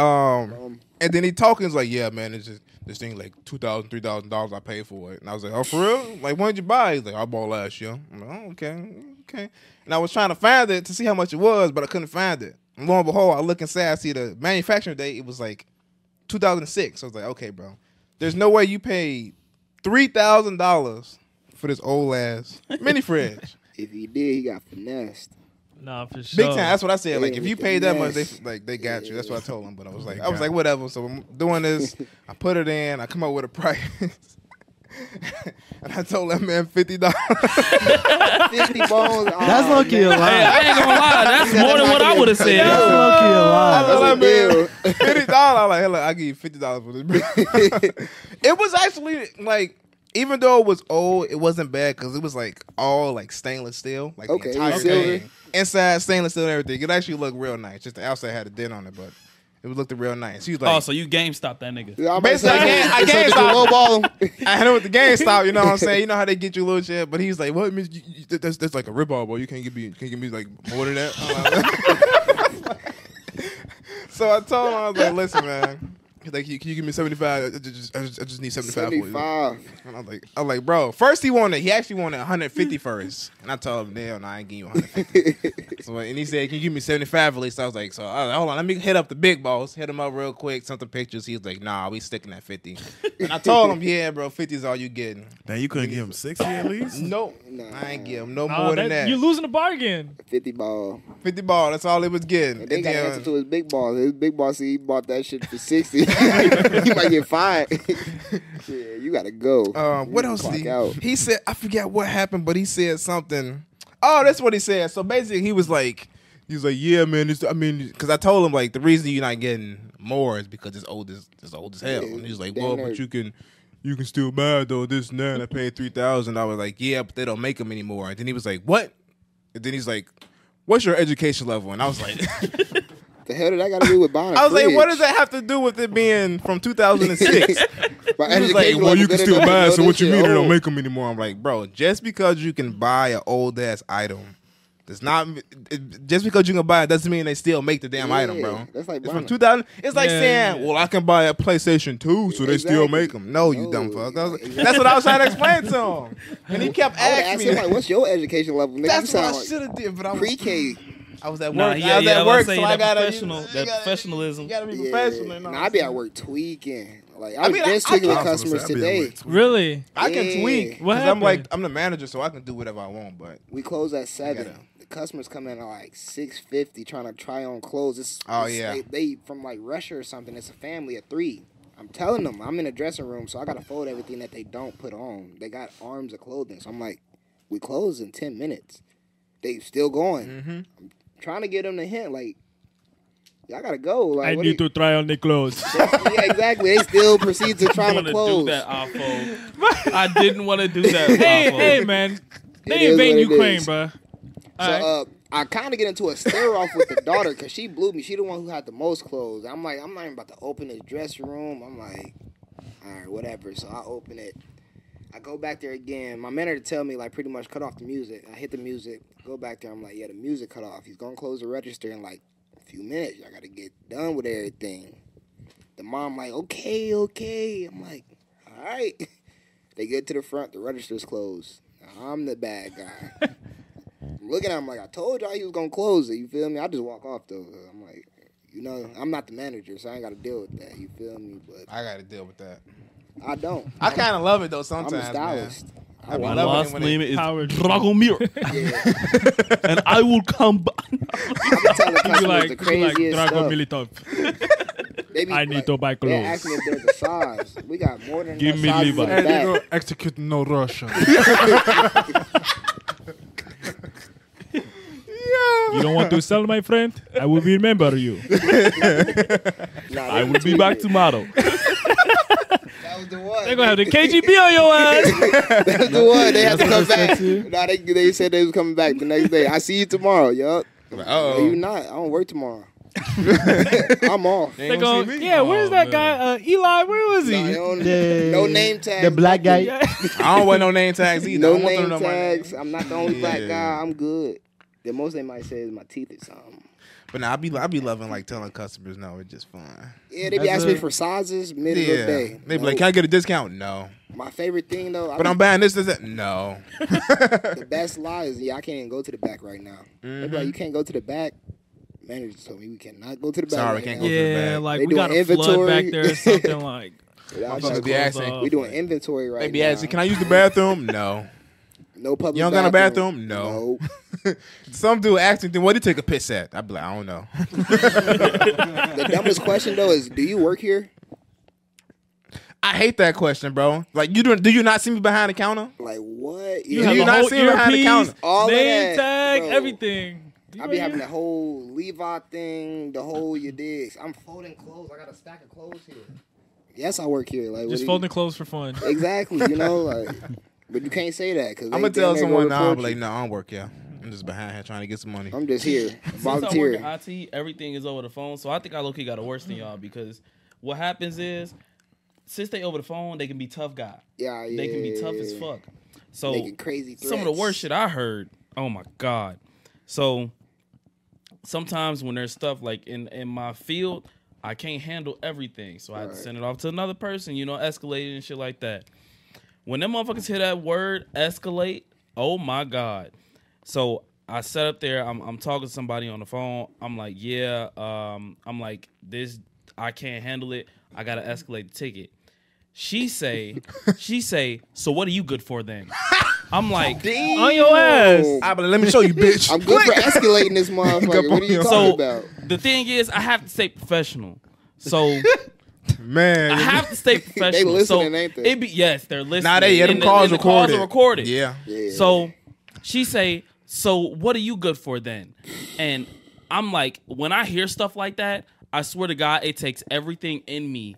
F: um, and then he talking he's like, yeah, man, it's just this thing like two thousand, three thousand dollars I paid for it. And I was like, oh, for real? Like, when did you buy? it?" He's like, I bought last year. I'm like, oh, okay, okay. And I was trying to find it to see how much it was, but I couldn't find it. And lo and behold, I look inside, I see the manufacturing date. It was like 2006. I was like, okay, bro, there's no way you paid three thousand dollars for this old ass mini fridge.
D: If he did, he got finessed.
A: Nah, for sure.
F: Big time. That's what I said. Like
D: Yeah,
F: if you
D: yeah,
F: paid that much, they
D: yes.
F: like they got you. That's what I told them. But I was like, I was
C: got
F: like,
C: you.
F: whatever. So I'm doing this. I put it in. I come up with a price, and I told that man fifty dollars.
D: Fifty bones.
B: That's
D: oh,
B: lucky a
D: man.
E: Hey, I
B: lie.
E: ain't gonna lie. That's more than what I would have said.
B: That's lucky a lie.
D: That's
F: I
D: a
F: love it.
D: deal.
F: fifty dollars. I'm like, hell, I give you fifty dollars for this. it was actually like. Even though it was old, it wasn't bad because it was like all like stainless steel, like
D: Okay,
F: the entire
D: silver.
F: thing, inside stainless steel and everything. It actually looked real nice. Just the outside had a dent on it, but It was looked real nice. He was like,
E: Oh, so you GameStop that nigga.
D: Yeah, I'm
F: Basically,
D: about to
F: I
D: say,
F: can't- I
D: so
F: can't
D: did
F: stop.
D: you lowball him?
F: I had it with the GameStop, you know what I'm saying? You know how they get you little shit, but he's like, "What? Miss, you, you, that's that's like a ripoff, boy. You can't give me, you can't give me like more than that." I'm like- so I told him, I was like, "Listen, man, He's like, can you give me 75? I just, I just, I just need 75." for you."
D: 75.
F: And I was like, I was like, bro. First he wanted, he actually wanted 150 first, and I told him, "Damn, no, I ain't give you 150." so and he said, "Can you give me 75 at least?" I was like, "So I was like, hold on, let me hit up the big boss, hit him up real quick, sent the pictures." He was like, "Nah, we sticking at 50." and I told him, "Yeah, bro, 50 is all you getting."
C: Then you couldn't give him sixty at least.
F: No,
D: Nah.
F: I ain't give him no
A: Nah,
F: more
A: that-
F: than that.
A: You're losing the bargain.
D: 50 ball.
F: 50 ball, that's all he was getting.
D: And they
F: And
D: got
F: then-
D: answer to his big boss. His big boss, he bought that shit for 60. he might get fired. yeah, you gotta go.
F: Um, what else?
D: Clock
F: Did
D: out.
F: he, he said I forget what happened, but he said something. Oh, that's what he said. So basically, he was like, he was like, yeah, man. It's, I mean, because I told him like the reason you're not getting more is because it's old as it's old as hell. And he's like,
D: Damn
F: well,
D: right.
F: but you can. You can still buy it, though this and that. and I paid three thousand. I was like, yeah, but they don't make them anymore. And then he was like, what? And then he's like, what's your education level? And I was like,
D: the hell did that gotta do with buying a
F: I was like, what does
D: fridge?
F: that have to do with it being from two thousand and six?
D: My
F: He was like,
D: education
F: well,
D: level
F: you can
D: good
F: still
D: enough to
F: buy it,
D: know
F: so what
D: this
F: you
D: shit Oh,
F: mean they don't
D: old.
F: make them anymore? I'm like, bro, just because you can buy an old ass item, does not it- just because you can buy it doesn't mean they still make the damn
D: Yeah,
F: item, bro.
D: that's like
F: it's
D: buying
F: from
D: a-
F: 2000. It's like
A: Yeah,
F: saying,
A: yeah.
F: well, I can buy a PlayStation 2, so they still
D: Exactly.
F: make them. No, you
D: No,
F: dumb fuck. I was-
D: exactly.
F: That's what I was trying to explain to him, and he kept
D: I would ask
F: asking
D: him,
F: me.
D: like, what's your education level? Nigga,
F: That's
D: you
F: what
D: sound
F: I should have did, but I was,
D: pre-K.
F: I was at work.
E: Nah, yeah,
F: I was
E: yeah, I
F: at
E: was
F: work, so
E: saying
F: I
E: that
F: gotta
E: professional-
F: you
E: that
F: gotta-
E: professionalism.
F: You gotta be
D: Yeah.
F: professional. you know
D: Nah,
F: what
D: I
F: I'm
D: be
F: saying?
D: at work tweaking. Like,
F: I
D: I, was
F: mean, I-
D: just
F: I
D: tweaking with
F: can-
D: customers today.
A: Really?
F: I can
D: Yeah.
F: tweak
A: What
F: because I'm like
A: happened?
F: I'm the manager, so I can do whatever I want. But
D: We close at seven.
F: gotta-
D: The customers come in at like six fifty, trying to try on clothes. It's,
F: Oh,
D: it's-
F: yeah.
D: they, they from like Russia or something. It's a family of three. I'm telling them I'm in a dressing room, so I gotta fold everything that they don't put on. They got arms of clothing, so I'm like, we close in ten minutes. They still going.
F: Mm-hmm.
D: I'm trying to get them to hint like, y'all gotta go. Like, what do you-
A: try on the clothes.
D: yeah, exactly. They still proceed to try
E: I
D: to
E: didn't want to do
D: close.
E: that, Afo. I didn't want to do that.
A: hey,
E: Afo.
A: hey, man.
D: It
A: They
D: is
A: invading
D: what it
A: Ukraine,
D: is.
A: bruh. All
D: So
A: right.
D: uh, I kind of get into a stare off with the daughter because she blew me. She the one who had the most clothes. I'm like, I'm not even about to open this dressing room. I'm like, all right, whatever. So I open it. I go back there again. My manager tell me like pretty much cut off the music. I hit the music. Go back there. I'm like, yeah, the music cut off. He's gonna close the register in like a few minutes. I gotta get done with everything. The mom like, okay, okay. I'm like, all right. They get to the front. The register's closed. I'm the bad guy. I'm looking at him like I told y'all he was gonna close it. You feel me? I just walk off though. I'm like, you know, I'm not the manager, so I ain't got to deal with that. You feel me? But
F: I gotta deal with that.
D: I don't.
F: I kind of love it though.
D: I'm
F: Sometimes,
D: a
F: man.
D: stylist. I
E: My
F: be
D: want-
F: love it
E: last
F: when they-
E: name is
A: Howard.
E: Dragomir,
D: yeah.
E: and I will come back.
D: I be telling
A: You
D: customers
A: like, you
D: the
A: like
D: craziest
A: Drago
D: stuff.
A: Militov.
D: They be
A: I need
D: like-
A: to buy
D: They
A: clothes.
D: ask me if they're the size. We got more than
A: Give
D: enough
A: me
D: sizes in
A: Levi's.
D: the back.
G: execute no Russia.
A: You don't want to sell, my friend? I will remember you.
D: Nah,
E: I
D: they
E: will be back
D: tweaking.
E: tomorrow.
D: That was the one.
A: They're going to have the KGB on your ass.
D: that was the one. They had to come
B: That's what they said
D: back.
B: to you?
D: Nah, they they said they was coming back the next day. I see you tomorrow, yup. No, you
F: Oh,
D: not. I don't work tomorrow. I'm off.
A: They're going, yeah, where's that guy? Uh, Eli, where was
D: Nah, they
A: he?
D: don't-
B: The-
D: no name tag.
B: The black guy.
F: I don't wear no name tags either. I
D: No
F: don't want them
D: name
F: to know my name.
D: tags. I'm not the only black
F: Yeah.
D: guy. I'm good. The most they might say is my teeth or something.
F: But now I be I be loving like telling customers no, it's just fun.
D: Yeah, they be
B: That's
D: asking me
B: a-
D: for sizes mid of
F: Yeah,
D: the day.
F: they be
D: No.
F: like, can I get a discount? No,
D: my favorite thing though, I
F: but
D: be-
F: I'm buying this, this, that. No,
D: the best lie is yeah, I can't even go to the back right now. They
F: Mm-hmm.
D: be like, you can't go to the back. Manager told me we cannot go to the back.
F: Sorry,
D: right
F: can't
D: now.
F: go
A: Yeah,
F: back.
A: like,
D: They
A: we
D: doing
A: got a flood
D: inventory.
A: back there or something like.
D: Yeah, I
F: I'm gonna
D: just-
F: be
A: close
F: asking.
A: off.
D: we doing inventory right
F: They be
D: now.
F: asking, can I use the bathroom? No.
D: no public.
F: You don't got a
D: bathroom.
F: bathroom? No. Some dude asking, then what did you take a piss at? I be like, I don't know.
D: No. the dumbest question though is, do you work here?
F: I hate that question, bro. Like, you do, do you not see me behind the counter?
D: Like what?
A: You
D: Yeah.
A: have
F: you
A: a
F: not
A: whole
F: seen behind the
A: earpiece,
F: counter?
D: All of
A: name
D: that,
A: tag,
D: bro.
A: everything.
D: I be having the whole Levi thing, the whole your digs. I'm folding clothes. I got a stack of clothes here. Yes, I work here. Like what do
A: Just
D: you-
A: folding clothes for fun.
D: Exactly, you know, like. But you can't say that because
F: I'm gonna tell someone now. I'm like, no, I don't work here. I'm just behind here trying to get some money.
D: I'm just here
E: Since I work
D: volunteering.
E: at IT, everything is over the phone. So I think I low key got it worse than y'all because what happens is since they over the phone, they can be tough guy.
D: Yeah, yeah.
E: They can be tough as fuck. So
D: Making crazy
E: some of the worst
D: threats.
E: shit I heard. Oh my god. So sometimes when there's stuff like in in my field, I can't handle everything, so I have to send it off to another person. You know, escalating and shit like that. When them motherfuckers hear that word escalate, oh my god. So I sat up there. I'm, I'm talking to somebody on the phone. I'm like, yeah. Um, I'm like, this. I can't handle it. I gotta escalate the ticket. She say, she say. So what are you good for then? I'm like,
A: On your ass.
F: Ah, but let me show you, bitch.
D: Oh, I'm good for escalating this motherfucker. What are you talking
E: so
D: about?
E: the thing is, I have to stay professional. So
F: Man,
E: I have to stay professional.
D: listening,
E: so
D: ain't they?
E: It be yes, they're listening.
F: Nah, they- yeah, them
E: And the-
F: calls
E: and the calls
F: recorded.
E: are recorded.
F: Yeah.
D: Yeah.
E: So she say, "So what are you good for then?" And I'm like, when I hear stuff like that, I swear to God, it takes everything in me.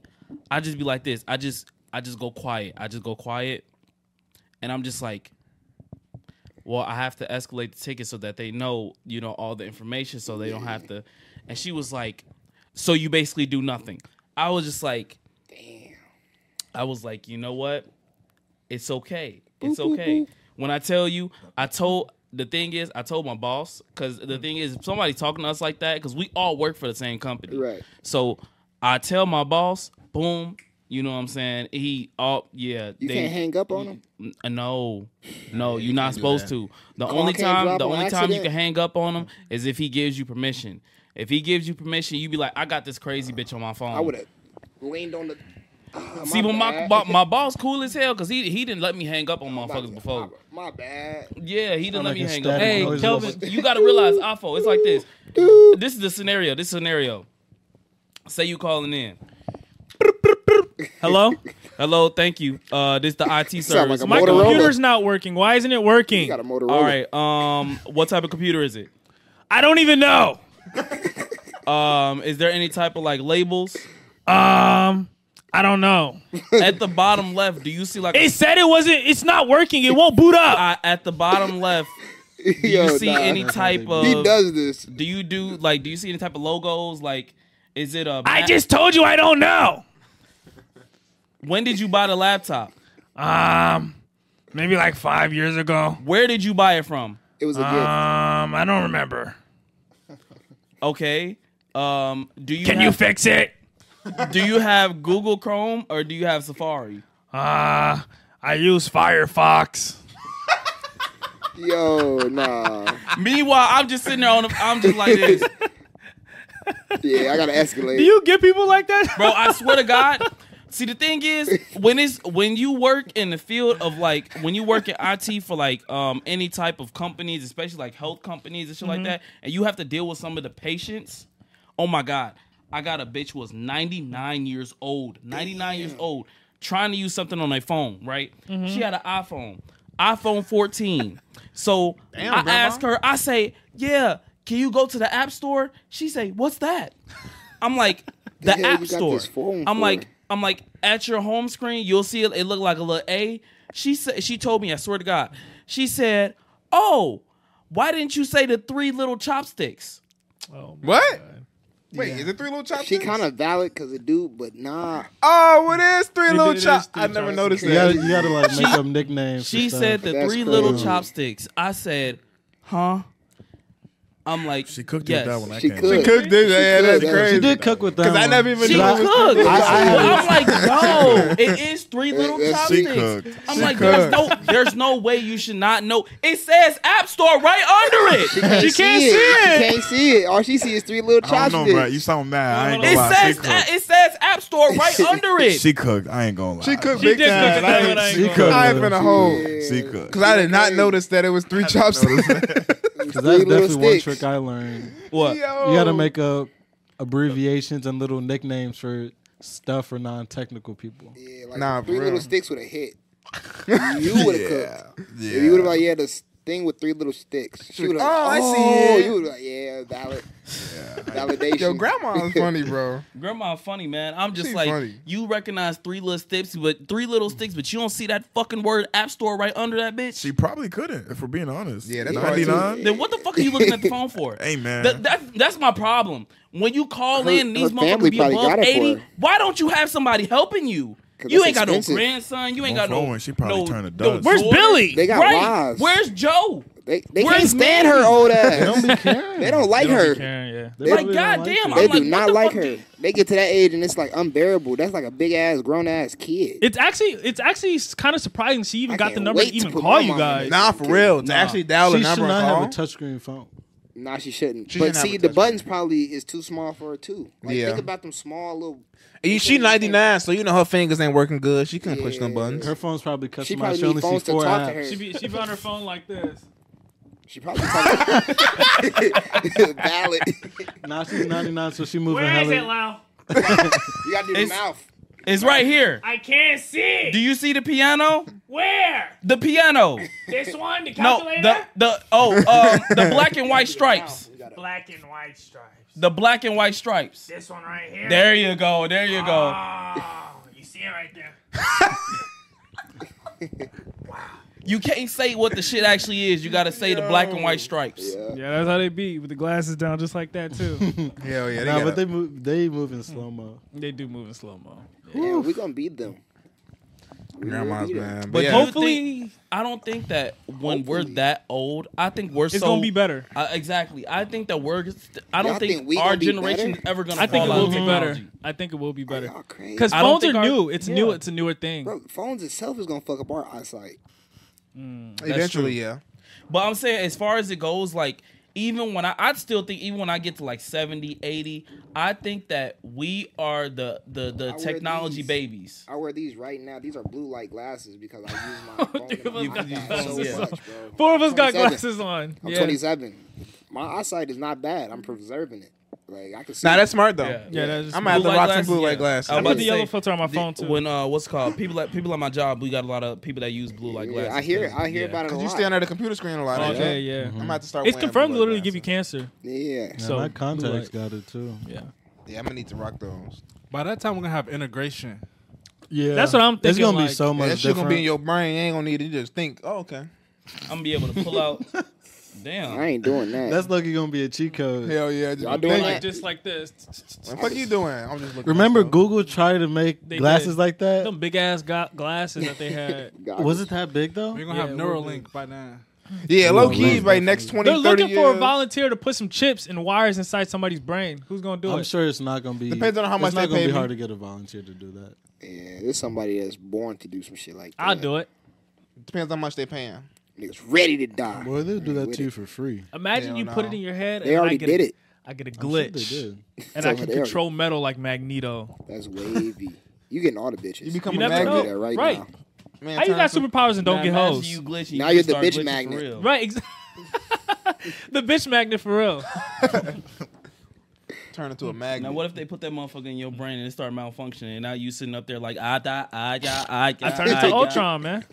E: I just be like this. I just, I just go quiet. I just go quiet, and I'm just like. Well, I have to escalate the ticket so that they know, you know, all the information, so they don't have to. And she was like, "So you basically do nothing." I was just like, I was like, you know what? It's okay. It's okay. When I tell you, I told the thing is, I told my boss because the
D: Mm-hmm.
E: thing is, if somebody talking to us like that, because we all work for the same company,
D: Right.
E: So I tell my boss, boom. You know what I'm saying? He, oh yeah,
D: You can't hang up on him.
E: N- uh, No, no, you're not supposed to. The only
D: can't
E: time,
D: drop
E: the
D: on
E: only time you
D: accident. Mm-hmm.
E: can hang up on him is if he gives you permission. If he gives you permission, you be like, I got this crazy bitch on my phone.
D: I would have leaned on the. Ah,
E: um, See, but my,
D: bad.
E: my my boss cool as hell because he he didn't let me hang up on motherfuckers before.
D: My, my bad.
E: Yeah, he didn't
B: like
E: let me
B: a
E: hang up.
B: static
E: Hey,
B: noise
E: Kelvin,
B: level.
E: you gotta realize, Afo, it's like this. This is the scenario. This scenario. Say you calling in. Hello, hello. Thank you. Uh, this the IT
D: Sound
E: service.
D: like a
A: My
D: Motorola.
A: computer's not working. Why isn't it working?
D: You got a Motorola.
E: All right. Um, what type of computer is it?
A: I don't even know.
E: Um, is there any type of like labels
A: Um, I don't know.
E: at the bottom left? Do you see like a-
A: It said it wasn't. It's not working. It won't boot up.
E: uh, at the bottom left? Do you
D: Yo,
E: see
D: nah.
E: any type of?
D: He does this.
E: Do you do like? Do you see any type of logos? Like, is it a?
A: I
E: ma-
A: just told you I don't know.
E: When did you buy the laptop?
A: Um, maybe like five years ago.
E: Where did you buy it from?
D: It was a gift.
A: Um, I don't remember.
E: Okay. Um. Do you
A: Can you
E: have,
A: fix it?
E: do you have Google Chrome or do you have Safari?
A: Uh, I use Firefox.
D: Yo, nah.
E: Meanwhile, I'm just sitting there on. The, I'm just like this,
D: Yeah, I gotta escalate.
A: Do you get people like that?
E: bro. I swear to God. See, the thing is, when it's when you work in the field of like when you work in IT for like um any type of companies, especially like health companies and shit
A: Mm-hmm.
E: like that, and you have to deal with some of the patients. Oh my God. I got a bitch who was 99 years old, 99 years old, trying to use something on their phone, right?
D: Mm-hmm.
E: She had an iPhone, iPhone 14. So I ask her, I say, yeah, can you go to the app store? She say, what's that? I'm like, the
D: hell
E: app
D: you got
E: store.
D: this phone
E: I'm
D: for?
E: like, I'm like, at your home screen, you'll see it, it looked like a little A. She said she told me, I swear to God, she said, Oh, why didn't you say the three little chopsticks?
F: what? Wait, is it three little chops?
D: She kind of valid because of dude, but nah.
F: Oh, it is three little
B: it is
F: chops.
B: three
F: I never
B: chops.
F: noticed
B: You gotta,
F: that.
B: you gotta like make
E: She-
B: up nicknames.
E: She said the
D: That's
E: three little
D: crazy.
E: chopsticks. I said, huh? I'm like,
C: She cooked it
E: yes.
C: with that one. I
D: She
C: can't
D: could.
C: do it.
F: Cook this, yeah,
D: could,
F: that's
D: yeah.
B: she
F: crazy.
B: did cook with that.
F: Cause I
B: one.
F: never even
E: She
F: knew.
B: I-
E: cooked.
B: I- I
E: Well,
B: had-
E: I'm like, no, it is three little
D: She
E: chopsticks.
C: cooked.
E: I'm
C: She
E: like, there's no, there's no way you should not know. It says App Store right under it.
D: She
A: can't see
D: She can't see it. All she see is three little
C: I
D: chopsticks.
C: don't know, bro. You sound mad. I ain't
E: It
C: gonna lie.
E: says
C: she
E: uh,
C: cooked.
E: it says App Store right under it.
C: She cooked. I ain't gonna lie.
F: She cooked
A: She
F: big
A: did cook it,
F: time. I
A: but I
F: ain't-
A: ain't
B: She
A: gonna-
B: cooked.
F: I ain't been a hole.
C: She cooked.
F: Cause I did not notice that it was three chopsticks.
B: Cause that's
D: Three little
B: definitely one
D: sticks.
B: trick I learned.
E: what?
B: You gotta make up abbreviations and little nicknames for stuff for non-technical people.
D: Yeah, like
F: Nah,
D: three
F: for
D: little
F: real.
D: sticks would have hit. You would have cooked. If you would have like, yeah, this thing with three little sticks. She would have.
F: Oh, I see it.
D: You would have like, yeah, valid. validation.
F: Yo, grandma is funny, bro.
E: Grandma funny, man. I'm just
F: She
E: like
F: funny.
E: you recognize three little sticks, but three little sticks, but you don't see that fucking word app store right under that bitch.
C: She probably couldn't, if we're being honest.
F: Yeah, that's probably-
C: 99.
E: then what the fuck are you looking at the phone for?
C: Hey, man.
E: That, that, that's my problem. When you call
D: Her-
E: in, and these
D: her family
E: motherfuckers be
D: probably
E: above
D: got it for
E: eighty.
D: her.
E: Why don't you have somebody helping you?
D: 'Cause
E: You
D: that's
E: ain't got
D: expensive.
E: no grandson. You ain't
C: On
E: got no.
C: phone, she probably
E: no,
C: turned to
E: no
C: dust.
A: Where's
E: daughter.
A: Billy?
D: They got
E: right.
D: lives.
E: Where's Joe?
D: They, they
E: Where's
D: can't stand
E: Mandy?
D: her old
B: They don't
D: ass.
B: be caring.
D: they don't like
A: Don't
D: her.
A: be caring, yeah.
B: They
E: like,
B: really don't
E: goddamn,
B: her.
D: They
E: I'm like,
D: do
E: what
D: not
E: the
D: like
E: fuck
D: her.
E: do-
D: They get to that age and it's like unbearable. That's like a big ass grown ass kid.
A: It's actually it's actually kind of surprising she even
D: I
A: got the
D: can't
A: number to
D: wait to
A: even
D: put
A: call
D: my
A: you
D: mom in
A: guys.
D: it.
F: Nah, for real. To
E: Nah.
F: actually dial a
B: She should
F: number and
B: not have a
F: call.
B: touchscreen phone.
D: Nah, she shouldn't.
F: She
D: but
F: shouldn't have
D: see,
F: a
D: the
F: touchscreen.
D: buttons probably is too small for her too. Like
F: Yeah.
D: think about them small little.
F: And she 99, so you know her fingers ain't working good. She couldn't push no
D: Yeah.
F: buttons.
B: Her phone's probably customized.
D: She
B: She,
D: probably
B: only
D: need phones
B: sees
D: to
B: four
D: talk to
B: apps.
D: her.
A: She be she be on her phone like this.
D: She probably probably valid.
B: Now she's 99, so she moving
A: Where is it,
B: hella.
A: Lau?
D: You gotta do the
E: It's-
D: mouth.
E: It's right here.
A: I can't see.
E: Do you see the piano?
A: Where?
E: The piano.
A: This one, the
E: No,
A: calculator?
E: the the oh um the black and white stripes.
D: You gotta-
A: Black and white stripes.
E: The black and white stripes.
A: This one right here.
E: There you go. There you go.
A: Oh, you see it right there.
E: You can't say what the shit actually is. You got to say the black and white stripes.
D: Yeah.
A: Yeah, that's how they be with the glasses down, just like that too.
F: Hell yeah. They
B: Nah,
F: got
B: but they move. They move in slow mo.
A: they do move in slow mo.
D: Yeah, we gonna beat them. We gonna
F: grandmas,
D: beat 'em.
F: man. But
E: But
F: yeah,
E: do you
A: Hopefully-
E: think- I don't think that when
D: Hopefully.
E: we're that old, I think we're
A: It's
E: so
A: gonna be better.
E: Uh, exactly. I think that we're. I don't
D: Y'all
E: think,
D: think we
E: our
D: gonna be
E: generation
D: better?
E: is ever gonna.
A: I think it
E: fall out
A: will
E: of
A: be
E: technology.
A: better. I think it will be better.
D: Y'all crazy.
A: Because
E: I don't
A: phones are
E: think our-
A: new. It's new.
E: yeah.
A: It's a newer thing.
D: Bro, phones itself is gonna fuck up our eyesight.
F: eventually, yeah.
E: But I'm saying, as far as it goes, like, even when I, I still think, even when I get to like 70, 80, I think that we are the the the
D: wear
E: technology
D: these.
E: babies.
D: I wear these right now. These are blue light glasses because I use my phone
A: Dude,
D: and
A: you
D: my
A: got
D: iPad so
E: glasses.
D: much, bro.
A: Four of us got
D: 27.
A: glasses on.
D: I'm
A: yeah.
D: 27. My eyesight is not bad. I'm preserving it. Like I can see.
F: Nah, that's smart though.
E: Yeah.
A: Yeah, that's just
F: I'm gonna have to
E: Blue light
F: rock some
E: glasses,
F: blue
E: yeah.
F: light glasses.
E: I
A: I
E: I'm about
A: put
E: to
A: the
E: say,
A: yellow filter on my phone too.
E: When uh, what's it called people at people at my job, we got a lot of people that use blue light
D: Yeah,
E: glasses.
D: I hear. I hear
E: Yeah.
D: about it a
F: Cause
D: lot.
F: you stand under the computer screen a lot.
A: All
F: Oh, yeah? Mm-hmm.
A: day, yeah.
F: I'm about to start.
A: It's
F: wearing
A: confirmed
F: blue
A: to
F: light
A: literally give you
F: glasses.
A: cancer.
D: Yeah.
B: So
A: So,
B: my contacts
A: blue
B: got it too.
A: Yeah.
F: Yeah, I'm gonna need to rock those.
G: By that time, we're gonna have integration.
B: Yeah,
A: That's what I'm
B: It's
A: thinking,
B: gonna
A: like-
B: be so
F: Yeah,
B: much
F: that shit
B: different.
F: gonna be in your brain. You ain't gonna need to just think. Oh, okay.
E: I'm gonna be able to pull out. Damn.
D: I ain't doing that.
B: That's lucky gonna be a cheat code.
F: Hell yeah. Just
D: Y'all doing
F: think-
D: that?
A: Like just like this.
F: What the fuck you doing? I'm just looking.
B: Remember,
F: myself.
B: Google tried to make
A: They
B: glasses
A: did.
B: like that.
A: Them big ass go- glasses that they had.
D: Goggles.
B: Was it that big
G: We're
B: though?
G: gonna
A: Yeah,
G: have
A: we'll do.
G: Neuralink by now.
F: Yeah, low key.
B: Google.
F: By next 20,
A: They're
F: 30
A: looking for a
F: years-
A: volunteer to put some chips and wires inside somebody's brain. Who's gonna do
B: I'm
A: it?
B: sure it's not gonna be.
F: Depends on how much
B: it's not
F: they
B: gonna
F: pay
B: be
F: me.
B: hard to get a volunteer to do that.
D: Yeah, there's somebody that's born to do some shit like that.
A: I'll do it.
F: Depends on how much they paying.
D: Niggas ready to die.
B: Boy, they'll do that
D: with
B: to you
D: it.
B: for free.
A: Imagine
F: Hell
A: you put it
F: no.
A: in your head.
D: They
A: and I
D: already
A: get
D: did
A: a-
D: it.
A: I get a
B: I'm sure they
A: glitch,
B: did.
A: and I
D: So
A: can
D: they already-
A: control metal like Magneto.
D: That's wavy. You getting all the bitches.
F: You become
A: You
F: a
A: never
F: magnet.
A: know,
D: Yeah, right now.
F: Man,
A: How you
F: turn
A: got
F: some-
A: superpowers and don't
E: Now
A: get
E: imagine
A: hoes?
E: You glitch and
D: Now
E: you
D: you're the
E: start
D: bitch
E: glitching for
D: magnet.
E: real.
A: Right, ex- the bitch magnet for real.
F: turn into a magnet.
E: Now what if they put that motherfucker in your brain and it start malfunctioning? And now you sitting up there like I die, I die, I die.
A: I turned into Ultron, man.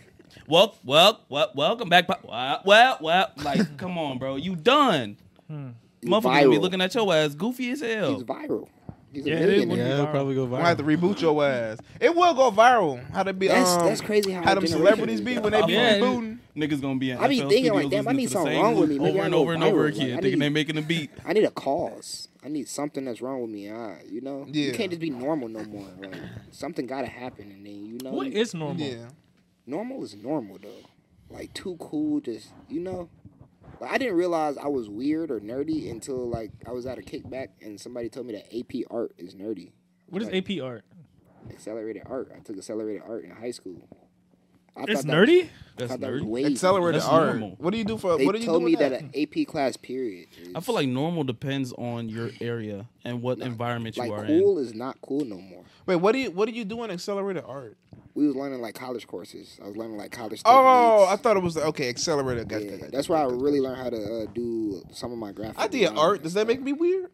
E: Well, well, well, welcome back. pop- Well, well, well. Like, come on, bro. You done.
D: He's
E: Motherfucker gonna be
D: viral.
E: looking at your ass goofy as
D: He's
E: hell.
D: viral. He's
A: Yeah,
D: a
A: they
D: millionaire.
A: wouldn't-
B: Yeah, it'll probably go
F: I'm gonna have to
B: viral.
F: reboot your ass. It will go viral. How to be
D: That's-
F: um,
D: that's crazy how
F: how
D: our
F: them
D: generation
F: celebrities
D: is.
F: be when they be
E: Yeah.
F: rebooting.
E: Niggas gonna be in
D: I be
E: FL
D: thinking like,
E: studios
D: damn, I
E: listening
D: need
E: to the
D: something
E: same
D: wrong with
E: loop
D: me. Maybe
E: Over
D: I
E: and
D: go
E: over and over
D: viral. Like,
E: again,
D: I
E: thinking
D: need-
E: they making a beat.
D: I need a cause. I need something that's wrong with me. I, you know, you
F: Yeah.
D: can't just be normal no more. Like something gotta happen, and then you know,
A: What is normal?
F: Yeah.
D: normal is normal though. Like too cool, just you know. Like, I didn't realize I was weird or nerdy until like I was at a kickback and somebody told me that AP art is nerdy.
A: What is AP art?
D: Accelerated art. I took accelerated art in high school. I
A: It's
D: thought that was-
A: nerdy.
D: I
E: That's
D: thought that was
E: nerdy.
D: way-
F: Accelerated
E: That's
F: art.
E: normal.
F: What do you do for?
D: They
F: what do you
D: told
F: do
D: me
F: with
D: that an AP class period. Is,
E: I feel like normal depends on your area and what environment you
D: like
E: are in.
D: cool is not cool no more.
F: Wait, what do you what do you do in accelerated art?
D: We was learning like college courses. I was learning like college.
F: Oh, I
D: techniques.
F: thought it was okay. Accelerated. Got
D: Yeah,
F: that, got
D: that's
F: that,
D: where I
F: got that.
D: really learned how to uh, do some of my graphic.
F: I did
D: design.
F: art. Does that make me weird?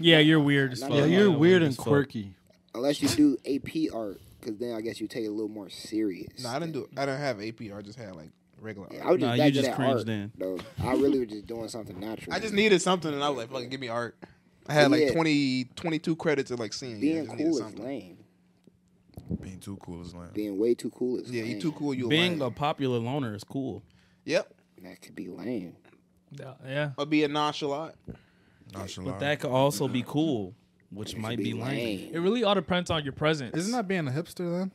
A: Yeah, you're weird as
D: Yeah,
A: fuck.
B: Yeah,
D: Oh,
B: you're
E: yeah,
B: weird
E: weird
B: and
E: as fuck.
B: quirky.
D: Unless you do AP art, because then I guess you take it a little more serious.
F: No, I didn't do. I didn't have AP. art, I just had like regular.
D: Yeah, I
F: Art.
D: was just
E: Nah,
D: that
E: you
D: good
E: just
D: at
E: cringed
D: art,
E: then.
D: Though I really was just doing something natural.
F: I just needed something, and I was like, "Fucking give me art." I had like
D: Yeah.
F: twenty, twenty-two 22 credits at like senior. year. I
D: Being
F: just needed
D: cool is
F: something.
D: lame.
C: Being too cool is lame.
D: Being way too cool is
F: Yeah,
D: lame.
F: you too cool. You a
E: Being a
F: lame.
E: popular loner is cool.
F: Yep.
D: That could be lame.
A: Yeah, yeah.
F: Or be a nonchalant.
C: Nonchalant.
E: But that could also be cool, which might be
D: Be
E: lame.
D: lame.
A: It really all depends on your presence.
G: Isn't that being a hipster then?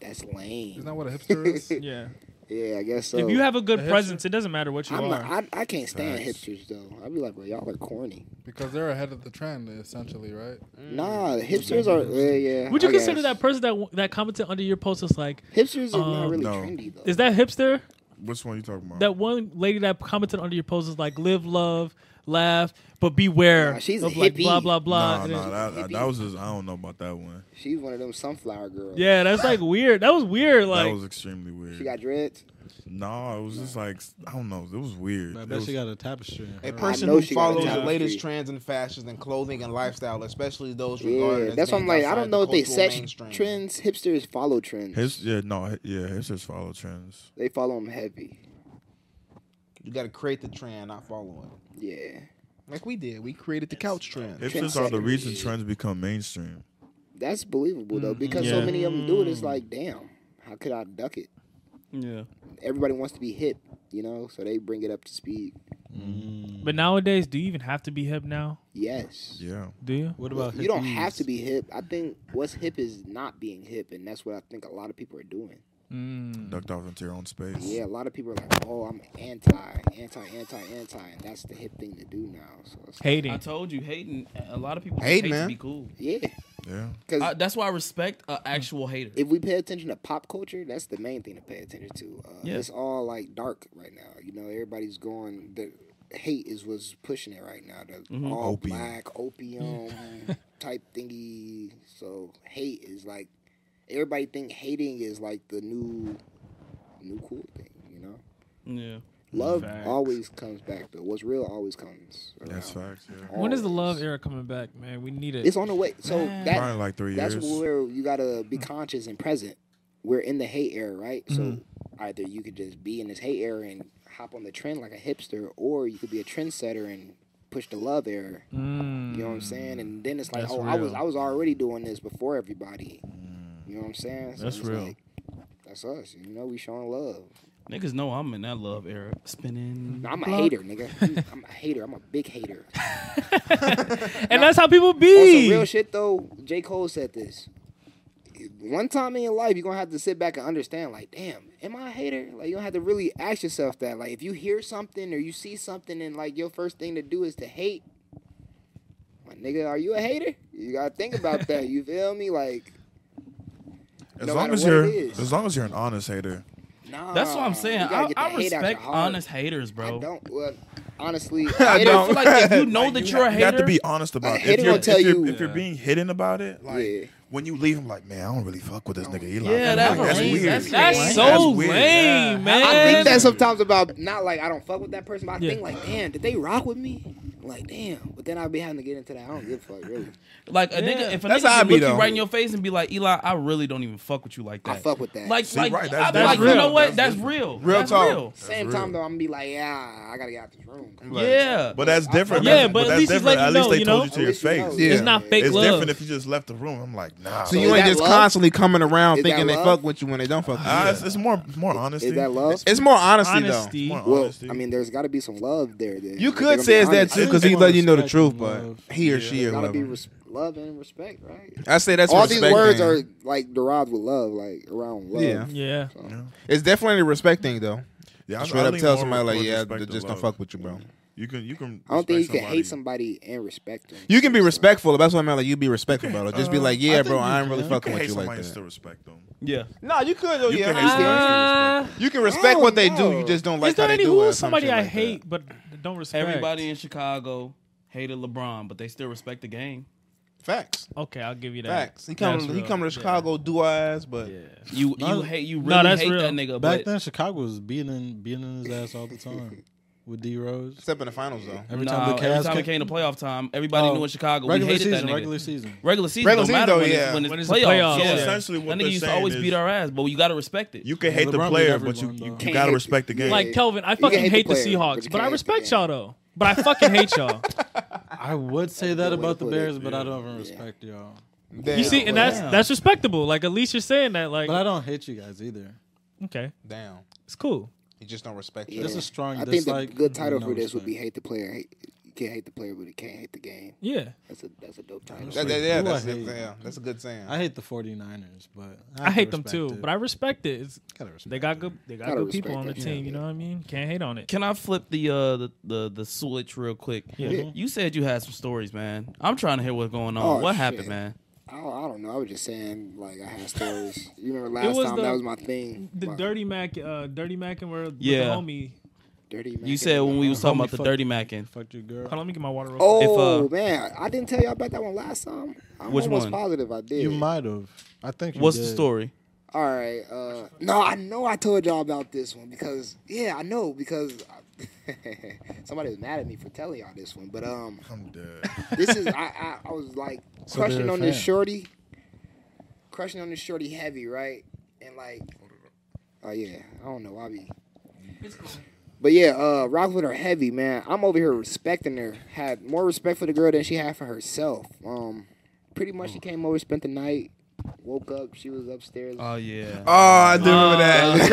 D: That's lame.
G: Isn't that what a hipster is?
A: Yeah.
D: yeah, I guess so.
A: if you have a good
G: hipster-
A: presence, it doesn't matter what you
D: Oh. I'm
A: are.
D: not, I, I can't stand
C: Facts.
D: hipsters though. I'd be like, well, y'all are corny.
G: Because they're ahead of the trend, essentially, right?
D: Nah, hipsters are. Yeah, yeah.
A: Mm. Would you
D: I
A: consider
D: guess.
A: that person that that commented under your post is like,
D: Hipsters are not
A: Um,
D: really
C: No.
D: trendy though.
A: is that hipster?
C: Which one you talking about?
A: That one lady that commented under your post is like, live, love, laugh, but beware
D: Nah, she's a
A: of like
D: hippie.
A: blah blah blah.
C: nah,
A: And
C: nah,
A: it-
C: that, I- that was just I don't know about that one.
D: She's one of them sunflower girls.
A: Yeah, that's like weird. That was weird. Like
C: that was extremely weird.
D: She got dreads.
C: no, it was just like I don't know. It was weird.
B: I
C: It
B: bet
C: was-
B: she got a tapestry.
F: A
B: in her.
F: person
D: know
F: who
D: she got
F: follows the
D: talent.
F: latest trends and fashions in clothing and lifestyle, especially those regarded
D: Yeah,
F: as
D: that's what I'm
F: being
D: like. I
F: outside
D: don't
F: the
D: know if they
F: cultural
D: set
F: mainstream.
D: trends. Hipsters follow trends.
C: his yeah no hi- yeah his just follow trends.
D: they follow them heavy.
F: You got to create the trend, not follow it.
D: Yeah,
F: Like we did, we created the couch trend.
C: His just are the reason trends become mainstream.
D: that's believable though because so
C: Yeah.
D: many of them do
A: Mm.
D: it. It's like, damn, how could I duck it?
E: Yeah.
D: Everybody wants to be hip, you know, so they bring it up to speed.
A: But nowadays, do you even have to be hip now?
D: Yes.
C: Yeah,
A: Do you?
B: What about
D: You don't have
B: hippies?
D: to be hip. I think what's hip is not being hip, and that's what I think a lot of people are doing.
A: Hmm.
C: ducked off into your own space.
D: Yeah, a lot of people are like, "Oh, I'm anti, anti, anti, anti," and that's the hip thing to do now. So it's,
E: I
A: Hating.
E: told you, hating. A lot of people
F: Hate,
E: hate, hate
F: man.
E: to be cool.
D: yeah,
C: yeah.
D: because
E: I, that's why I respect an actual hater.
D: if we pay attention to pop culture, that's the main thing to pay attention to. Uh,
E: Yeah.
D: It's all like dark right now. You know, everybody's going. The hate is what's pushing it right now. The
A: Mm-hmm.
D: all
C: Opium.
D: black opium type thingy. So hate is like everybody think hating is like the new, new cool thing. You know,
E: yeah.
D: love
A: Facts.
D: always comes back though. What's real always comes.
C: That's
D: around.
C: facts. Yeah.
A: When is the love
D: Always.
A: era coming back, man? We need it.
D: It's on the way. So that
C: Probably like three
D: that's
C: years.
D: where you gotta
A: Mm.
D: be conscious and present. We're in the hate era, right? So either you could just be in this hate era and hop on the trend like a hipster, or you could be a trendsetter and push the love era. You know what I'm saying? And then it's like,
A: Mm. That's
D: oh, I was
A: real.
D: I was already doing this before everybody. You know what I'm saying? So
A: That's
D: it's
A: real.
D: Like, that's us. You know, we showing love.
E: Niggas know I'm in that love era.
A: Mm.
E: Spinning.
D: Now, I'm a hater, nigga. I'm a hater. I'm a big hater.
A: and that's how people
D: On
A: be.
D: some real shit though, J. Cole said this. One time in your life, you're gonna have to sit back and understand, like, damn, am I a hater? Like, you don't have to really ask yourself that. Like, if you hear something or you see something, and like your first thing to do is to hate, my nigga, are you a hater? You gotta think about that. You feel me? Like,
C: As
D: no
C: long
D: matter
C: as
D: what
C: you're
D: it is.
C: as long as you're an honest hater.
D: nah.
E: That's what I'm saying.
D: you gotta
E: I,
D: get
E: I
D: the hate out your
E: respect
D: heart.
E: honest haters, bro.
D: I don't. Well, honestly,
E: I
D: haters-
E: feel like if you know that you're a
C: You
E: hater,
C: have to be honest about it.
D: hater
C: If you're,
D: will tell
C: if, you're,
D: you-
C: if you're being hidden about it, like
D: Yeah.
C: when you leave, I'm like, man, I don't really fuck with this nigga. He like,
E: yeah, that's,
C: like, that's
E: lame.
C: weird.
E: That's,
A: that's
E: lame.
A: so
C: weird.
A: lame, man.
D: I think that sometimes about not like I don't fuck with that person, but I
A: Yeah.
D: think like, damn, did they rock with me? Like, damn. But then I'll be having to get into that. I don't give a fuck, really.
E: Like a nigga, if a
F: That's
E: nigga
F: how I
E: can
F: be,
E: look
F: though.
E: you right in your face and be like, Eli, I really don't even fuck with you like
D: I
E: that.
D: fuck with that.
E: Like,
C: See,
E: like,
C: right, that's
E: I,
C: different.
E: like you know
C: Real.
E: what?
C: That's
E: That's,
C: different.
E: real.
F: Real
E: that's
F: talk.
E: Real.
D: Same
C: real.
D: time though, I'm gonna be like, yeah, I gotta get out this room.
E: Yeah.
C: But that's different.
A: Yeah,
C: That's-
A: but at
C: that's
A: least he's
C: different.
A: letting
C: At
A: you
C: least
A: know,
C: they
A: you
C: told
A: know?
C: you to your
D: At least you know.
C: face.
F: Yeah.
A: It's not fake
C: It's
A: love.
C: different if you just left the room. I'm like, nah.
F: So
C: bro.
D: Is
F: you ain't
D: that
F: just
D: love?
F: constantly coming around
D: Is that
F: thinking they
D: love?
F: fuck with you when they don't fuck with you.
C: Ah, it's, it's more more honesty.
D: Is that love?
F: It's more honesty,
A: Honesty.
C: More
D: Well,
C: honesty.
D: I mean, there's gotta be some love there. Then
F: though. You
D: If they're
F: could
D: gonna
F: say
D: be
F: it's that
D: honest,
F: too
B: think
F: because
B: they
F: he
B: wanna
F: let you know the
B: respect
F: truth,
B: and
F: but
B: love.
F: he or she
D: There's
F: or
D: gotta be
F: whatever.
D: res- love and respect, right?
F: I say that's
D: All these
F: respect
D: words
F: thing.
D: are like derived with love, like around love.
F: Yeah.
A: Yeah.
F: It's definitely a respect thing, though.
C: yeah, I-
F: Straight
C: I
F: up
C: lean
F: tell
C: more
F: somebody like,
C: towards
F: yeah,
C: respect
F: th-
C: than
F: just don't
C: love.
F: fuck with you, bro.
C: You can you can.
D: I don't think you
C: respect
D: can hate
C: somebody.
D: somebody and respect them.
F: You can be
D: So,
F: respectful. That's what I meant. Like you be respectful about it. Just be
C: Uh,
F: like,
C: I
F: yeah,
C: think
F: bro,
C: you
F: I ain't
C: can.
F: really fucking
C: You can
F: with
C: hate
F: you
C: somebody
F: like
C: and still
F: that.
C: respect them.
E: Yeah.
F: No, you could. Though,
C: You
F: yeah.
C: can hate somebody and
A: Uh,
C: still respect
F: You can respect
D: don't
F: what they do.
D: know.
F: You just don't
A: is
F: like
A: there
F: how they
A: any
F: do it. or
A: who's
F: some
A: somebody
F: shit
A: I
F: like that.
A: hate but don't respect?
E: Everybody in Chicago hated LeBron, but they still respect the game.
F: Facts.
A: Okay, I'll give you that.
F: Facts. He come.
A: That's
F: He
A: real.
F: come to
A: Yeah.
F: Chicago, do eyes, but
E: You
B: No,
E: you hate you really
A: no, that's
E: hate
A: real.
E: that nigga.
B: Back
E: but
B: then, Chicago was beating in, beating in his ass all the time with D Rose.
F: except in the finals though.
B: Every
E: no,
B: time the Cavs
E: every time it
B: kicked-
E: came to playoff time, everybody
B: Oh,
E: knew in Chicago we
B: regular
E: hated
B: season,
E: that nigga.
B: regular season.
E: Regular season don't
F: Regular season,
E: matter
F: though,
E: when,
F: yeah.
E: it's, when, it's
A: When it's the
E: playoffs.
A: playoffs,
E: Yeah.
A: yeah.
C: Essentially what
E: that
C: they're
E: nigga used to
C: saying
E: always
C: is-
E: beat our ass, but you gotta respect it.
C: You can
B: Yeah,
C: hate the
B: LeBron beat
C: player, but you
B: everyone,
C: you
B: though.
C: you gotta respect the game.
A: Like Kelvin, I
D: can
A: fucking
D: hate the
A: hate the
D: player, but you
A: Seahawks,
D: can't
A: but I
D: hate the
A: respect
D: game.
A: y'all though. But I fucking hate y'all.
B: I would say
D: That's
B: that
D: a good way
B: about
D: to
B: the
D: put it,
B: Bears, but I
D: yeah.
B: don't even
D: Yeah.
B: respect y'all.
F: Damn.
A: You see, and that's
E: Damn.
A: that's respectable. Like at least you're saying that. Like
B: But I don't hate you guys either.
A: okay,
F: Damn.
A: it's cool.
F: You just don't respect
D: Yeah.
F: you.
B: That's a strong
D: I think the
B: dislike.
D: good title
B: No
D: for this would be
B: respect.
D: "Hate the Player." Hate, you can't hate the player, but you can't hate the game.
A: Yeah,
D: That's a that's a dope title.
F: That- that-
B: Who
F: yeah,
B: I
F: that's, a
B: hate?
F: good yeah, that's a good saying.
B: I hate the 49ers, but
A: I, hate them too, but I respect it. It's,
B: gotta respect
A: they got good they got
D: Gotta
A: good people
D: respect
A: on the
D: that.
A: team.
D: Yeah.
A: You know what I mean? Can't hate on it.
E: Can I flip the uh the, the the switch real quick?
A: Yeah.
E: You said you had some stories, man. I'm trying to hear what's going on.
D: Oh,
E: what
D: shit.
E: happened, man?
D: I, don't- I don't know. I was just saying, like I had stories. You remember last
A: was
D: time
A: the-
D: that was my thing.
A: The
D: my
A: dirty Mac, uh, dirty Mac, and where the
E: Yeah.
A: homie.
D: dirty.
E: You
D: Mac
E: said
D: and-
E: when we was talking about the uh,
B: fuck-
E: dirty macking.
B: Fuck your girl.
A: Hold on, let me get my water. Real quick.
D: Oh
E: if, uh,
D: man, I didn't tell y'all about that one last time. I'm
E: Which
D: almost
E: one?
D: positive I did.
B: You might have. I think. You
E: What's the
B: did.
E: story?
D: All right. Uh, no, I know I told y'all about this one because yeah, I know because I, somebody was mad at me for telling y'all this one. But um,
C: I'm dead.
D: this is I I, I was like
B: So they're
D: crushing
B: a
D: on this
B: fan.
D: shorty, crushing on this shorty heavy, right? And like, oh yeah, I don't know, I be. But yeah, uh, rock with her heavy, man. I'm over here respecting her. Had more respect for the girl than she had for herself. Um, pretty much
B: Oh.
D: she came over, spent the night, woke up, she was upstairs.
E: Oh yeah.
F: oh, I do remember that.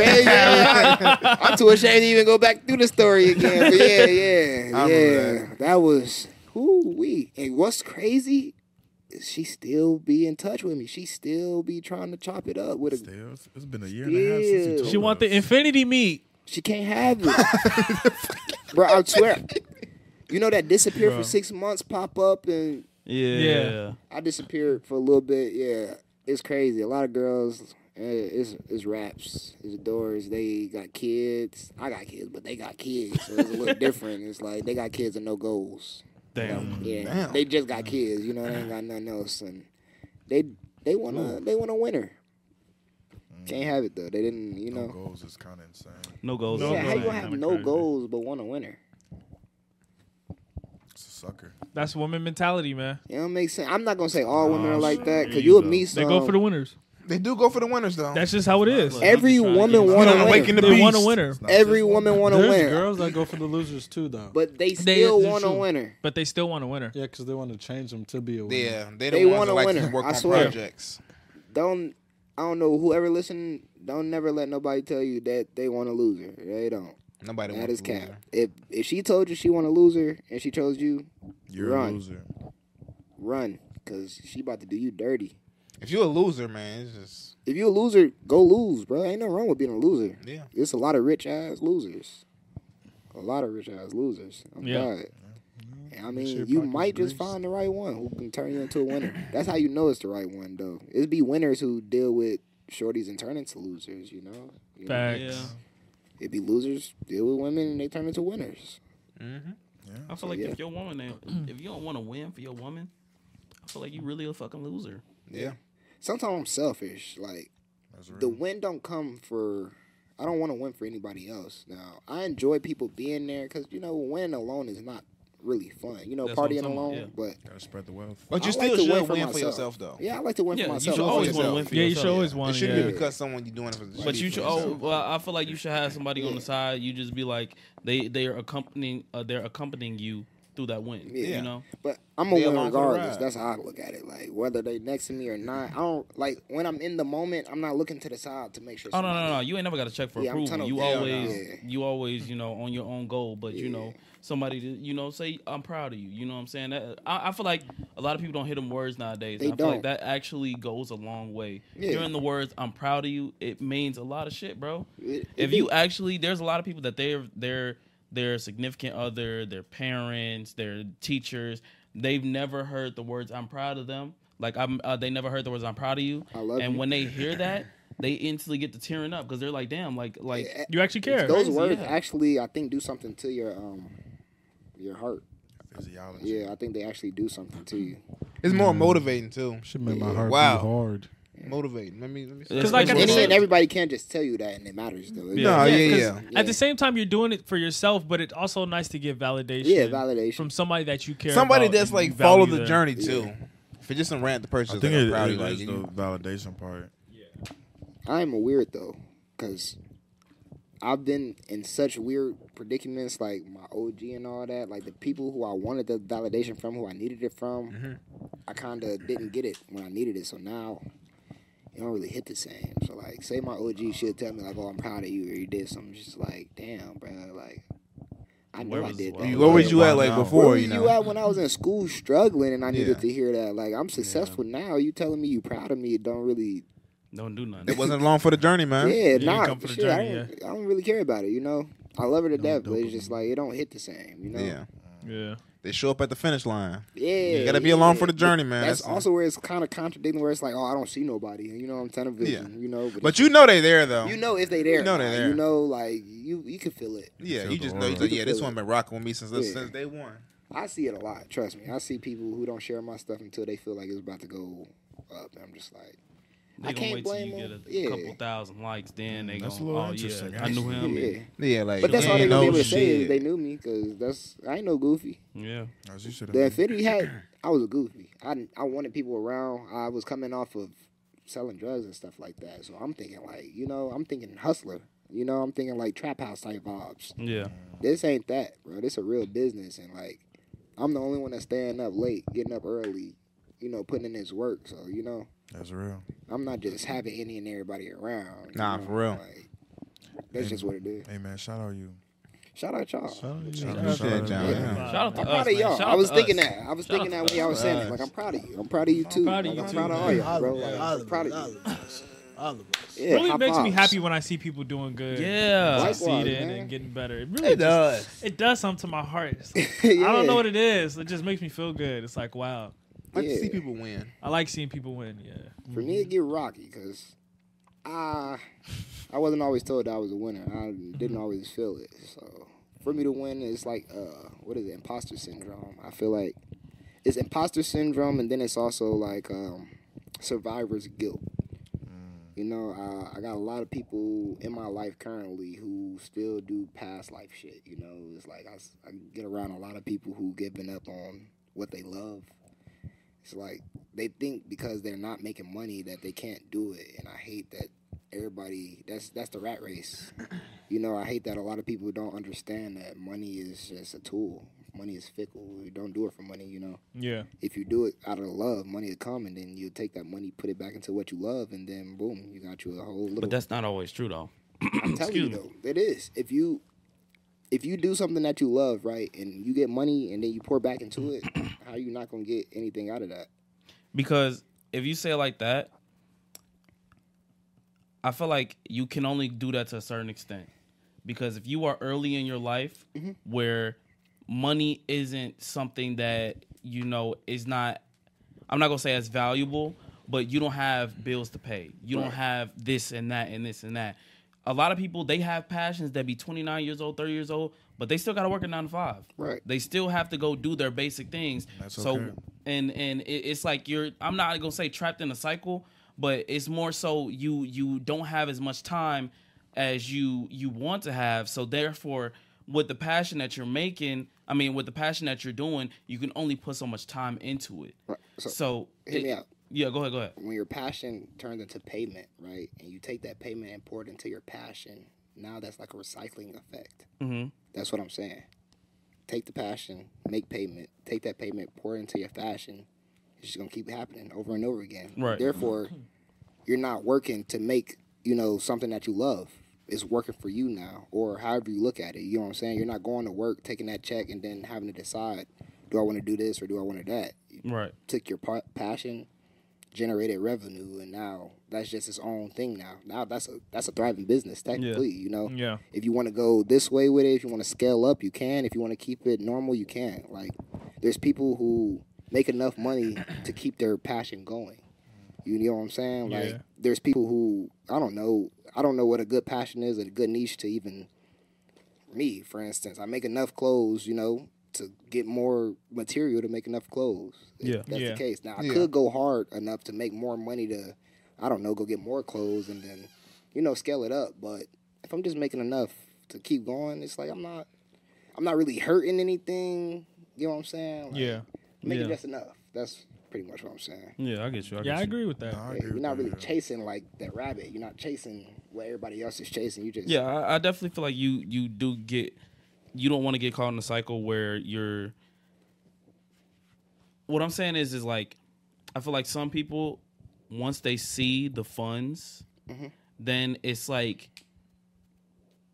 D: Crazy. I'm too ashamed to even go back through the story again. But yeah, yeah,
F: I remember
D: yeah. That was whoo wee. And what's crazy is she still be in touch with me. She still be trying to chop it up with a.
C: Still, it's- it's been a year and a half since you
D: Still.
C: told
A: she want the
C: us.
A: infinity meat.
D: She can't have it, bro. I swear. You know that disappear for six months, pop up, and
E: Yeah.
A: Yeah.
D: I disappeared for a little bit. Yeah, it's crazy. A lot of girls, eh, it's it's raps, it's doors. They got kids. I got kids, but they got kids, so it's a little different. It's like they got kids and no goals.
E: Damn.
D: Yeah, they just got kids. You know, they ain't got nothing else, and they they want to they want a winner. Can't have it though. They didn't. You
C: No
D: know,
C: goals is kind of insane.
E: No goals.
A: No
D: yeah, how
A: goals.
D: you gonna have
A: Kinda
D: no
A: crazy.
D: goals but want a winner?
C: It's a sucker.
A: That's woman mentality, man.
D: It don't make sense. I'm not gonna say all women are like that because you'll meet
A: They
D: some.
A: go for the winners.
F: They do go for the winners though.
A: That's just how it is.
E: Look,
D: every
E: I'm just trying to
D: woman
E: get-
D: want
F: Wanna
D: a
F: awaken
D: winner.
F: the
A: They want a
F: beast.
A: winner,
C: Not
D: Every
C: just-
D: woman want a
B: There's
D: winner.
B: girls that go for the losers too, though.
D: But they
A: They-
D: still
A: they
D: want a
A: should.
D: winner.
A: but they still want a winner.
B: yeah, because they want to change them to be a winner.
F: yeah, they
D: They
F: don't want
D: want
F: to
D: a
F: like
D: winner,
F: to work
D: I
F: on
D: swear.
F: projects.
D: Don't I don't know whoever listen. Don't never let nobody tell you that they want a loser. They don't.
F: Nobody
D: That
F: wants
D: is
F: to lose
D: cap.
F: her.
D: If if she told you she want a loser and she chose you,
C: You're a
D: Run.
C: loser.
D: run because she about to do you dirty.
F: If you're a loser, man, it's just
D: If you a loser, go lose, bro. Ain't nothing wrong with being a loser.
F: yeah.
D: It's a lot of rich ass losers. A lot of rich ass losers. I'm
A: Yeah.
D: God. And I
B: your
D: mean, you
B: pockets
D: might just
B: greased.
D: find the right one who can turn you into a winner. That's how you know it's the right one, though. It's be winners who deal with shorties and turn into losers, you know? You know,
A: Facts.
E: Yeah.
D: It be losers deal with women and they turn into winners.
E: I feel like
D: yeah.
E: if your woman, ain't- if you don't want to win for your woman, I feel like you really a fucking loser.
F: Yeah.
D: Sometimes I'm selfish. Like,
C: That's
D: the
C: real.
D: win don't come for I don't want to win for anybody else. Now I enjoy people being there because you know winning alone is not really fun. You know
E: That's what I'm
D: partying
E: talking about,
D: alone,
E: yeah.
D: but
C: Gotta spread the wealth.
F: But
D: I
F: you
D: like
F: still
D: to
F: should
D: win
F: win,
D: for
F: for
D: myself.
F: yourself though.
D: yeah, I like to win
E: Yeah,
D: for
E: you
D: myself.
E: should
F: for
E: always want to
F: yourself.
E: win for
A: Yeah, you should
E: yourself.
A: always
F: It
A: want
F: shouldn't
A: it.
F: be
A: yeah.
F: because someone you're doing it for. it should
E: But
F: be
E: you
F: for
E: should.
F: yourself.
E: Oh, well, I feel like you should have somebody on the side. You just be like, they they are accompanying, uh, they're accompanying you through that win.
D: Yeah.
E: You know.
D: But I'm a
F: Be
D: win
F: along for the
D: regardless.
F: ride.
D: That's how I look at it. Like whether they next to me or not, I don't like when I'm in the moment. I'm not looking to the side to make sure.
E: Oh no no
D: somebody-
E: no! You ain't never got to check for
D: Yeah, I'm
E: approval.
D: tunnel-
E: You
D: hell
E: always
D: no.
E: you always you know on your own goal, but you know somebody to, you know say I'm proud of you. You know what I'm saying? That, I, I feel like a lot of people don't hear them words nowadays.
D: They
E: and I feel like
D: don't.
E: that actually goes a long way.
D: Yeah.
E: Hearing the words "I'm proud of you" it means a lot of shit, bro.
D: It-
E: if
D: it
E: you actually, there's a lot of people that they're they're their significant other, their parents, their teachers, they've never heard the words "I'm proud of them." Like I'm, uh, they never heard the words "I'm proud of you."
D: I love
E: and
D: you.
E: when they hear that, they instantly get to tearing up because they're like, "Damn!" Like, like,
D: Yeah,
A: You actually care.
D: Eh, Those
E: Crazy,
D: words
E: yeah.
D: actually, I think, do something to your um your heart.
C: Physiology.
D: Yeah, I think they actually do something to you.
F: it's more motivating too.
B: She made my heart
F: Wow.
B: beat hard.
F: Motivating. Let me let me.
E: Because,
A: like,
D: And
A: at the
D: then
A: same-
D: everybody can't just tell you that, and it matters though. It-
F: No, yeah,
A: 'cause
F: yeah.
A: At the same time, you're doing it for yourself, but it's also nice to get validation.
D: Yeah, validation.
A: from somebody that you care.
F: somebody
A: about
F: that's
A: and
F: like
A: value
F: follow the
A: them.
F: journey too. For just some random person,
C: I
F: that
C: think
F: I'm
C: it,
F: proud
C: it
F: of like,
C: is the
F: you.
C: validation part.
D: I am a weird though, because I've been in such weird predicaments, like my OG and all that. Like the people who I wanted the validation from, who I needed it from,
F: Mm-hmm.
D: I kind of didn't get it when I needed it. So now it don't really hit the same. So like, say my OG should tell me like, "Oh, I'm proud of you," or you did something. Just like, damn, bro, like. I know
E: Where
D: I
E: was-
D: did.
E: wow.
D: that.
E: You
F: Where was you at like
C: Wow.
D: Where
F: before?
D: were
F: You
D: you
F: know,
D: at when I was in school struggling and I needed
F: Yeah.
D: to hear that? Like I'm successful now. You telling me you proud of me? It don't really.
E: Don't do nothing.
F: it wasn't long for the journey, man.
D: Yeah,
E: didn't
D: nah.
E: come for the
D: Shit,
E: journey,
D: I, don't, I don't really care about it. You know, I love her to death, but it's just like it don't hit the same. You know.
F: Yeah.
A: Yeah.
F: They show up at the finish line.
D: Yeah,
F: You gotta be along
D: yeah.
F: for the journey, man.
D: That's,
F: That's the-
D: also where it's kind of contradicting, where it's like, oh, I don't see nobody. You know, I'm television.
F: Yeah.
D: You know,
F: But
D: it's-
F: you know they there though.
D: you know if they there,
F: You know
D: or
F: they
D: not.
F: there.
D: You know, like you you can feel it.
F: Yeah,
C: Feel
F: you
C: the
F: just know.
C: aura.
F: He's like, yeah, this
D: Yeah.
F: one been rocking with me since
D: Yeah.
F: since day one.
D: I see it a lot. Trust me, I see people who don't share my stuff until they feel like it's about to go up. And I'm just like,
E: They
D: I
E: gonna
D: can't
E: wait till
D: blame
E: you get a
D: them. Yeah.
E: couple thousand likes, then they
C: That's
E: gonna,
C: a little
E: oh
C: interesting,
E: yeah, I knew him.
D: yeah.
E: and-
F: Yeah, like.
D: But that's
F: you
D: all they
F: ain't
D: gonna be
F: know
D: able to say is
F: shit.
D: they knew me because that's I ain't no goofy.
E: yeah.
C: As you should
F: Mm-hmm.
D: The
C: have.
D: Infinity had I was a goofy. I didn't- I wanted people around. I was coming off of selling drugs and stuff like that. So I'm thinking like you know I'm thinking hustler. You know I'm thinking like trap house type vibes.
E: Yeah.
D: This ain't that, bro. This a real business and like I'm the only one that's staying up late, getting up early. You know, putting in this work. So you know
C: That's real.
D: I'm not just having any and everybody around. you
F: Nah,
D: know,
F: for real.
D: Like, that's just what it is.
C: Hey man, shout out you.
D: Shout out y'all.
C: Shout
F: Yeah,
C: out, shout out,
F: John,
C: you.
F: yeah.
E: Shout out to
D: I'm
E: us,
D: proud of
E: man.
D: y'all.
E: Shout
D: I
E: out
D: was
E: to
D: thinking
E: us.
D: that. I was
E: Shout
D: thinking
E: out
D: that
E: to
D: when y'all was
F: us.
D: saying it. Like I'm proud of you. I'm proud of you too.
A: proud of
D: like,
A: you
D: I'm
A: too,
D: proud of all
A: man.
D: y'all, bro. Like I'm
B: Oliver,
D: proud of you.
B: Oliver, Oliver.
D: Yeah,
A: really
D: high
A: makes me
D: fives.
A: happy when I see people doing good.
E: Yeah.
D: Likewise,
A: Succeeding
D: man.
A: and getting better. It really just- It does something to my heart. It's like, I don't know what it is. It just makes me feel good. It's like wow.
F: Like to
D: Yeah.
F: see people win.
A: I like seeing people win. Yeah.
D: For me, it get rocky because I I wasn't always told that I was a winner. I didn't always feel it. So for me to win is like uh, what is it? Imposter syndrome. I feel like it's imposter syndrome, and then it's also like um, survivor's guilt. You know, I, I got a lot of people in my life currently who still do past life shit. You know, it's like I, s- I get around a lot of people who giving up on what they love. It's like they think because they're not making money that they can't do it, and I hate that everybody. That's that's the rat race. You know, I hate that a lot of people don't understand that money is just a tool. Money is fickle. You don't do it for money. You know
A: Yeah.
D: if you do it out of love, money will come, and then you take that money, put it back into what you love, and then boom, you got you a whole little.
E: But that's not always true though.
D: I'm telling you
E: excuse
D: though, it is. If you if you do something that you love, right, and you get money, and then you pour back into it, how you not gonna get anything out of that?
E: Because if you say it like that, I feel like you can only do that to a certain extent. Because if you are early in your life where money isn't something that, you know, is not, I'm not going to say as valuable, but you don't have bills to pay. You don't have this and that and this and that. A lot of people, they have passions that be 29 years old, 30 years old, but they still got to work a nine to five.
D: Right.
E: They still have to go do their basic things.
C: That's
E: so
C: okay.
E: and and it, it's like you're i'm not gonna say trapped in a cycle but it's more so you you don't have as much time as you you want to have so therefore with the passion that you're making i mean with the passion that you're doing you can only put so much time into it
D: Right. So,
E: so,
D: hear
E: it-
D: me out.
E: yeah go ahead go ahead
D: when your passion turns into payment, right, and you take that payment and pour it into your passion, now that's like a recycling effect.
E: Mhm.
D: That's what I'm saying. Take the passion, make payment, take that payment, pour it into your fashion. It's just gonna keep happening over and over again.
E: Right.
D: Therefore, you're not working to make you know something that you love. It's working for you now, or however you look at it. You know what I'm saying? You're not going to work, taking that check, and then having to decide, do I want to do this or do I want to do that?
E: right
D: took your pa- passion, generated revenue, and now that's just its own thing. Now, now that's a that's a thriving business technically. You know,
A: Yeah.
D: If you want to go this way with it, if you want to scale up, you can. If you want to keep it normal, you can. Like, there's people who make enough money to keep their passion going. You know what I'm saying? Like,
A: Yeah.
D: there's people who I don't know. I don't know what a good passion is, a good niche to even me, for instance, I make enough clothes, you know, to get more material to make enough clothes. if
E: Yeah.
D: that's
A: Yeah.
D: the case. Now I
F: Yeah.
D: could go hard enough to make more money to, I don't know, go get more clothes and then, you know, scale it up. But if I'm just making enough to keep going, it's like I'm not, I'm not really hurting anything. You know what I'm saying? Like,
A: Yeah.
D: Making
A: Yeah.
D: just enough. That's pretty much what I'm saying.
E: Yeah, I get you. I
A: Yeah, I
E: get you.
A: agree with that.
C: I
D: Yeah,
C: agree
D: you're
C: with
D: not
C: that,
D: really
C: yeah.
D: chasing like that rabbit. You're not chasing what everybody else is chasing. You just
E: Yeah, I, I definitely feel like you you do get you don't want to get caught in a cycle where you're. What I'm saying is is like, I feel like some people once they see the funds,
D: Mm-hmm.
E: then it's like,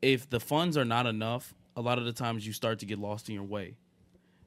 E: if the funds are not enough, a lot of the times you start to get lost in your way.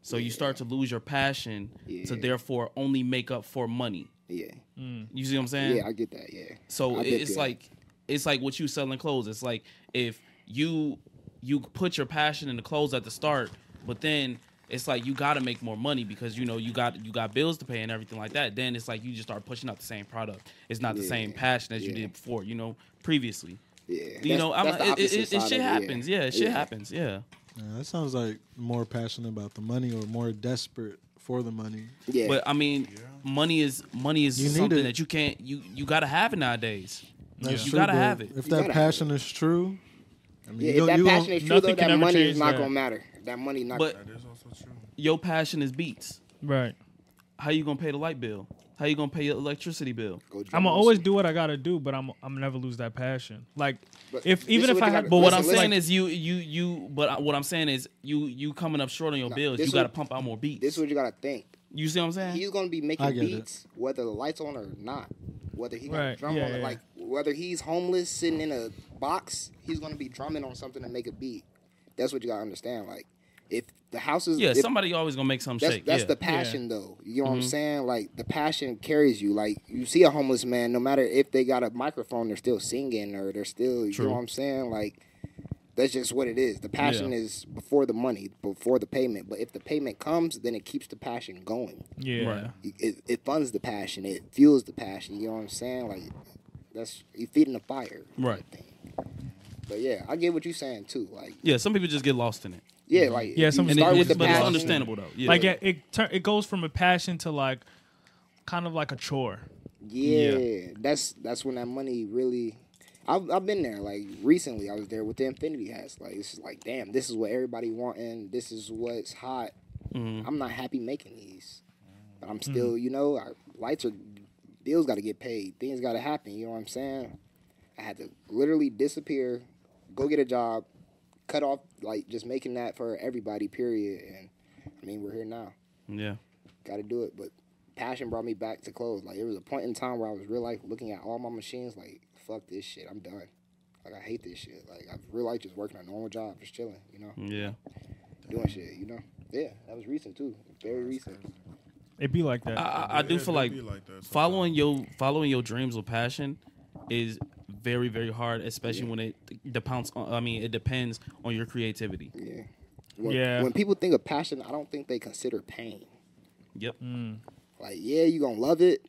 E: So you start to lose your passion to
D: Yeah.
E: therefore only make up for money.
D: yeah,
E: You see what I'm saying?
D: yeah. I get that. Yeah.
E: So
D: I
E: it-
D: get
E: it's
D: that.
E: like it's like what you selling clothes. It's like if you you put your passion in the clothes at the start, but then it's like you got to make more money because you know you got you got bills to pay and everything like that. Then it's like you just start pushing out the same product. It's not the same
D: Yeah,
E: passion as you
D: yeah.
E: did before. You know, previously.
D: yeah.
E: you
D: that's-
E: know, I'm,
D: that's the
E: it, it,
D: opposite
E: it,
D: side
E: shit
D: of
E: happens. Yeah, shit
D: Yeah.
E: happens. Yeah.
B: Yeah, that sounds like more passionate about the money or more desperate for the money.
D: Yeah.
E: But I mean, money is money is
B: You need
E: something
B: it.
E: that you can't you you got to have it nowadays.
B: That's
E: You
B: true,
E: gotta
B: but
E: have it.
B: If that
D: You gotta have
B: passion is true, I mean,
D: yeah,
B: you
D: if that
B: you
D: passion is true,
A: nothing
D: though,
A: can
D: that
A: ever
D: money
A: change
D: is not
A: that.
D: gonna matter. That money not.
E: But
C: That is also true.
E: your passion is beats.
A: Right.
E: How you gonna pay the light bill? How you gonna pay your electricity bill?
D: gonna
A: I'm gonna always do what I gotta do, but I'm I'm never lose that passion. Like
D: But
A: if
D: this
A: even
D: is
A: if
D: what
A: I
D: you
A: have,
D: gotta-
E: But what
D: Listen,
E: I'm
D: listen.
E: saying is you you you. But I- what I'm saying is you you coming up short on your bills.
D: this
E: You got to
D: would-
E: pump out more beats.
D: This is what you gotta think.
E: you see what I'm saying?
D: He's gonna be
B: I
D: making
B: get it.
D: beats whether the lights on or not. Whether he got
A: Right,
D: a drum
A: yeah,
D: on it,
A: yeah.
D: like whether he's homeless sitting in a box, he's gonna be drumming on something to make a beat. That's what you gotta understand. Like if the house is
E: yeah,
D: if-
E: somebody always gonna make some
D: that's
E: shake.
D: that's
E: yeah. Mm-hmm.
D: the passion though. You know what I'm saying? Like the passion carries you. Like you see a homeless man, no matter if they got a microphone, they're still singing or they're still you
E: True.
D: know what I'm saying? Like that's just what it is. The passion
E: Yeah.
D: is before the money, before the payment. But if the payment comes, then it keeps the passion going
A: yeah,
E: Right.
D: it, it funds the passion, it fuels the passion. You know what I'm saying? Like that's you feeding the fire.
E: Right.
D: But yeah, I get what you're saying too. Like
E: Yeah, some people just get lost in it.
D: yeah, like
A: Yeah,
D: you
A: some-
E: And
D: start
E: it,
D: with the
E: but
D: passion.
E: it's understandable though. Yeah.
A: like it it, tur- it goes from a passion to like kind of like a chore.
D: Yeah,
E: Yeah.
D: that's that's when that money really. I've, I've been there. Like recently, I was there with the Infinity hats. Like it's just like, damn, this is what everybody wanting. This is what's hot. I'm not happy making these, but I'm still, you know, I, lights are bills got to get paid. Things got to happen. You know what I'm saying? I had to literally disappear, go get a job, cut off like just making that for everybody. Period. And I mean, we're here now
E: yeah.
D: got to do it. But passion brought me back to clothes. Like it was a point in time where I was real life looking at all my machines. Like fuck this shit, I'm done. Like I hate this shit. Like I real life just working a normal job, just chilling. You know,
E: Yeah.
D: doing shit. You know. Yeah, that was recent too. Very recent.
A: It be like that.
E: I,
D: Uh,
E: I, I do
C: Yeah,
E: feel
C: they
E: like
C: be like that
E: following your following your dreams with passion is very very hard, especially when it depends. On, I mean, it depends on your creativity.
D: Yeah. When,
A: Yeah.
D: When people think of passion, I don't think they consider pain.
E: Yep.
D: Like yeah, you gonna love it,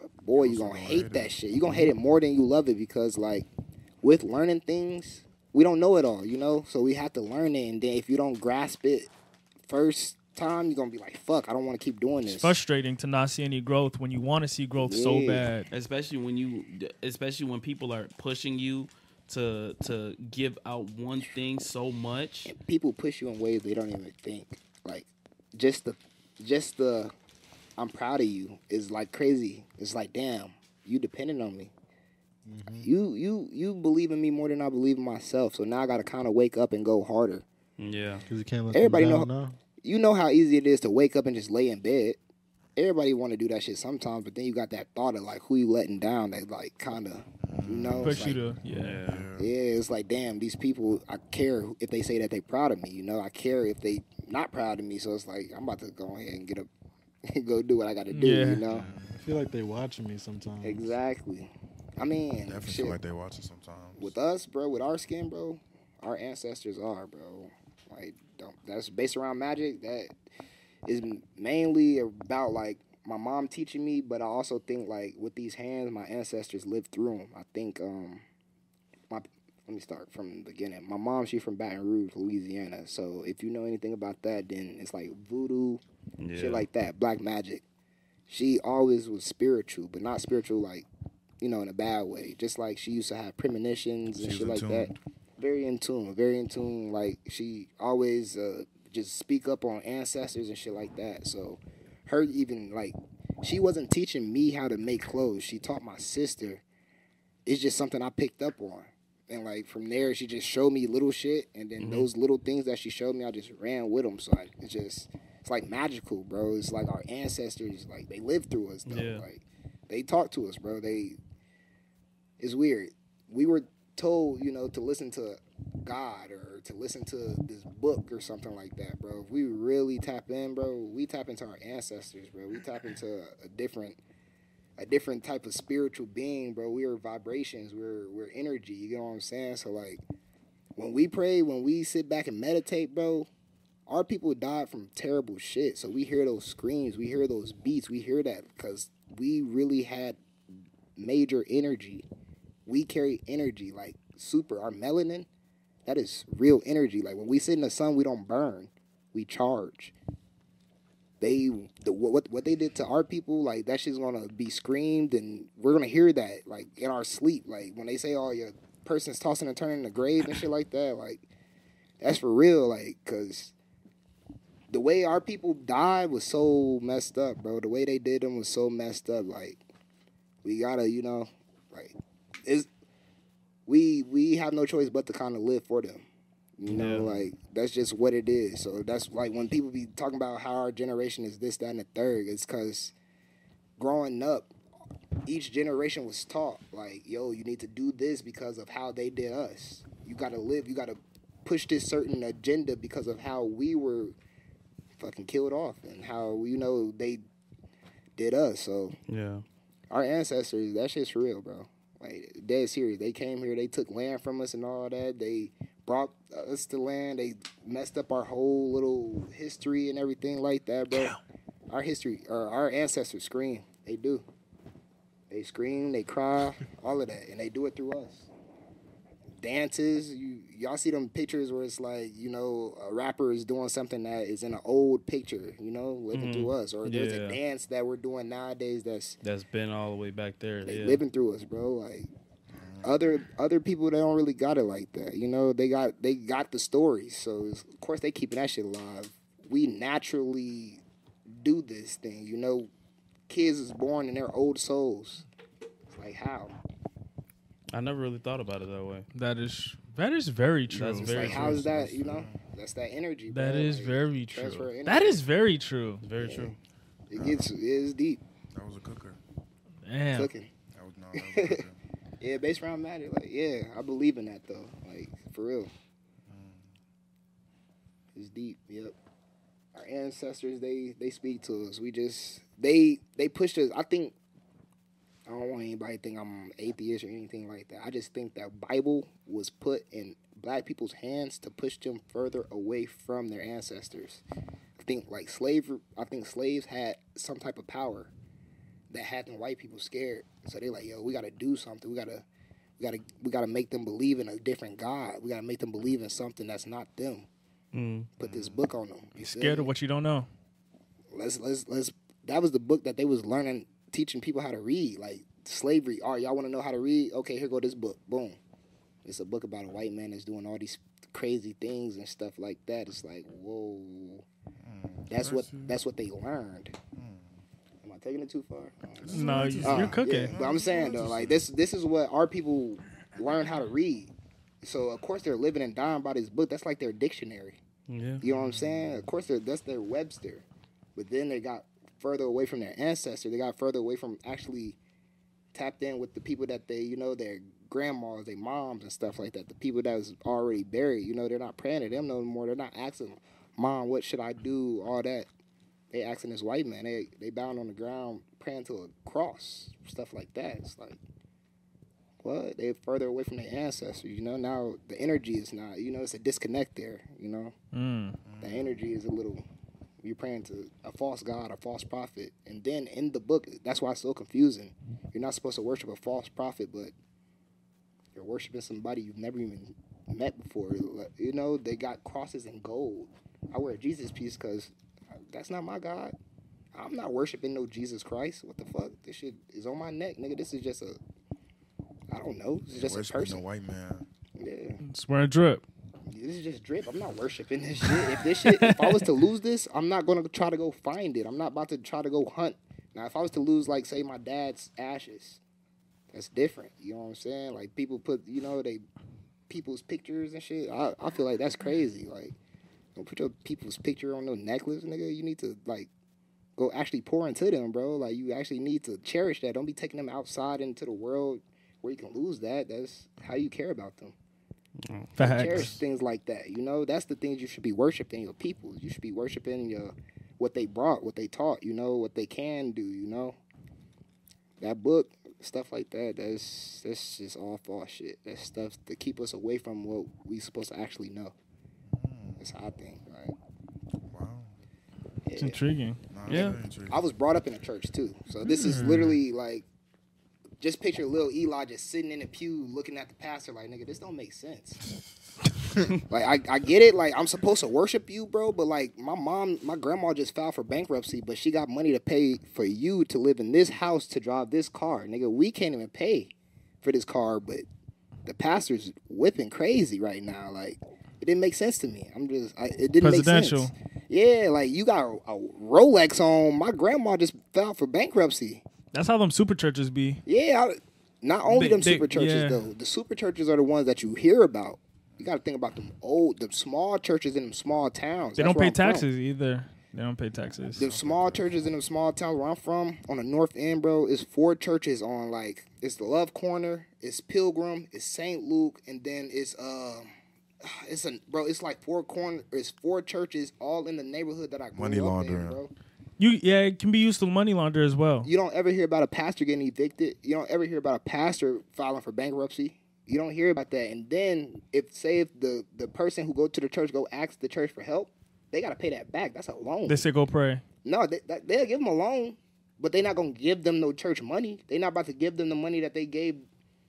D: but boy, you gonna hate that shit. You gonna hate it Mm-hmm. more than you love it because like with learning things, we don't know it all, you know. So we have to learn it, and then if you don't grasp it first time, you're gonna be like, "Fuck, I don't want to keep doing this."
A: it's frustrating to not see any growth when you want to see growth so
D: Yeah.
A: bad.
E: especially when you especially when people are pushing you to to give out one thing so much
D: People push you in ways they don't even think. Like just the, just the, I'm proud of you is like crazy. It's like damn, you dependent on me. You you you believe in me more than I believe in myself. So now I gotta kind of wake up and go harder.
E: yeah
B: Because you can't let
D: Everybody
B: them down
D: know-
B: now.
D: you know how easy it is to wake up and just lay in bed. Everybody want to do that shit sometimes, but then you got that thought of like who you letting down that like kind of, you know, it's
A: Push you
D: like-
A: to
E: yeah
D: yeah, it's like damn, these people. I care if they say that they proud of me, you know. I care if they not proud of me, so it's like I'm about to go ahead and get up, go do what I got to do,
A: Yeah.
D: you know.
B: I feel like they watching me sometimes.
D: Exactly. I mean,
C: Definitely
D: shit.
C: feel like they watching sometimes.
D: with us, bro, with our skin, bro, our ancestors are, bro. Like, don't, that's based around magic. That is mainly about like my mom teaching me, but I also think like with these hands, my ancestors lived through them. I think um, my let me start from the beginning. My mom, she's from Baton Rouge, Louisiana. So if you know anything about that, then it's like voodoo,
E: yeah
D: shit like that, black magic. She always was spiritual, but not spiritual like, you know, in a bad way. Just like she used to have premonitions and
C: She was
D: shit
C: in
D: like
C: tune.
D: that. Very in tune, very in tune. Like she always uh, just speak up on ancestors and shit like that. So her even like she wasn't teaching me how to make clothes. She taught my sister. It's just something I picked up on. And like from there, she just showed me little shit, and
C: Mm-hmm.
D: then those little things that she showed me, I just ran with them. So I, it's just it's like magical, bro. It's like our ancestors, like they lived through us, though.
E: Yeah.
D: Like they talked to us, bro. They it's weird. We were told, you know, to listen to God or to listen to this book or something like that, bro. If we really tap in, bro, we tap into our ancestors, bro. We tap into a different a different type of spiritual being, bro. We are vibrations, we're we're energy, you know what I'm saying? So like when we pray, when we sit back and meditate, bro, our people died from terrible shit. So we hear those screams, we hear those beats, we hear that because we really had major energy. We carry energy like super. Our melanin, that is real energy. Like when we sit in the sun, we don't burn, we charge. They the, what what- what they did to our people, like that shit's gonna be screamed, and we're gonna hear that like in our sleep. Like when they say, "Oh, your person's tossing and turning in the grave" and shit like that, like that's for real. Like because the way our people died was so messed up, bro. The way they did them was so messed up. Like we gotta, you know, like is we we have no choice but to kind of live for them. You know, like that's just what it is. So that's like when people be talking about how our generation is this, that, and the third. It's because growing up, each generation was taught like, yo, you need to do this because of how they did us. You gotta live. You gotta push this certain agenda because of how we were fucking killed off and how you know they did us. So
E: Yeah.
D: our ancestors, that shit's real, bro. Like dead serious. They came here, they took land from us and all that. They brought us to land. They messed up our whole little history and everything like that, bro. Our history or our ancestors scream. They do. They scream, they cry, all of that, and they do it through us. Dances, you y'all see them pictures where it's like you know a rapper is doing something that is in an old picture, you know, living through us, or there's
E: Yeah.
D: a dance that we're doing nowadays that's
E: That's been all the way back there.
D: they
E: yeah.
D: living through us, bro. Like
G: Mm-hmm.
D: other other people, they don't really got it like that. You know, they got they got the stories, so it's, of course they keeping that shit alive. We naturally do this thing, you know. Kids is born in their old souls. It's like how?
E: I never really thought about it that way.
G: That is that is very true. Mm-hmm.
E: That's
D: It's
E: very
D: like
E: true.
D: how's that? You know, that's that energy.
G: That
D: bro.
G: is
D: Like,
G: very
D: transfer
G: true.
D: energy.
G: That is very true.
E: It's very true.
D: It gets it is deep
C: That was a cooker.
G: Damn.
D: cooking.
C: That was no. That was a cooker.
D: Yeah, based around matter. Like yeah, I believe in that though. Like for real.
G: Mm.
D: It's deep. Yep. Our ancestors, they they speak to us. We just they they pushed us. I think I don't want anybody to think I'm atheist or anything like that. I just think that Bible was put in black people's hands to push them further away from their ancestors. I think like slavery. I think slaves had some type of power that had them white people scared. So they like, yo, we gotta do something. We gotta we gotta we gotta make them believe in a different God. We gotta make them believe in something that's not them. Put this book on them. You feel
A: Scared
D: me?
A: of what you don't know.
D: let's let's let's that was the book that they was learning teaching people how to read like slavery all right y'all want to know how to read okay here go this book boom it's a book about a white man that's doing all these crazy things and stuff like that it's like whoa
A: Mm,
D: that's what that's what they learned am i taking it too far
A: No, you-
D: Uh,
A: Mm. you're
D: yeah,
A: cooking.
D: but i'm saying though like this this is what our people learn how to read so of course they're living and dying by this book that's like their dictionary
E: Yeah.
D: you know what I'm saying? Of course, they're, that's their Webster. But then they got further away from their ancestor. They got further away from actually tapped in with the people that they, you know, their grandmas, their moms, and stuff like that. The people that was already buried. You know, they're not praying to them no more. They're not asking, "Mom, what should I do?" All that. They asking this white man. They they bound on the ground praying to a cross, stuff like that. It's like. What? They're further away from their ancestors, you know. Now the energy is not, you know, it's a disconnect there, you know
A: Mm.
D: the energy is a little you're praying to a false god a false prophet and then in the book that's why it's so confusing you're not supposed to worship a false prophet but you're worshiping somebody you've never even met before you know they got crosses and gold i wear a jesus piece because that's not my god i'm not worshiping no jesus christ what the fuck this shit is on my neck nigga this is just a i don't know this is just a
C: Worshiping the
D: person
C: white man.
D: yeah
A: It's wearing drip.
D: this is just drip. I'm not worshiping this shit. If this shit, if I was to lose this, I'm not gonna try to go find it. I'm not about to try to go hunt Now, if I was to lose, like, say, my dad's ashes, that's different. You know what I'm saying? Like, people put, you know, they people's pictures and shit. I, I feel like that's crazy. Like, don't put your people's picture on no necklace, nigga. You need to like go actually pour into them, bro. Like, you actually need to cherish that. Don't be taking them outside into the world where you can lose that. That's how you care about them cherish
A: Facts.
D: things like that. You know, that's the things you should be worshiping your people. You should be worshiping your what they brought, what they taught. You know, what they can do. You know, that book, stuff like that. That's that's just all false shit. That's stuff to keep us away from what we supposed to actually know. That's how I think. Right?
A: It's intriguing.
C: Nah,
E: Yeah.
C: that's very intriguing.
D: I was brought up in a church too, so this is literally like. Just picture little Eli just sitting in a pew looking at the pastor like, nigga, this don't make sense. Like I, I get it. Like I'm supposed to worship you, bro. But like my mom, my grandma just filed for bankruptcy, but she got money to pay for you to live in this house to drive this car, nigga. We can't even pay for this car, but the pastor's whipping crazy right now. Like it didn't make sense to me. I'm just, I, it didn't
A: Presidential.
D: make sense. Yeah, like you got a, a Rolex on. My grandma just filed for bankruptcy.
A: That's how them super churches be.
D: Yeah, I, not only
A: Big-
D: them
A: big-
D: super churches
A: yeah.
D: though. The super churches are the ones that you hear about. You got to think about them old, the small churches in them small towns.
A: They
D: That's
A: don't
D: where
A: pay
D: I'm from.
A: taxes either. They don't pay taxes.
D: The small churches in them small towns where I'm from, on the north end, bro, is four churches on like it's the Love Corner, it's Pilgrim, it's Saint Luke, and then it's um, it's a bro, it's like four corner, it's four churches all in the neighborhood that I grew
C: Money
D: up
C: laundering.
D: in, bro.
A: You yeah, it can be used to money launder as well.
D: You don't ever hear about a pastor getting evicted. You don't ever hear about a pastor filing for bankruptcy. You don't hear about that. And then if say if the the person who go to the church go ask the church for help, they gotta pay that back. That's a loan.
A: They say go pray.
D: No, they, that- they'll give them a loan, but they're not gonna give them no church money. They're not about to give them the money that they gave.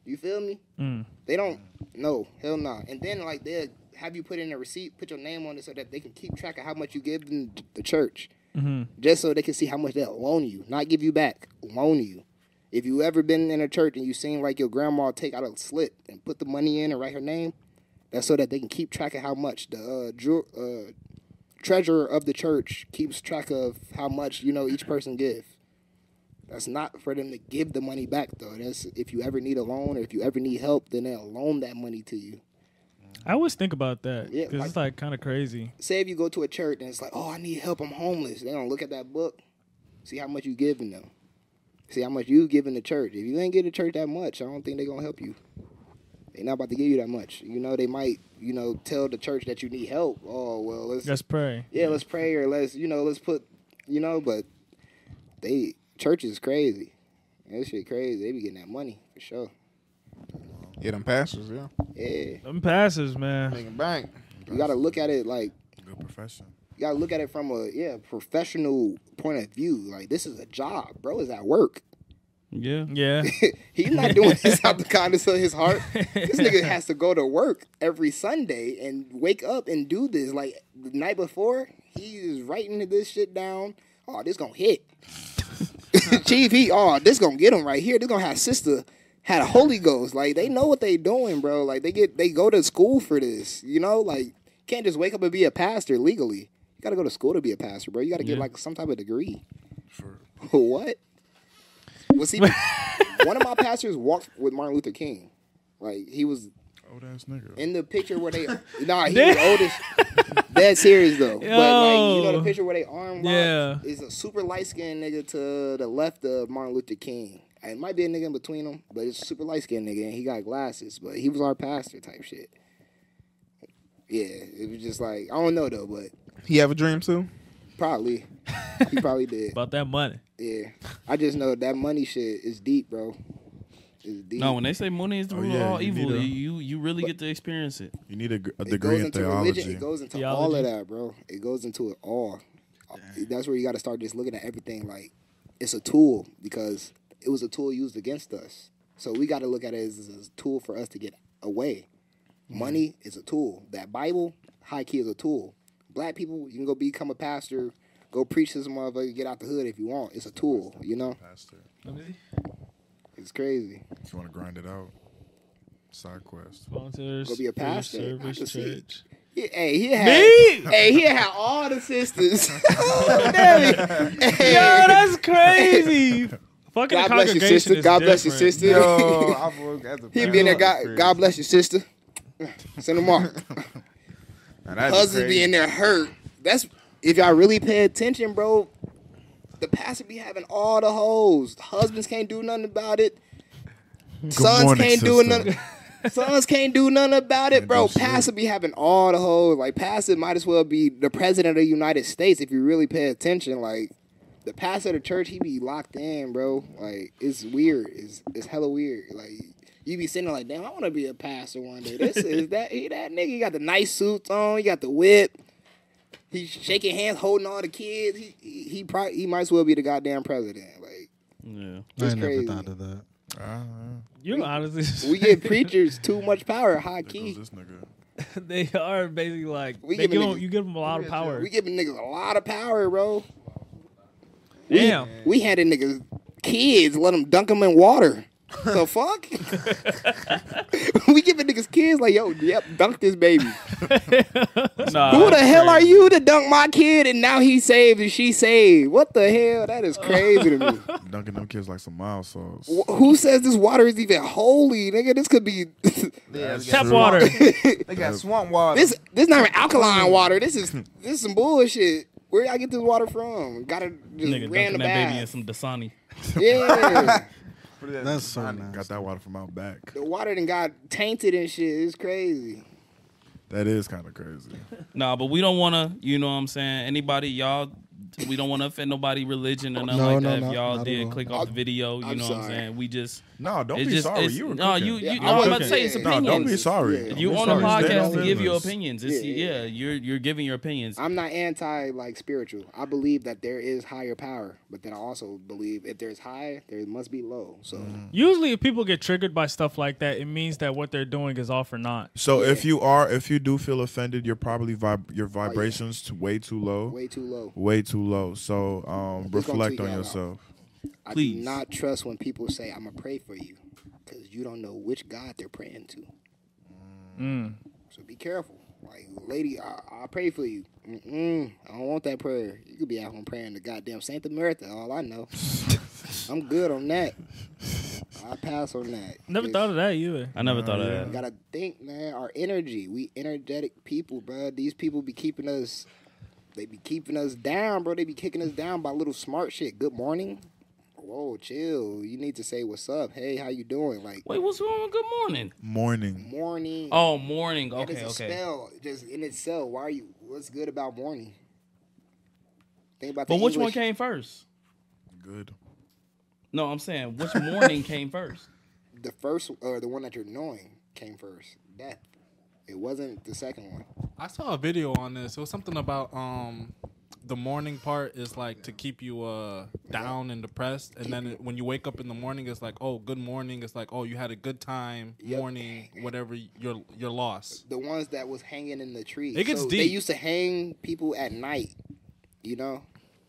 D: You feel me?
A: Mm.
D: They don't. No, hell no. And then like they'll have you put in a receipt, put your name on it, so that they can keep track of how much you give them t- the church,
A: Mhm.
D: just so they can see how much they'll loan you, not give you back, loan you. If you ever been in a church and you seen like your grandma take out a slip and put the money in and write her name, that's so that they can keep track of how much the uh, dru- uh, treasurer of the church keeps track of how much you know each person give. That's not for them to give the money back though. That's if you ever need a loan or if you ever need help, then they'll loan that money to you.
A: I always think about that
D: Yeah,
A: because it's like kind of crazy.
D: Say if you go to a church and it's like, oh, I need help, I'm homeless. They don't look at that book, see how much you giving them, see how much you giving the church. If you ain't give the church that much, I don't think they're gonna help you. They're not about to give you that much. You know, they might, you know, tell the church that you need help. Oh well, let's
A: Just pray.
D: yeah, let's pray or let's you know let's put you know but they church is crazy that shit crazy they be getting that money for sure
F: Yeah, them pastors, yeah.
D: yeah
A: Them passes, man.
F: Making bank.
D: you gotta look at it like
C: Good profession.
D: you gotta look at it from a yeah professional point of view like this is a job bro is at work
E: Yeah.
A: Yeah,
D: he's not doing this out the kindness of his heart this nigga has to go to work every sunday and wake up and do this like the night before he is writing this shit down oh this gonna hit Chief, he oh, this gonna get him right here. This gonna have sister had a Holy Ghost. Like they know what they doing, bro. Like they get they go to school for this. You know, like you can't just wake up and be a pastor legally. You gotta go to school to be a pastor, bro. You gotta get like some type of degree. what? Well, see, one of my pastors walked with Martin Luther King. Like he was
C: Old ass nigga.
D: in the picture where they nah he was oldest. That's serious though. But like you know
A: Yo.
D: the picture where they arm
A: Yeah.
D: lock is a super light skinned nigga to the left of Martin Luther King. It might be a nigga in between them, but it's a super light skinned nigga and he got glasses. But he was our pastor type shit. Yeah, it was just like I don't know though, but
F: He have a dream too?
D: probably he probably did.
A: about that money.
D: Yeah, I just know that money shit is deep, bro. It's deep.
E: No, when they say money is the
C: Oh,
E: root
C: yeah,
E: of all
C: you need
E: evil,
C: a-
E: you you really get to experience it.
C: You need a, gr- a
D: It
C: degree
D: goes
C: in
D: into
C: theology.
D: Religion, it goes into all of
A: Theology.
D: that, bro. It goes into it all. That's where you got to start just looking at everything like it's a tool because it was a tool used against us. So we got to look at it as, as a tool for us to get away. Money is a tool. That Bible, high key, is a tool. Black people, you can go become a pastor, go preach to some motherfucker, get out the hood if you want. It's a tool, you know?
C: Pastor.
D: It's crazy.
C: If you want to grind it out, side quest.
A: Volunteers.
D: Go be a
A: free
D: pastor. I can
A: Service
D: see it.
A: church.
D: Yeah, hey, he had,
A: Me?
D: hey, he had all the sisters. Damn it. Hey.
A: Yo, that's crazy. Fucking
D: God bless
A: congregation
D: your sister.
A: is
D: God bless your
A: different.
D: sister.
F: Yo, I broke at the
D: he be in there. God, God bless your sister. Send them off. Husband be in there hurt. That's if y'all really pay attention, bro. The pastor be having all the hoes. Husbands can't do nothing about it. Sons
C: morning,
D: can't do
C: sister.
D: nothing. Sons can't do nothing about it, bro.
C: do shit.
D: Pastor be having all the hoes. Like pastor might as well be the president of the United States if you really pay attention. Like the pastor of the church, he be locked in, bro. Like it's weird. It's it's hella weird. Like you be sitting there like, damn, I want to be a pastor one day. This is that he that nigga. He got the nice suits on. He got the whip. He's shaking hands, holding all the kids. He he, he probably he might as well be the goddamn president. Like
E: Yeah.
B: I
D: It's
B: ain't
D: crazy.
B: never thought of that.
C: Uh-huh.
A: You honestly,
D: we give preachers too much power, high key.
C: This nigga.
A: they are basically like
D: We
A: they
D: give
A: give
D: a
A: them,
D: nigga-
A: you give them a lot of power.
D: We giving niggas a lot of power, bro.
A: Damn,
D: We handed niggas kids, let them dunk them in water. The fuck? we giving niggas kids like, yo, yep, dunk this baby.
E: Nah,
D: Who the hell are you to dunk my kid and now he saved and she saved? What the hell? That is crazy to me.
C: Dunking them kids like some mild sauce.
D: Wh- Who says this water is even holy, nigga? This could be
F: Yeah, they
A: tap
F: got-
A: water.
F: They got swamp water.
D: this this not even alkaline water. This is this is some bullshit. Where y'all get this water from? Gotta just
E: Nigga
D: ran
E: dunking
D: the
E: that baby in
D: bath.
E: some Dasani.
D: Yeah.
B: That's so nice.
C: Got that water from out back.
D: the water done got tainted and shit. It's crazy.
C: That is kind of crazy.
E: Nah, but we don't want to, you know what I'm saying? Anybody, y'all, we don't want to offend nobody religion or nothing
B: No,
E: like
B: no,
E: that.
B: no,
E: if y'all
B: not at
E: did
B: all.
E: click off the video, you
D: I'm
E: know what I'm
D: sorry.
E: saying? We just.
C: No, don't
E: it's
C: be
E: just,
C: sorry.
E: it's-
C: You were
E: no,
C: cooking.
E: you, you,
D: Yeah, I
E: I'm about to
D: wasn't-
E: say it's
D: yeah, yeah.
E: opinions.
C: no, don't be sorry.
D: Yeah.
C: Don't
E: You
C: be
E: on the
C: sorry. Stay
E: podcast
C: on
E: to give your
C: business.
E: opinions. It's,
D: Yeah,
E: yeah,
D: yeah,
E: you're you're giving your opinions.
D: I'm not anti like spiritual. I believe that there is higher power, but then I also believe if there's high, there must be low. So
A: Usually, if people get triggered by stuff like that, it means that what they're doing is off or not.
C: So if you are, if you do feel offended, you're probably vib- your vibrations too way too low, way,
D: Oh, way too low.
C: too low.
D: It's
C: So um,
D: gonna
C: reflect
D: tweak
C: on
D: y'all out.
C: yourself.
D: I do
E: Please.
D: not trust when people say I'm gonna pray for you, because you don't know which God they're praying to. So be careful. Like, lady, I, I pray for you. Mm-mm, I don't want that prayer. You could be out home praying to goddamn Santa Martha. All I know, I'm good on that. I pass on that.
A: Never
D: Just-
A: thought of that either.
E: I never thought of that.
D: Gotta think, man. Our energy. We energetic people, bro. These people be keeping us. They be keeping us down, bro. They be kicking us down by little smart shit. Good morning. Whoa, chill. You need to say what's up. Hey, how you doing? Like
E: Wait, what's wrong with good morning?
C: Morning.
D: morning.
E: Oh, morning.
D: that is
E: Okay,
D: a
E: okay.
D: spell just in itself. Why are you? What's good about morning? Think about.
E: But
D: the
E: which one
D: English-
E: came first?
C: Good.
E: No, I'm saying which morning came first?
D: The first or the one that you're knowing came first. Death. It wasn't the second one.
G: I saw a video on this. It was something about um the morning part is like to keep you uh down and depressed, and then it, when you wake up in the morning, it's like oh good morning. It's like oh you had a good time morning, whatever your your loss.
D: the ones that was hanging in the tree.
A: It gets
D: so They
A: deep.
D: used to hang people at night. You know,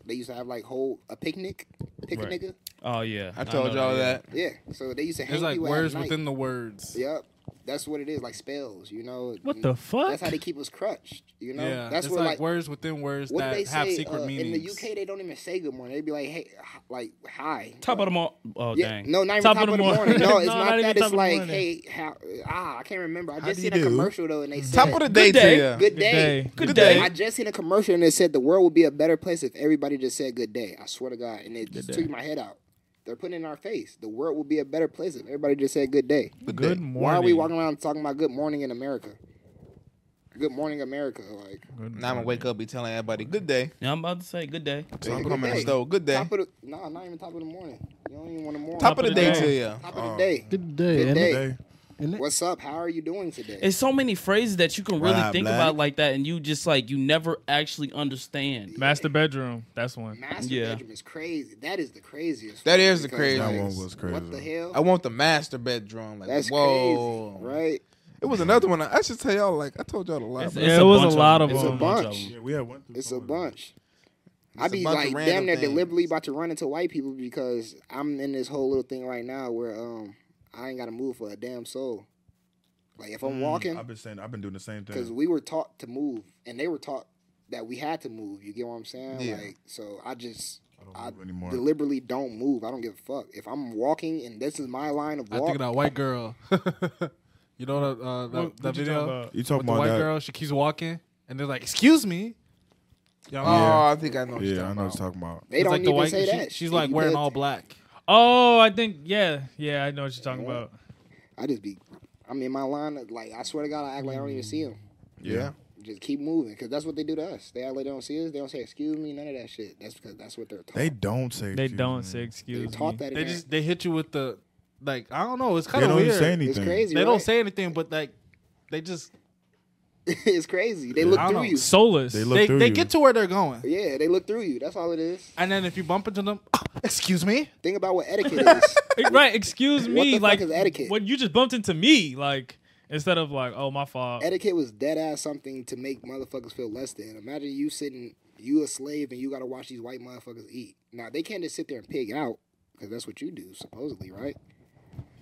D: they used to have like whole a picnic, pick a nigga.
E: Oh yeah,
F: I told y'all that.
D: Yeah, so they used to hang
G: It's like
D: people
G: words
D: at night.
G: within the words.
D: Yep, that's what it is, like spells. You know,
A: What the fuck?
D: That's how they keep us crutched. You know,
G: yeah,
D: that's
G: it's
D: what
G: like,
D: like.
G: words within words
D: what do
G: that
D: they
G: have
D: say
G: secret
D: uh, in
G: meanings.
D: the UK? They don't even say good morning. They be like, hey, h- like hi.
E: Top of the mo- Oh
D: yeah,
E: dang.
D: no, not even
A: Top
D: top,
A: of
D: of
A: the
D: the
A: morning.
D: morning. No, it's
A: No,
D: not,
A: not even
D: that.
A: top of
D: It's
A: the
D: like,
A: morning.
D: hey, how, ah, I can't remember. I just
C: do
D: seen
C: you
D: a
C: do?
D: commercial though, and
G: Mm-hmm.
D: they said,
F: Top of the day,
E: Good day.
F: to ya.
D: Good
A: Good day.
D: day.
E: Good
D: I
E: day.
D: just seen a commercial and it said the world would be a better place if everybody just said good day. I swear to God. And it just took my head out. They're putting it in our face. The world would be a better place if everybody just said good day.
A: Good morning.
D: Why are we walking around talking about good morning in America? Good morning, America. Like
F: Now I'm gonna wake up, be telling everybody good day.
E: Yeah, I'm about to say good day.
F: So I'm
D: Good
F: coming to
D: day.
F: the store. Good day.
D: top of the nah, not even top of the morning. You don't even want to morning.
F: Top of the day Uh,
A: day.
F: to you.
D: Top of the day.
B: Good day.
D: Good
B: ain't
D: day.
B: it?
C: Hey,
B: Ain't it?
D: What's up? How are you doing today?
E: It's so many phrases that you can really
C: Blah,
E: think
C: blah.
E: about like that, and you just like you never actually understand.
A: Master bedroom. That's one.
D: Master
E: Yeah.
D: bedroom is crazy. That is the craziest.
F: That
D: one
F: is the
D: because,
F: craziest.
D: like,
C: that one was crazy.
D: What the hell?
F: I want the master bedroom. Like,
D: That's
F: whoa,
D: crazy, right?
F: It was another one. I, I should tell y'all. Like I told y'all a lot.
E: It's-
F: bro.
E: it's
A: Yeah, it was a
E: bunch
A: lot of
E: It's
A: them.
D: Bunch.
E: them.
C: Yeah, we had one. through
D: It's a
C: some of
D: bunch. I
F: It's a
D: be
F: bunch of
D: like
F: random
D: damn near
F: things.
D: deliberately about to run into white people because I'm in this whole little thing right now where um I ain't got to move for a damn soul. Like if I'm
C: them.
D: walking,
C: Mm, I've been saying. I've been doing the same
D: because
C: thing.
D: we were taught to move and they were taught that we had to move. You get what I'm saying?
F: Yeah.
D: Like so, I just
C: don't
D: I
C: move anymore.
D: deliberately don't move. I don't give a fuck. If I'm walking and this is my line of
G: I think
D: walk,
G: of that white girl. you know that uh, that,
A: What-
G: that
A: what you talking
G: video.
A: about?
C: you
G: With
C: talking
G: the
C: about
G: white
C: that?
G: girl, she keeps walking, and they're like, "Excuse me." Yeah,
F: Oh, I think I know. What
C: Yeah, I know
F: About.
C: what you're talking about.
D: they don't
G: like
D: even say
G: she-
D: that.
G: she's
D: If
G: like
D: you
G: wearing
D: did-
G: all black.
A: Oh, I think yeah, yeah. I know what you're talking about.
D: I just be, I'm in my line. of- Like I swear to God, I act like I don't even see them.
C: Yeah.
D: Just keep moving, cause that's what they do to us. They act like they don't see us. They don't say excuse me, none of that shit. That's because that's what they're taught.
C: They don't say.
A: They
C: excuse
A: don't
C: me.
A: say
D: They're
A: excuse
D: taught
A: me.
D: that. in
G: They
D: there.
G: just they hit you with the like I don't know. It's
C: They
G: kind of
C: don't
G: weird.
C: even say anything.
D: it's crazy.
G: They don't
D: right?
G: say anything, but like they just
D: it's crazy. They look
G: I don't
D: through
G: know.
D: you.
A: Soulless.
C: They look
G: they,
C: through
G: they
C: you.
G: get to where they're going,
D: Yeah, they look through you. That's all it is.
G: and then if you bump into them, excuse me.
D: Think about what etiquette is.
A: right? Excuse
D: What
A: me.
D: the fuck
A: like
D: is etiquette?
A: What you just bumped into me? Like instead of like, oh my fault.
D: etiquette was dead ass something to make motherfuckers feel less than. Imagine you sitting, you a slave, and you gotta watch these white motherfuckers eat. Now they can't just sit there and pig out because that's what you do supposedly, right?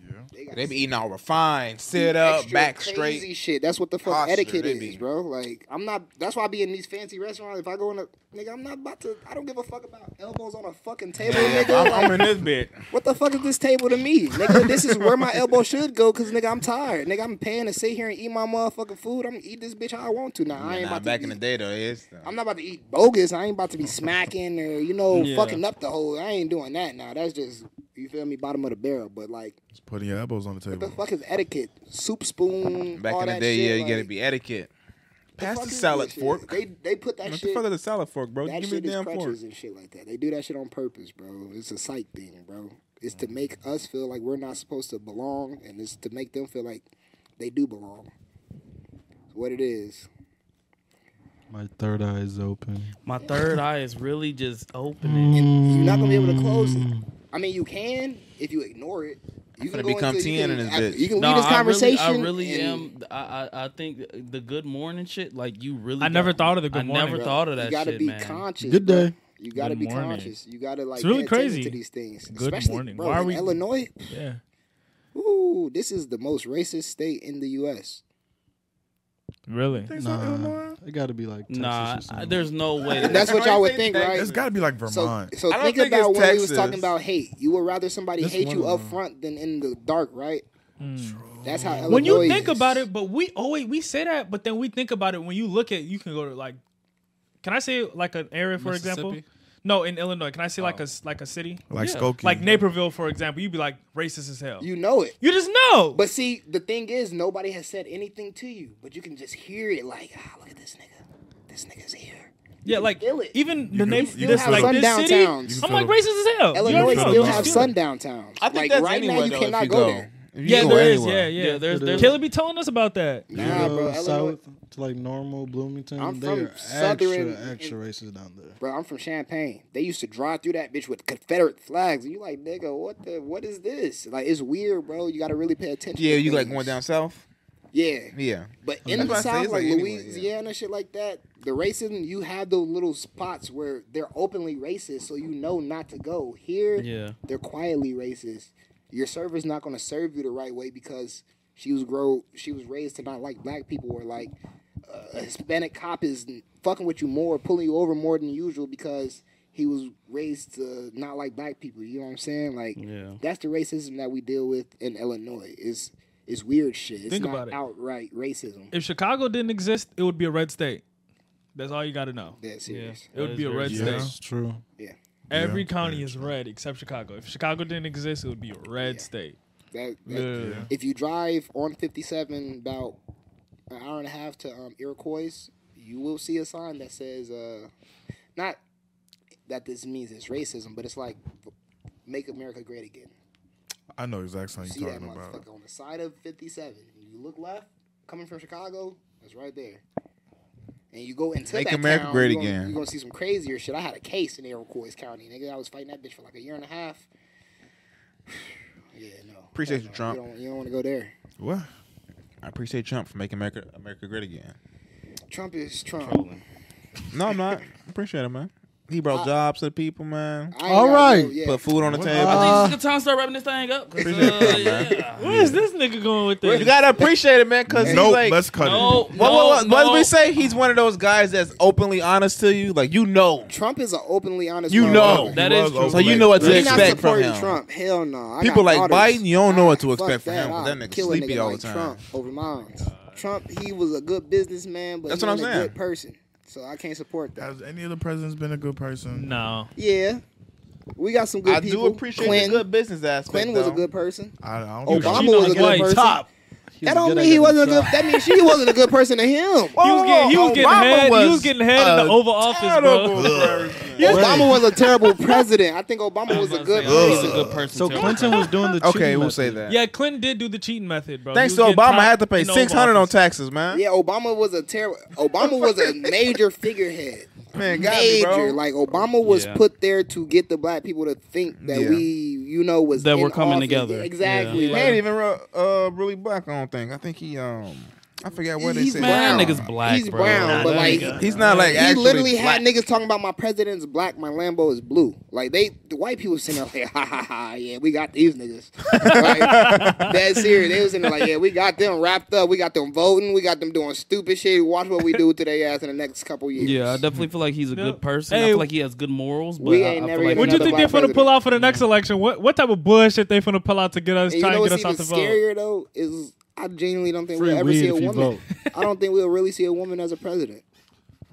C: Yeah.
D: They got
F: They be eating all refined, sit up,
D: extra
F: back
D: crazy
F: straight.
D: shit. That's what the fuck
F: posture
D: etiquette
F: they
D: is,
F: be-
D: bro. Like I'm not. That's why I be in these fancy restaurants. If I go in a nigga, I'm not about to. I don't give a fuck about elbows on a fucking table, nigga.
F: I'm,
D: Like,
F: I'm in this bit.
D: what the fuck is this table to me, nigga? This is where my elbow should go, cause nigga, I'm tired, nigga. I'm paying to sit here and eat my motherfucking food. I'm gonna eat this bitch how I want to. Now I ain't
F: Nah,
D: about
F: back
D: to.
F: in
D: eat-
F: the day though, it's uh,
D: I'm not about to eat bogus. I ain't about to be smacking or you know fucking up the whole. I ain't doing that now. That's just you feel me, bottom of the barrel. But like,
C: Just putting your elbows on the
D: what the
C: table.
D: fuck is etiquette? Soup spoon.
F: back
D: all
F: in the
D: that
F: day.
D: shit,
F: Yeah, you
D: like,
F: gotta be etiquette.
D: the
F: Pass
D: fuck
F: the
D: is
F: salad
D: this shit?
F: fork.
D: They they put that
F: What the
D: shit.
F: fuck is the salad fork, bro?
D: that
F: Give me a
D: shit is
F: damn fork.
D: crutches and shit like that. They do that shit on purpose, bro. It's a sight thing, bro. It's to make us feel like we're not supposed to belong, and it's to make them feel like they do belong. It's what it is.
B: My third eye is open.
E: My third eye is really just opening.
D: and you're not gonna be able to close it. I mean, you can if you ignore it. You can
F: finna
D: go
F: become
D: into, you
F: TN
D: can,
F: in this
D: I-
F: bitch.
D: You can
E: No,
D: leave this conversation.
E: I really, I really
D: and
E: am. I, I I think the good morning shit. Like you really.
A: I never
E: got-
A: thought of the good
E: I
A: morning.
E: never
D: Bro,
E: thought of that
D: You gotta
E: shit,
D: be
E: man.
D: conscious.
B: Good
D: bro.
B: day.
D: You gotta
A: Good
D: be
A: morning.
D: conscious. You gotta like.
A: It's really
D: pay attention
A: crazy.
D: to these things.
A: Good
D: Especially,
A: morning.
D: Bro,
A: Why are
D: in
A: we-
D: Illinois?
A: Yeah.
D: Ooh, this is the most racist state in the U.S.
A: Really?
B: Nah, it got to be like Texas
E: Nah,
B: or
E: I,
B: something.
E: there's no way.
D: And that's what y'all would think, right?
C: It's got to be like
D: So,
C: Vermont.
D: so
F: I don't
D: think,
F: think
D: about
F: it's
D: when we was talking
F: Texas.
D: about hate. You would rather somebody
G: That's
D: hate
G: one
D: you
G: of
D: up
G: them.
D: front than in the dark, right? That's how Illinois
A: Mm. When you think
D: is.
A: about it, but we always we say that, but then we think about it when you look at you can go to like, can I say like an area for example?
G: Mississippi?
A: No, in Illinois, can I say like a s- like a city?
C: like Skokie.
A: Like Naperville, for example, you'd be like racist as hell. You,
D: you know it.
A: just know.
D: But see, the thing is, nobody has said anything to you, but you can just hear it. Like, ah, look at this nigga. This nigga's here.
A: yeah, like
D: feel it.
A: even the name
C: you
A: this
C: can
A: like
C: feel
A: this
D: it. Sundown
A: city,
D: towns. You
A: I'm
C: can
A: like
C: feel
A: racist as
F: Oh,
A: hell. You
D: Illinois
A: already
C: feel
A: know,
D: still
A: you
C: it.
D: have
A: just feel it.
D: sundown towns.
F: I think
D: like
F: that's
D: right now,
F: anywhere
D: you
F: though, if
D: cannot
F: you
D: go,
F: go.
D: there.
F: If you
A: Yeah,
F: go
A: there is.
F: anywhere.
A: Yeah, yeah.
G: Yeah,
A: There's,
B: it
A: there's
B: is.
A: Killer be telling us about that.
B: You
D: Nah,
B: go
D: bro, Illinois.
B: south to like normal Bloomington.
D: I'm
B: they
D: from
B: are
D: southern-
B: extra, extra racist down there.
D: Bro, I'm from Champaign. They used to drive through that bitch with Confederate flags. And you like, nigga, what the what is this? Like it's weird, bro. You gotta really pay attention.
F: Yeah,
D: to
F: you like
D: things.
F: going down south?
D: Yeah.
F: Yeah.
D: But in
F: why I
D: the
F: say
D: South,
F: it's
D: like,
F: like anywhere, yeah.
D: Louisiana, shit like that, the racism, you have those little spots where they're openly racist, so you know not to go. Here,
E: Yeah.
D: they're quietly racist. Your server's not gonna serve you the right way because she was grow she was raised to not like black people or like uh, a Hispanic cop is fucking with you more, pulling you over more than usual because he was raised to not like black people. You know what I'm saying? Like
E: Yeah.
D: that's the racism that we deal with in Illinois. Is is weird shit. It's
A: Think
D: not
A: about it.
D: outright racism.
A: If Chicago didn't exist, it would be a red state. That's all you got to know.
D: That serious.
A: It would
E: is
A: be a
E: very
A: red
E: true.
A: state.
B: It's true.
A: Every county is red except Chicago. If Chicago didn't exist, it would be a red
D: Yeah.
A: state.
D: That, that-
A: Yeah.
D: If you drive on 57 about an hour and a half to um, Iroquois, you will see a sign that says, uh, not that this means it's racism, but it's like, make America great again.
C: I know exactly what
D: See
C: you're
D: that
C: talking
D: motherfucker
C: about.
D: on the side of 57. You look left, coming from Chicago, that's right there. And you go into
F: Make
D: that
F: America
D: town,
F: great
D: you're gonna,
F: again.
D: You're gonna see some crazier shit. I had a case in Iroquois County, nigga. I was fighting that bitch for like a year and a half. yeah, no.
F: Appreciate
D: Hell
F: you,
D: no.
F: Trump.
D: You don't, you don't want to go there.
C: What?
F: I appreciate Trump for making America America great again.
D: Trump is Trump.
F: No, I'm not. I appreciate it, man. He
D: Uh,
F: brought jobs to the people, man.
D: I ain't
B: All
D: gotta
B: right.
D: go yet.
F: Put food on the table.
E: I think it's a good time to start wrapping this thing up. 'cause, uh, yeah.
A: Where is this nigga going with
F: you
A: this?
F: gotta appreciate it, man, because he's
C: Nope,
F: like,
C: let's cut
E: No,
C: it.
E: no,
F: what, what, what, what
E: no.
F: did we say? He's one of those guys that's openly honest to you. Like you know,
D: Trump is an openly honest.
F: You know.
D: motherfucker.
E: That
C: He
E: is
C: was
E: true.
F: so you know what
D: We
F: to
D: not
F: expect from
D: supporting
F: him.
D: Trump. Hell no. I
F: People
D: got
F: like
D: daughters.
F: Biden, you don't know what to
D: Nah,
F: expect
D: fuck
F: from him, 'cause that
D: I'll
F: nigga
D: kill a
F: sleepy
D: nigga
F: all the
D: like
F: time.
D: Trump over mine. Trump, he was a good businessman, but
F: That's
D: he
F: what I'm
D: ain't a
F: saying.
D: good person. So I can't support that.
C: Has any of the presidents been a good person?
A: No.
D: Yeah, we got some good
F: I
D: people.
F: do appreciate
D: Clinton.
F: the good business aspect.
D: Clinton was a
F: though.
D: good person.
C: I, I don't
D: Obama
C: think
A: know
D: was a
A: he's
D: good
A: white
D: person.
A: top.
D: That don't mean he wasn't a good. That means she wasn't a good person to him.
A: He was getting, he was getting
F: Oh, Obama
A: head. he was
F: was
A: getting head in
F: a
A: the Oval Office, bro.
D: Obama was a terrible president. I think Obama was a good
E: Ugh. He's a
D: person.
E: good person.
B: So
E: too.
B: Clinton was doing the
F: okay,
B: cheating
F: we'll
B: method.
F: say that.
A: Yeah, Clinton did do the cheating method, bro.
F: Thanks
A: He
F: to
A: was getting
F: Obama,
A: top
F: I had to pay
A: in the
F: six hundred
A: Oval
F: on
A: Office.
F: taxes, man.
D: Yeah, Obama was a terrible. Obama was a major figurehead.
F: Man, got me,
D: Major,
F: bro.
D: like Obama was
E: Yeah.
D: put there to get the black people to think that
F: Yeah.
D: we, you know, was
E: That
D: in
E: we're coming
D: office.
E: together.
D: Exactly.
E: Yeah.
F: He ain't even re- uh, really black. I don't think. I think he um, I forgot what
D: He's
F: they said.
E: Man,
D: brown.
E: that nigga's black,
D: He's
E: bro.
D: brown,
E: Nah,
D: but
E: that
D: like
E: nigga-
F: He's not like
D: he
F: actually
D: literally
F: black.
D: had niggas talking about my president's black, my Lambo is blue. Like they, the white people sitting there like, ha ha ha, yeah, we got these niggas. like, that serious. They was in there like, yeah, we got them wrapped up. We got them voting. We got them doing stupid shit. Watch what we do to their ass in the next couple years.
E: Yeah, I definitely feel like he's a
A: Yeah.
E: good person. I
A: Hey,
E: feel like he has good morals. But
D: we
E: I,
D: ain't
E: I
D: never
E: feel like
D: gonna
A: What
E: he's
A: you
D: Another
A: think they're
D: black
A: finna pull
D: president.
A: out for the next election? What what type of bullshit they finna pull out to get us
D: And you
A: trying
D: know
A: to
D: what's
A: get us
D: even
A: out the vote?
D: scarier though is I genuinely don't think
B: Free
D: we'll ever
B: weed
D: see a
B: if you
D: woman.
B: vote.
D: I don't think we'll really see a woman as a president.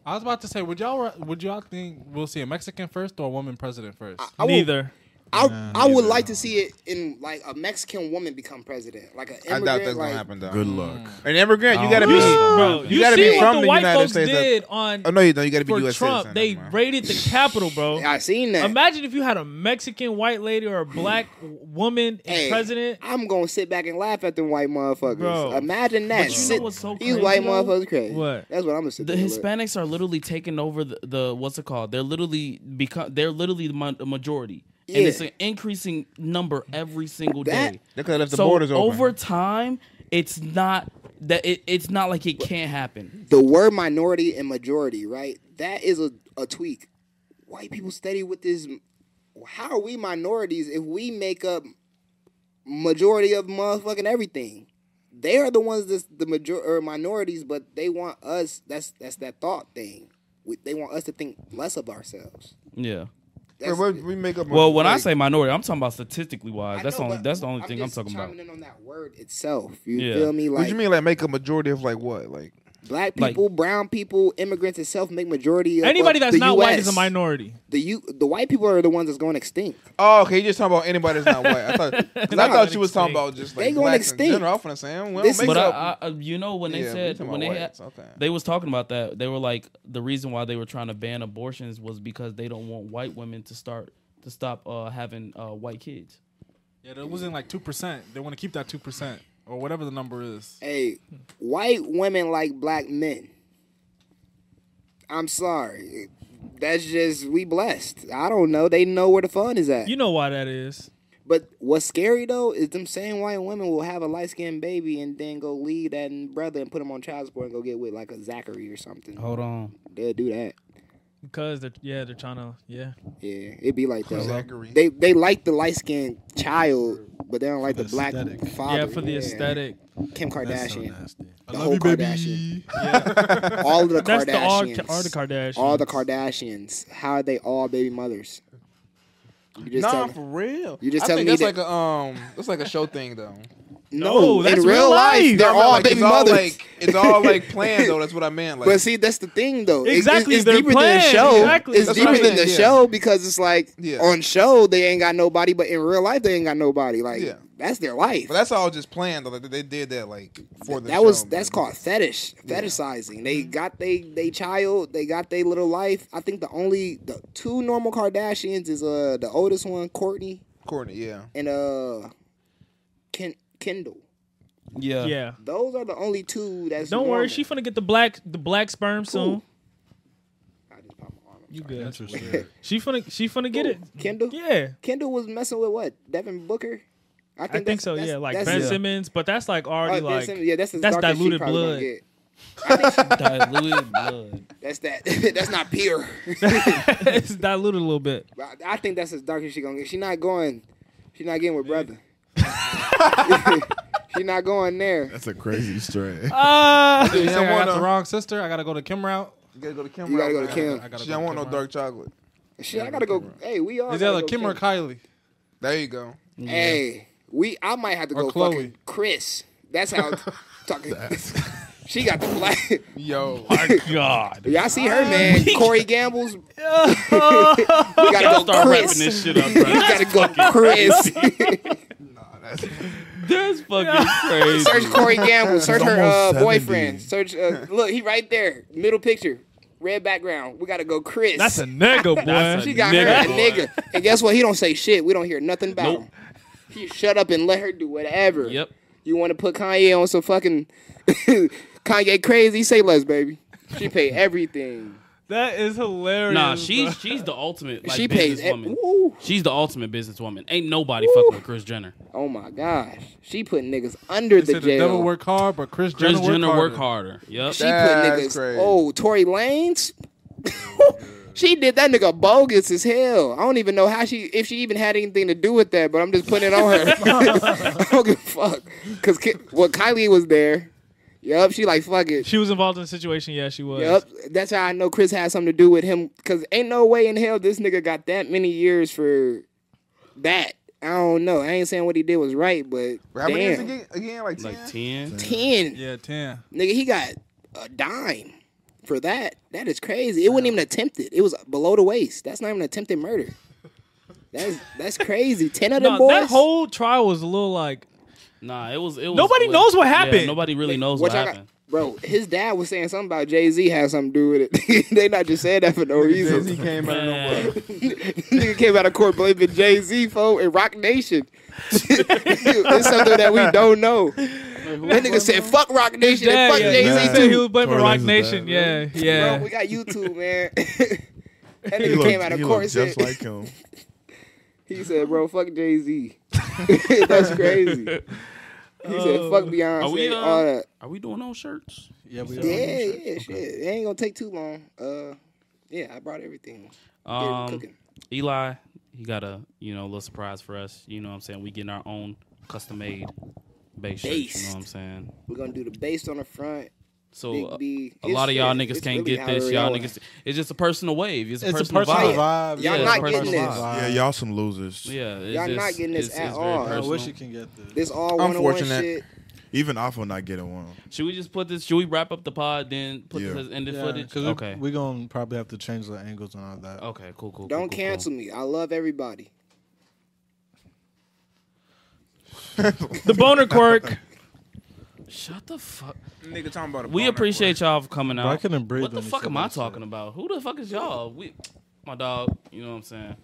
G: I was about to say, would y'all would y'all think we'll see a Mexican first or a woman president first?
D: I will-
A: Neither.
D: I, I would like to see it in like a Mexican woman become president, like an
F: I
D: immigrant.
F: doubt that's
D: like,
F: gonna happen though.
C: Good luck.
F: An immigrant, you gotta
A: You,
F: be.
A: bro, you,
F: you gotta
A: see
F: be
A: what
F: from
A: the,
F: the
A: white
F: United
A: folks
F: States that-
A: did on
F: Oh no, you don't. You gotta be
A: for
F: U.S.
A: Trump.
F: citizen.
A: They
F: Never mind.
A: raided the Capitol, bro.
D: I seen that.
A: Imagine if you had a Mexican white lady or a black woman as
D: Hey,
A: president.
D: I'm gonna sit back and laugh at them white motherfuckers.
A: Bro.
D: Imagine that.
E: know
D: Sit-
E: what's so
D: These
E: crazy,
D: white
E: though?
D: motherfuckers crazy.
A: What?
D: That's what I'm gonna sit
E: the
D: there and look.
E: Hispanics are literally taking over the, the what's it called? They're literally become they're literally the mon- the majority,
D: Yeah.
E: and it's an increasing number every single
D: That-
E: day.
F: They could have left the
E: so
F: borders open.
E: over time, it's not that it, it's not like it can't happen.
D: The word minority and majority, right? That is a, a tweak. White people study with this. How are we minorities if we make up majority of motherfucking everything? They are the ones that's the major or minorities, but they want us. That's that's that thought thing. We, they want us to think less of ourselves.
E: Yeah.
F: Wait,
D: That's,
F: what- we make up. a-
E: Well, when I
F: like-
E: say minority, I'm talking about statistically wise.
D: I
E: That's
D: know,
E: only
D: but
E: that's the only thing I'm
D: just
E: talking about.
D: chiming in on that word itself. You
E: Yeah.
D: feel me? Like
F: what do you mean? Like make a majority of like what? Like
D: black
E: Like-
D: people, brown people, immigrants itself make majority. Of,
A: Anybody
D: of
A: that's
D: the
A: not
D: US.
A: white is a minority.
D: The you, the white people are the ones that's going extinct.
F: Oh, okay. You just talking about anybody that's not white. I thought, 'cause I
A: Nah,
F: thought you was talking
A: extinct.
F: about just like
D: They going
F: blacks in
D: extinct.
F: general. I'm finna say, well,
D: This
F: make
D: is-
E: But
F: up.
E: I, I, you know when they
F: Yeah, but you
E: said
F: talking
E: when they
F: about
E: had,
F: whites, okay.
E: they was talking about that they were like the reason why they were trying to ban abortions was because they don't want white women to start to stop uh, having uh, white kids.
G: yeah, they're losing like two percent. They want to keep that two percent or whatever the number is.
D: Hey, white women like black men. I'm sorry, that's just we blessed. I don't know. They know where the fun is at.
A: You know why that is.
D: but what's scary though is them same white women will have a light skinned baby and then go leave that brother and put him on child support and go get with like a Zachary or something.
E: Hold on,
D: They'll do that.
A: Because they're yeah, they're trying to yeah.
D: Yeah, it'd be like that.
F: Zachary.
D: They they like the light skinned child, but they don't like the, black
B: aesthetic.
D: father.
A: yeah, for the aesthetic.
D: Kim
B: That's so
D: Kardashian,
B: nasty.
D: the whole Kardashian, all of the
A: That's the all,
D: Kardashians,
A: all the Kardashians.
D: all the Kardashians. How are they all baby mothers? You just
F: Nah,
D: tell-
F: for real.
D: you just
F: I
D: telling
F: think that's
D: me
F: like a um, that's like a show thing though.
A: No, that's
D: in
A: real
D: real life,
A: life.
D: they're
F: No, no,
D: all
F: like,
D: baby
F: it's all,
D: mothers.
F: like it's all like planned though. That's what I meant. Like,
D: but see, that's the thing though. It- it-
A: Exactly,
D: it's
A: they're
D: deeper than
A: planned.
D: the show.
A: Exactly.
D: It's
A: That's
D: deeper
A: what I'm
D: than the
F: saying, yeah.
D: show because it's like
F: Yeah.
D: on show they ain't got nobody, but in real life they ain't got nobody. Like
F: Yeah.
D: that's their life.
F: but that's all just planned though. Like, they did that like for the
D: that
F: show,
D: was
F: man.
D: that's called fetish fetishizing they got they they child they got they little life i think the only the two normal kardashians is uh the oldest one courtney
F: Courtney. Yeah.
D: and uh Ken- kendall
E: yeah,
A: yeah.
D: those are the only two that's
A: Don't
D: normal.
A: worry, she finna get the black the black sperm soon.
D: I just popped my arm.
A: You good?
B: Interesting.
A: She finna she finna get it.
D: kendall
A: Yeah.
D: kendall was messing with what devin booker
A: I think
D: that's-
A: so.
D: that's-
A: yeah, like
D: that's-
A: Ben
D: yeah.
A: Simmons, but that's like
D: Oh,
A: already
D: Ben
A: like
D: Simmons, yeah, that's, as
A: that's
D: dark as she
A: diluted
D: probably gonna
A: blood.
D: get.
E: Diluted blood.
D: That's that. that's not pure.
A: it's diluted a little bit.
D: I, I think that's as dark as she gonna get. She not going. She not getting with brother. she not going there.
C: That's a crazy story.
A: Uh,
G: She said, I
F: want
G: got the
F: a-
G: wrong sister. I gotta go to Kim route.
F: You gotta go to Kim.
D: You gotta
F: Rock,
D: go to
F: man.
D: Kim.
G: I gotta
F: She
G: go
F: don't
G: to
F: want no
G: Kim
F: dark chocolate.
D: Shit, I gotta go. Hey, we all.
G: Is that
D: gotta
G: like
D: go
G: Kim or
D: Kim.
G: Kylie?
F: There you go.
D: Hey, we. I might have to
G: Or
D: go
G: Chloe.
D: fucking Chris. That's how. talking. she got the black.
F: Yo,
E: God.
D: Y'all see her man, Corey Gamble's. we gotta
E: Y'all
D: go
E: start
A: Oh,
E: wrapping
D: Chris.
E: this shit up,
D: We
E: bro.
D: gotta go Chris.
E: That's fucking crazy.
D: Search Corey Gamble. Search her uh,
C: almost 70.
D: boyfriend. Search. Uh, look, he right there. Middle picture. Red background. We gotta go Chris.
A: that's a nigga, boy.
E: That's
D: she got
E: nigga,
D: her a
E: boy.
D: nigga. And guess what? He don't say shit. We don't hear nothing about
E: Nope.
D: him. He shut up and let her do whatever.
E: Yep.
D: You want to put Kanye on some fucking Kanye crazy? Say less, baby. She pay everything.
A: that is hilarious.
E: Nah, she's she's the ultimate like,
D: she pays. e-
E: businesswoman.
D: Woo.
E: She's the ultimate businesswoman. Ain't nobody fucking with Chris Jenner.
D: Oh my gosh. She put niggas under the
G: They said the devil
D: jail.
G: work hard, but Chris,
E: Chris
G: Jenner,
E: Jenner
G: work,
E: work
G: hard.
E: harder. Yep.
D: She
F: That's
D: put niggas.
F: crazy.
D: Oh, Tory Lanez. she did that nigga bogus as hell. I don't even know how she, if she even had anything to do with that. But I'm just putting it on her. I don't give a fuck. Cause Ki- well, Kylie was there. Yup, she like fuck it.
A: she was involved in the situation. Yeah, she was.
D: Yup, that's how I know Chris had something to do with him. Cause ain't no way in hell this nigga got that many years for that. I don't know. I ain't saying what he did was right, but
F: how many years
D: damn,
F: again? Again, like ten.
E: Like ten.
D: ten.
G: Yeah, ten.
D: Nigga, he got a dime for that. That is crazy. It wasn't even attempted. It was below the waist. That's not even attempted murder. That's that's crazy. Ten of them
A: Nah,
D: boys.
A: that whole trial was a little like
E: Nah, it was it was
A: Nobody
E: it-
A: knows what
E: yeah,
A: happened.
E: nobody really knows
D: What
E: what
D: y'all got-
E: happened.
D: Bro, his dad was saying something about Jay Z had something to do with it. they not just saying that for no
F: He
D: reason.
F: came out of
E: Man.
F: nowhere.
D: Nigga came out of court blaming Jay Z for and Rock Nation. it's something that we don't know. That nigga said fuck Rock Nation and fuck
A: yeah,
D: Jay Z
A: he
C: Jay-Z
A: said
D: too.
A: he was blaming
C: Tory
A: Rock
C: Lanez is
A: Nation.
C: bad,
A: yeah,
C: really.
A: yeah.
D: Bro, we got YouTube, man. that
C: He
D: nigga
C: looked-
D: came out of
C: he
D: court
C: looked
D: and
C: just
D: said-
C: like him.
D: He said, "Bro, fuck Jay Z." That's crazy. He said, "Fuck Beyonce."
E: Are we, uh,
D: all that.
E: Are we doing on shirts?
B: Yeah, we
D: Yeah, yeah, shit. It ain't gonna take too long. Uh, yeah, I brought everything. Get it
E: Um,
D: cooking.
E: Eli, he got a you know little surprise for us. You know what I'm saying? We getting our own custom made base shirts. You know
D: Based.
E: what I'm saying?
D: We're gonna do the bass on the front.
E: So
D: Big
E: uh,
D: B.
E: a
D: It's-
E: lot of y'all
D: it's-
E: niggas
D: it's
E: can't
D: really
E: get this. Y'all
D: how it
E: niggas, it's just a personal wave. It's a
B: It's a
E: personal,
B: personal
E: vibe.
B: vibe.
D: Y'all
E: Yeah,
D: not
E: it's a
D: getting
E: personal
D: this.
E: vibe.
C: Yeah, y'all some losers.
E: Yeah, it's
D: Y'all not
E: just-
D: getting this
E: it's- it's
D: at
E: very
D: all.
B: I
E: personal.
B: wish you can get this.
D: This all one on one
F: Unfortunate.
D: shit.
C: Even Alpha not getting one.
E: Should we just put this? Should we wrap up the pod then put
C: Yeah.
E: this as ended
B: Yeah,
E: footage?
B: we,
E: Okay. Uh,
B: We're gonna probably have to change the angles and all that.
E: okay. Cool. Cool.
D: Don't
E: cool, cool,
D: cancel me. I love everybody.
A: the boner quirk.
E: Cool. Shut the fuck.
F: Nigga talking about a
E: We
F: boner
E: appreciate y'all for coming out.
B: But I couldn't breathe.
E: What the
B: when he
E: fuck
B: said
E: am I
B: that shit.
E: talking about? Who the fuck is y'all? We, my dog. You know what I'm saying.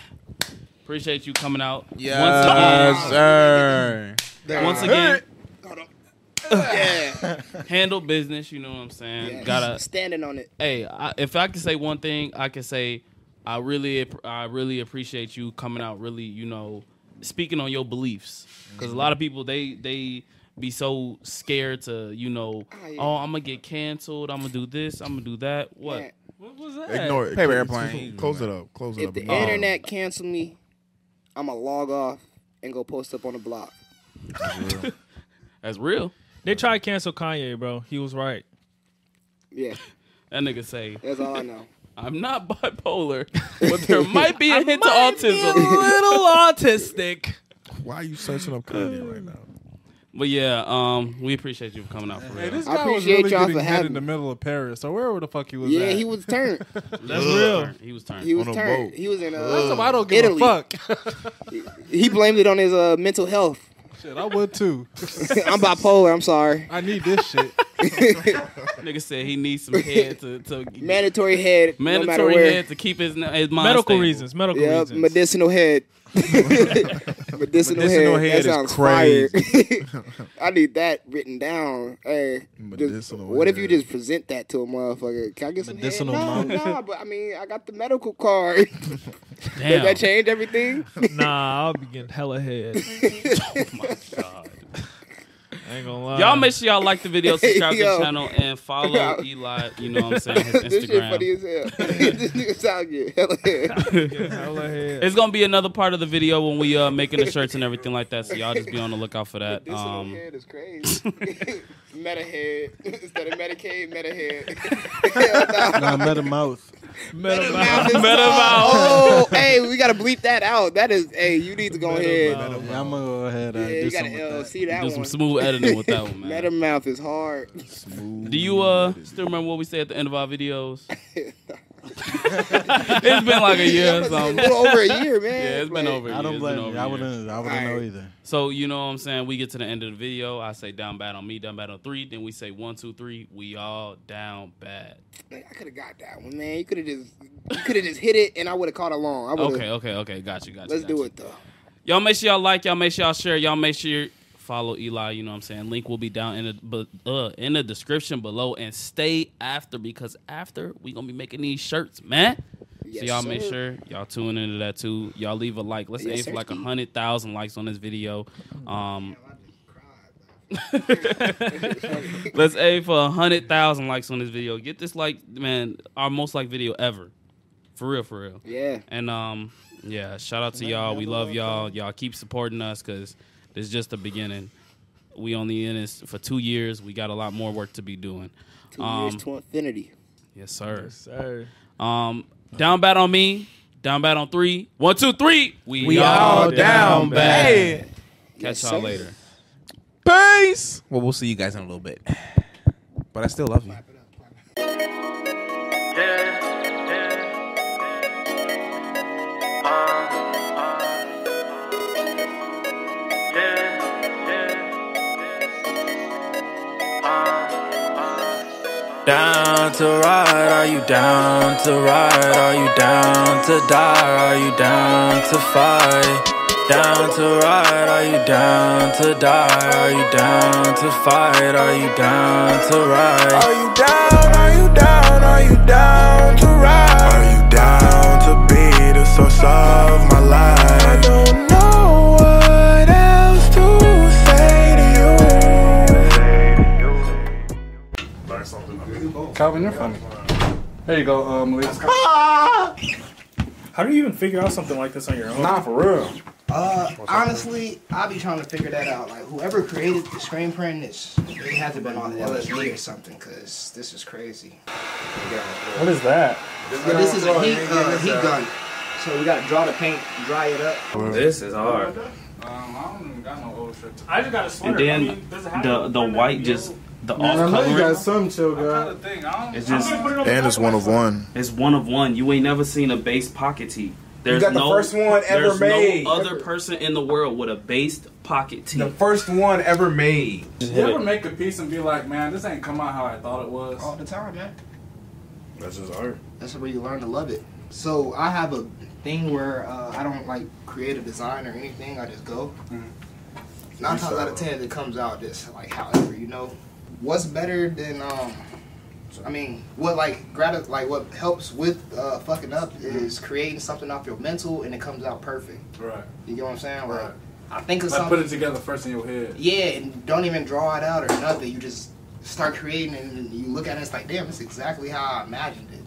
E: Appreciate you coming out.
F: Yes, sir.
E: Once again,
D: Yeah,
E: once again, handle business. You know what I'm saying.
D: yeah.
E: Gotta.
D: standing on it.
E: Hey, I, if I could say one thing, I could say I really, app- I really appreciate you coming out. Really, you know, speaking on your beliefs because a lot of people they they be so scared to you know,
D: Ah, yeah.
E: oh, I'm gonna get canceled. I'm gonna do this. I'm gonna do that. What?
D: Yeah.
A: What was that?
C: Ignore it.
F: Paper
C: Close-
F: airplane.
C: Close it up. Close it
D: If
C: up.
D: the
G: Um,
C: Ignore it.
D: internet cancel me, I'ma log off and go post up on the block.
E: That's real.
A: They tried to cancel Kanye, bro. He was right.
D: Yeah,
E: That nigga say
D: that's all I know.
E: I'm not bipolar, but there might be a hint to autism.
A: little autistic.
C: Why are you searching up Kanye right now?
E: But yeah, um, we appreciate you for coming out for real.
G: Hey, this
D: I
G: guy was
D: appreciate
G: really
D: y'all for
G: getting hit
D: having
G: in the
D: me.
G: middle of Paris. So wherever the fuck he was
D: Yeah,
G: at.
D: he was turned.
E: That's real. He was turned.
D: He was
C: On a
D: turned.
C: boat.
D: He was in uh,
G: That's something I don't give
D: Italy.
G: a fuck.
D: He blamed it on his uh, mental health.
G: Shit, I would too.
D: I'm bipolar. I'm sorry.
G: I need this shit.
E: Nigga said he needs some head to, to
D: Mandatory head. no matter
E: mandatory
D: where.
E: head to keep his, his mind
A: Medical
E: stable.
A: reasons. Medical
D: Yep,
A: reasons.
D: medicinal head. medicinal,
F: Medicinal head
D: head.
F: is
D: That sounds fire. I need that written down. Hey, just-
C: Medicinal
D: what if you
C: head.
D: just present that to a motherfucker? Can I get some
B: Medicinal
D: head?
B: mouth.
D: No, nah, but I mean, I got the medical card. Does
E: Damn.
D: that change everything?
A: nah, I'll be getting hella head.
E: My God.
A: I ain't gonna lie.
E: Y'all make sure y'all like the video, subscribe to
I: Yo.
E: the channel, and follow Eli. You know what I'm saying? His
I: this shit funny
E: Instagram.
I: as hell. this nigga sound good. Hell yeah.
E: It's gonna be another part of the video when we uh making the shirts and everything like that. So y'all just be on the lookout for that.
I: This little
E: Um,
I: head is crazy. meta head. Instead of Medicaid, meta head. Hell nah.
B: Nah, meta mouth.
I: Mouth is- Oh, hey, we gotta bleep that out. That is, hey, you need to go ahead.
B: Yeah, I'm gonna go ahead and
I: Yeah,
B: do
I: you gotta
B: something with that.
I: LC that
E: do
I: one.
E: some smooth editing with that one, man.
I: Meta mouth is hard.
E: Do you uh still remember what we said at the end of our videos? it's been like a year or
I: It's a
E: something.
I: little over a year, man.
E: Yeah, it's been
I: Like,
E: over. a
B: I
E: year.
B: don't
E: It's been
B: blame
E: over
B: you.
E: a
B: I
E: year.
B: wouldn't. I wouldn't know either.
E: So you know what I'm saying? We get to the end of the video. I say down bad on me, down bad on three. Then we say one, two, three. We all down bad.
I: Like, I could have got that one, man. You could have just, you could have just hit it, and I would have caught along. I would've-
E: Okay, okay, okay. Gotcha, gotcha.
I: Let's do
E: gotcha.
I: it though.
E: Y'all make sure y'all like. Y'all make sure y'all share. Y'all make sure you follow Eli. You know what I'm saying? Link will be down in the but uh, in the description below. And stay after because after we gonna be making these shirts, man.
I: Yes,
E: so y'all make
I: sir.
E: sure y'all tune into that too. Y'all leave a like. Let's
I: Yes,
E: aim for
I: sir.
E: like a hundred thousand likes on this video. Um, let's aim for a hundred thousand likes on this video. Get this like, man, our most like video ever, for real, for real.
I: Yeah.
E: And um, yeah, shout out to y'all. We love y'all. Y'all keep supporting us because this is just the beginning. We only in this for two years. We got a lot more work to be doing.
I: Two
E: Um,
I: years to infinity.
E: Yes, sir.
A: Sir.
E: Um, down bad on me. Down bad on three. One, two, three. We,
G: all down bad.
E: Catch
I: Yes,
E: y'all
I: sir.
E: later.
G: Peace. Well, we'll see you guys in a little bit. But I still love you.
J: Down to ride, are you down to ride? Are you down to die? Are you down to fight? Down to ride, are you down to die? Are you down to fight? Are you down to ride?
C: Are you down? Are you down? Are you down to ride? Are you down to be the source of my life? I don't know what else to say to you.
K: Calvin, you're funny. There you go, uh, Malik.
L: How do you even figure out something like this on your own?
K: Nah, for real.
D: Uh, honestly, I'll be trying to figure that out. Like, whoever created the screen print is, they had to have been on LSD or something, because this is crazy.
K: What is that?
D: Yeah, this is a heat, uh, heat gun. So we gotta draw the paint, dry it up.
E: Oh, This is hard.
K: Um, I don't even got no old shit.
L: I just got a sweater.
E: And then the the white just the
B: Man, I
E: off
B: know you
E: color.
B: got some chill, guy.
K: thing, I
E: It's just
M: And it's one of one.
E: it's one of one. You ain't never seen a base pocket tee. There's
C: got the
E: no,
C: first one ever
E: there's
C: made.
E: no other person in the world with a based pocket tee.
C: The first one ever made.
E: Just
K: You
E: hit
K: ever
E: it.
K: make a piece and be like, man, this ain't come out how I thought it was?
D: All the time, man.
M: That's just art.
D: That's the way you learn to love it. So I have a thing where uh, I don't, like, create a design or anything. I just go.
K: Mm-hmm.
D: Nine times out of ten, it comes out just, like, however, you know. What's better than, um... I mean, what like gratis, like what helps with uh, fucking up is creating something off your mental and it comes out perfect.
K: Mm-hmm. Right.
D: You get what I'm saying? Like,
K: Right.
D: I think of
K: Like, put it
D: something.
K: together first in your head.
D: Yeah, and don't even draw it out or nothing. You just start creating and then you look at it. It's like, damn, it's exactly how I imagined it.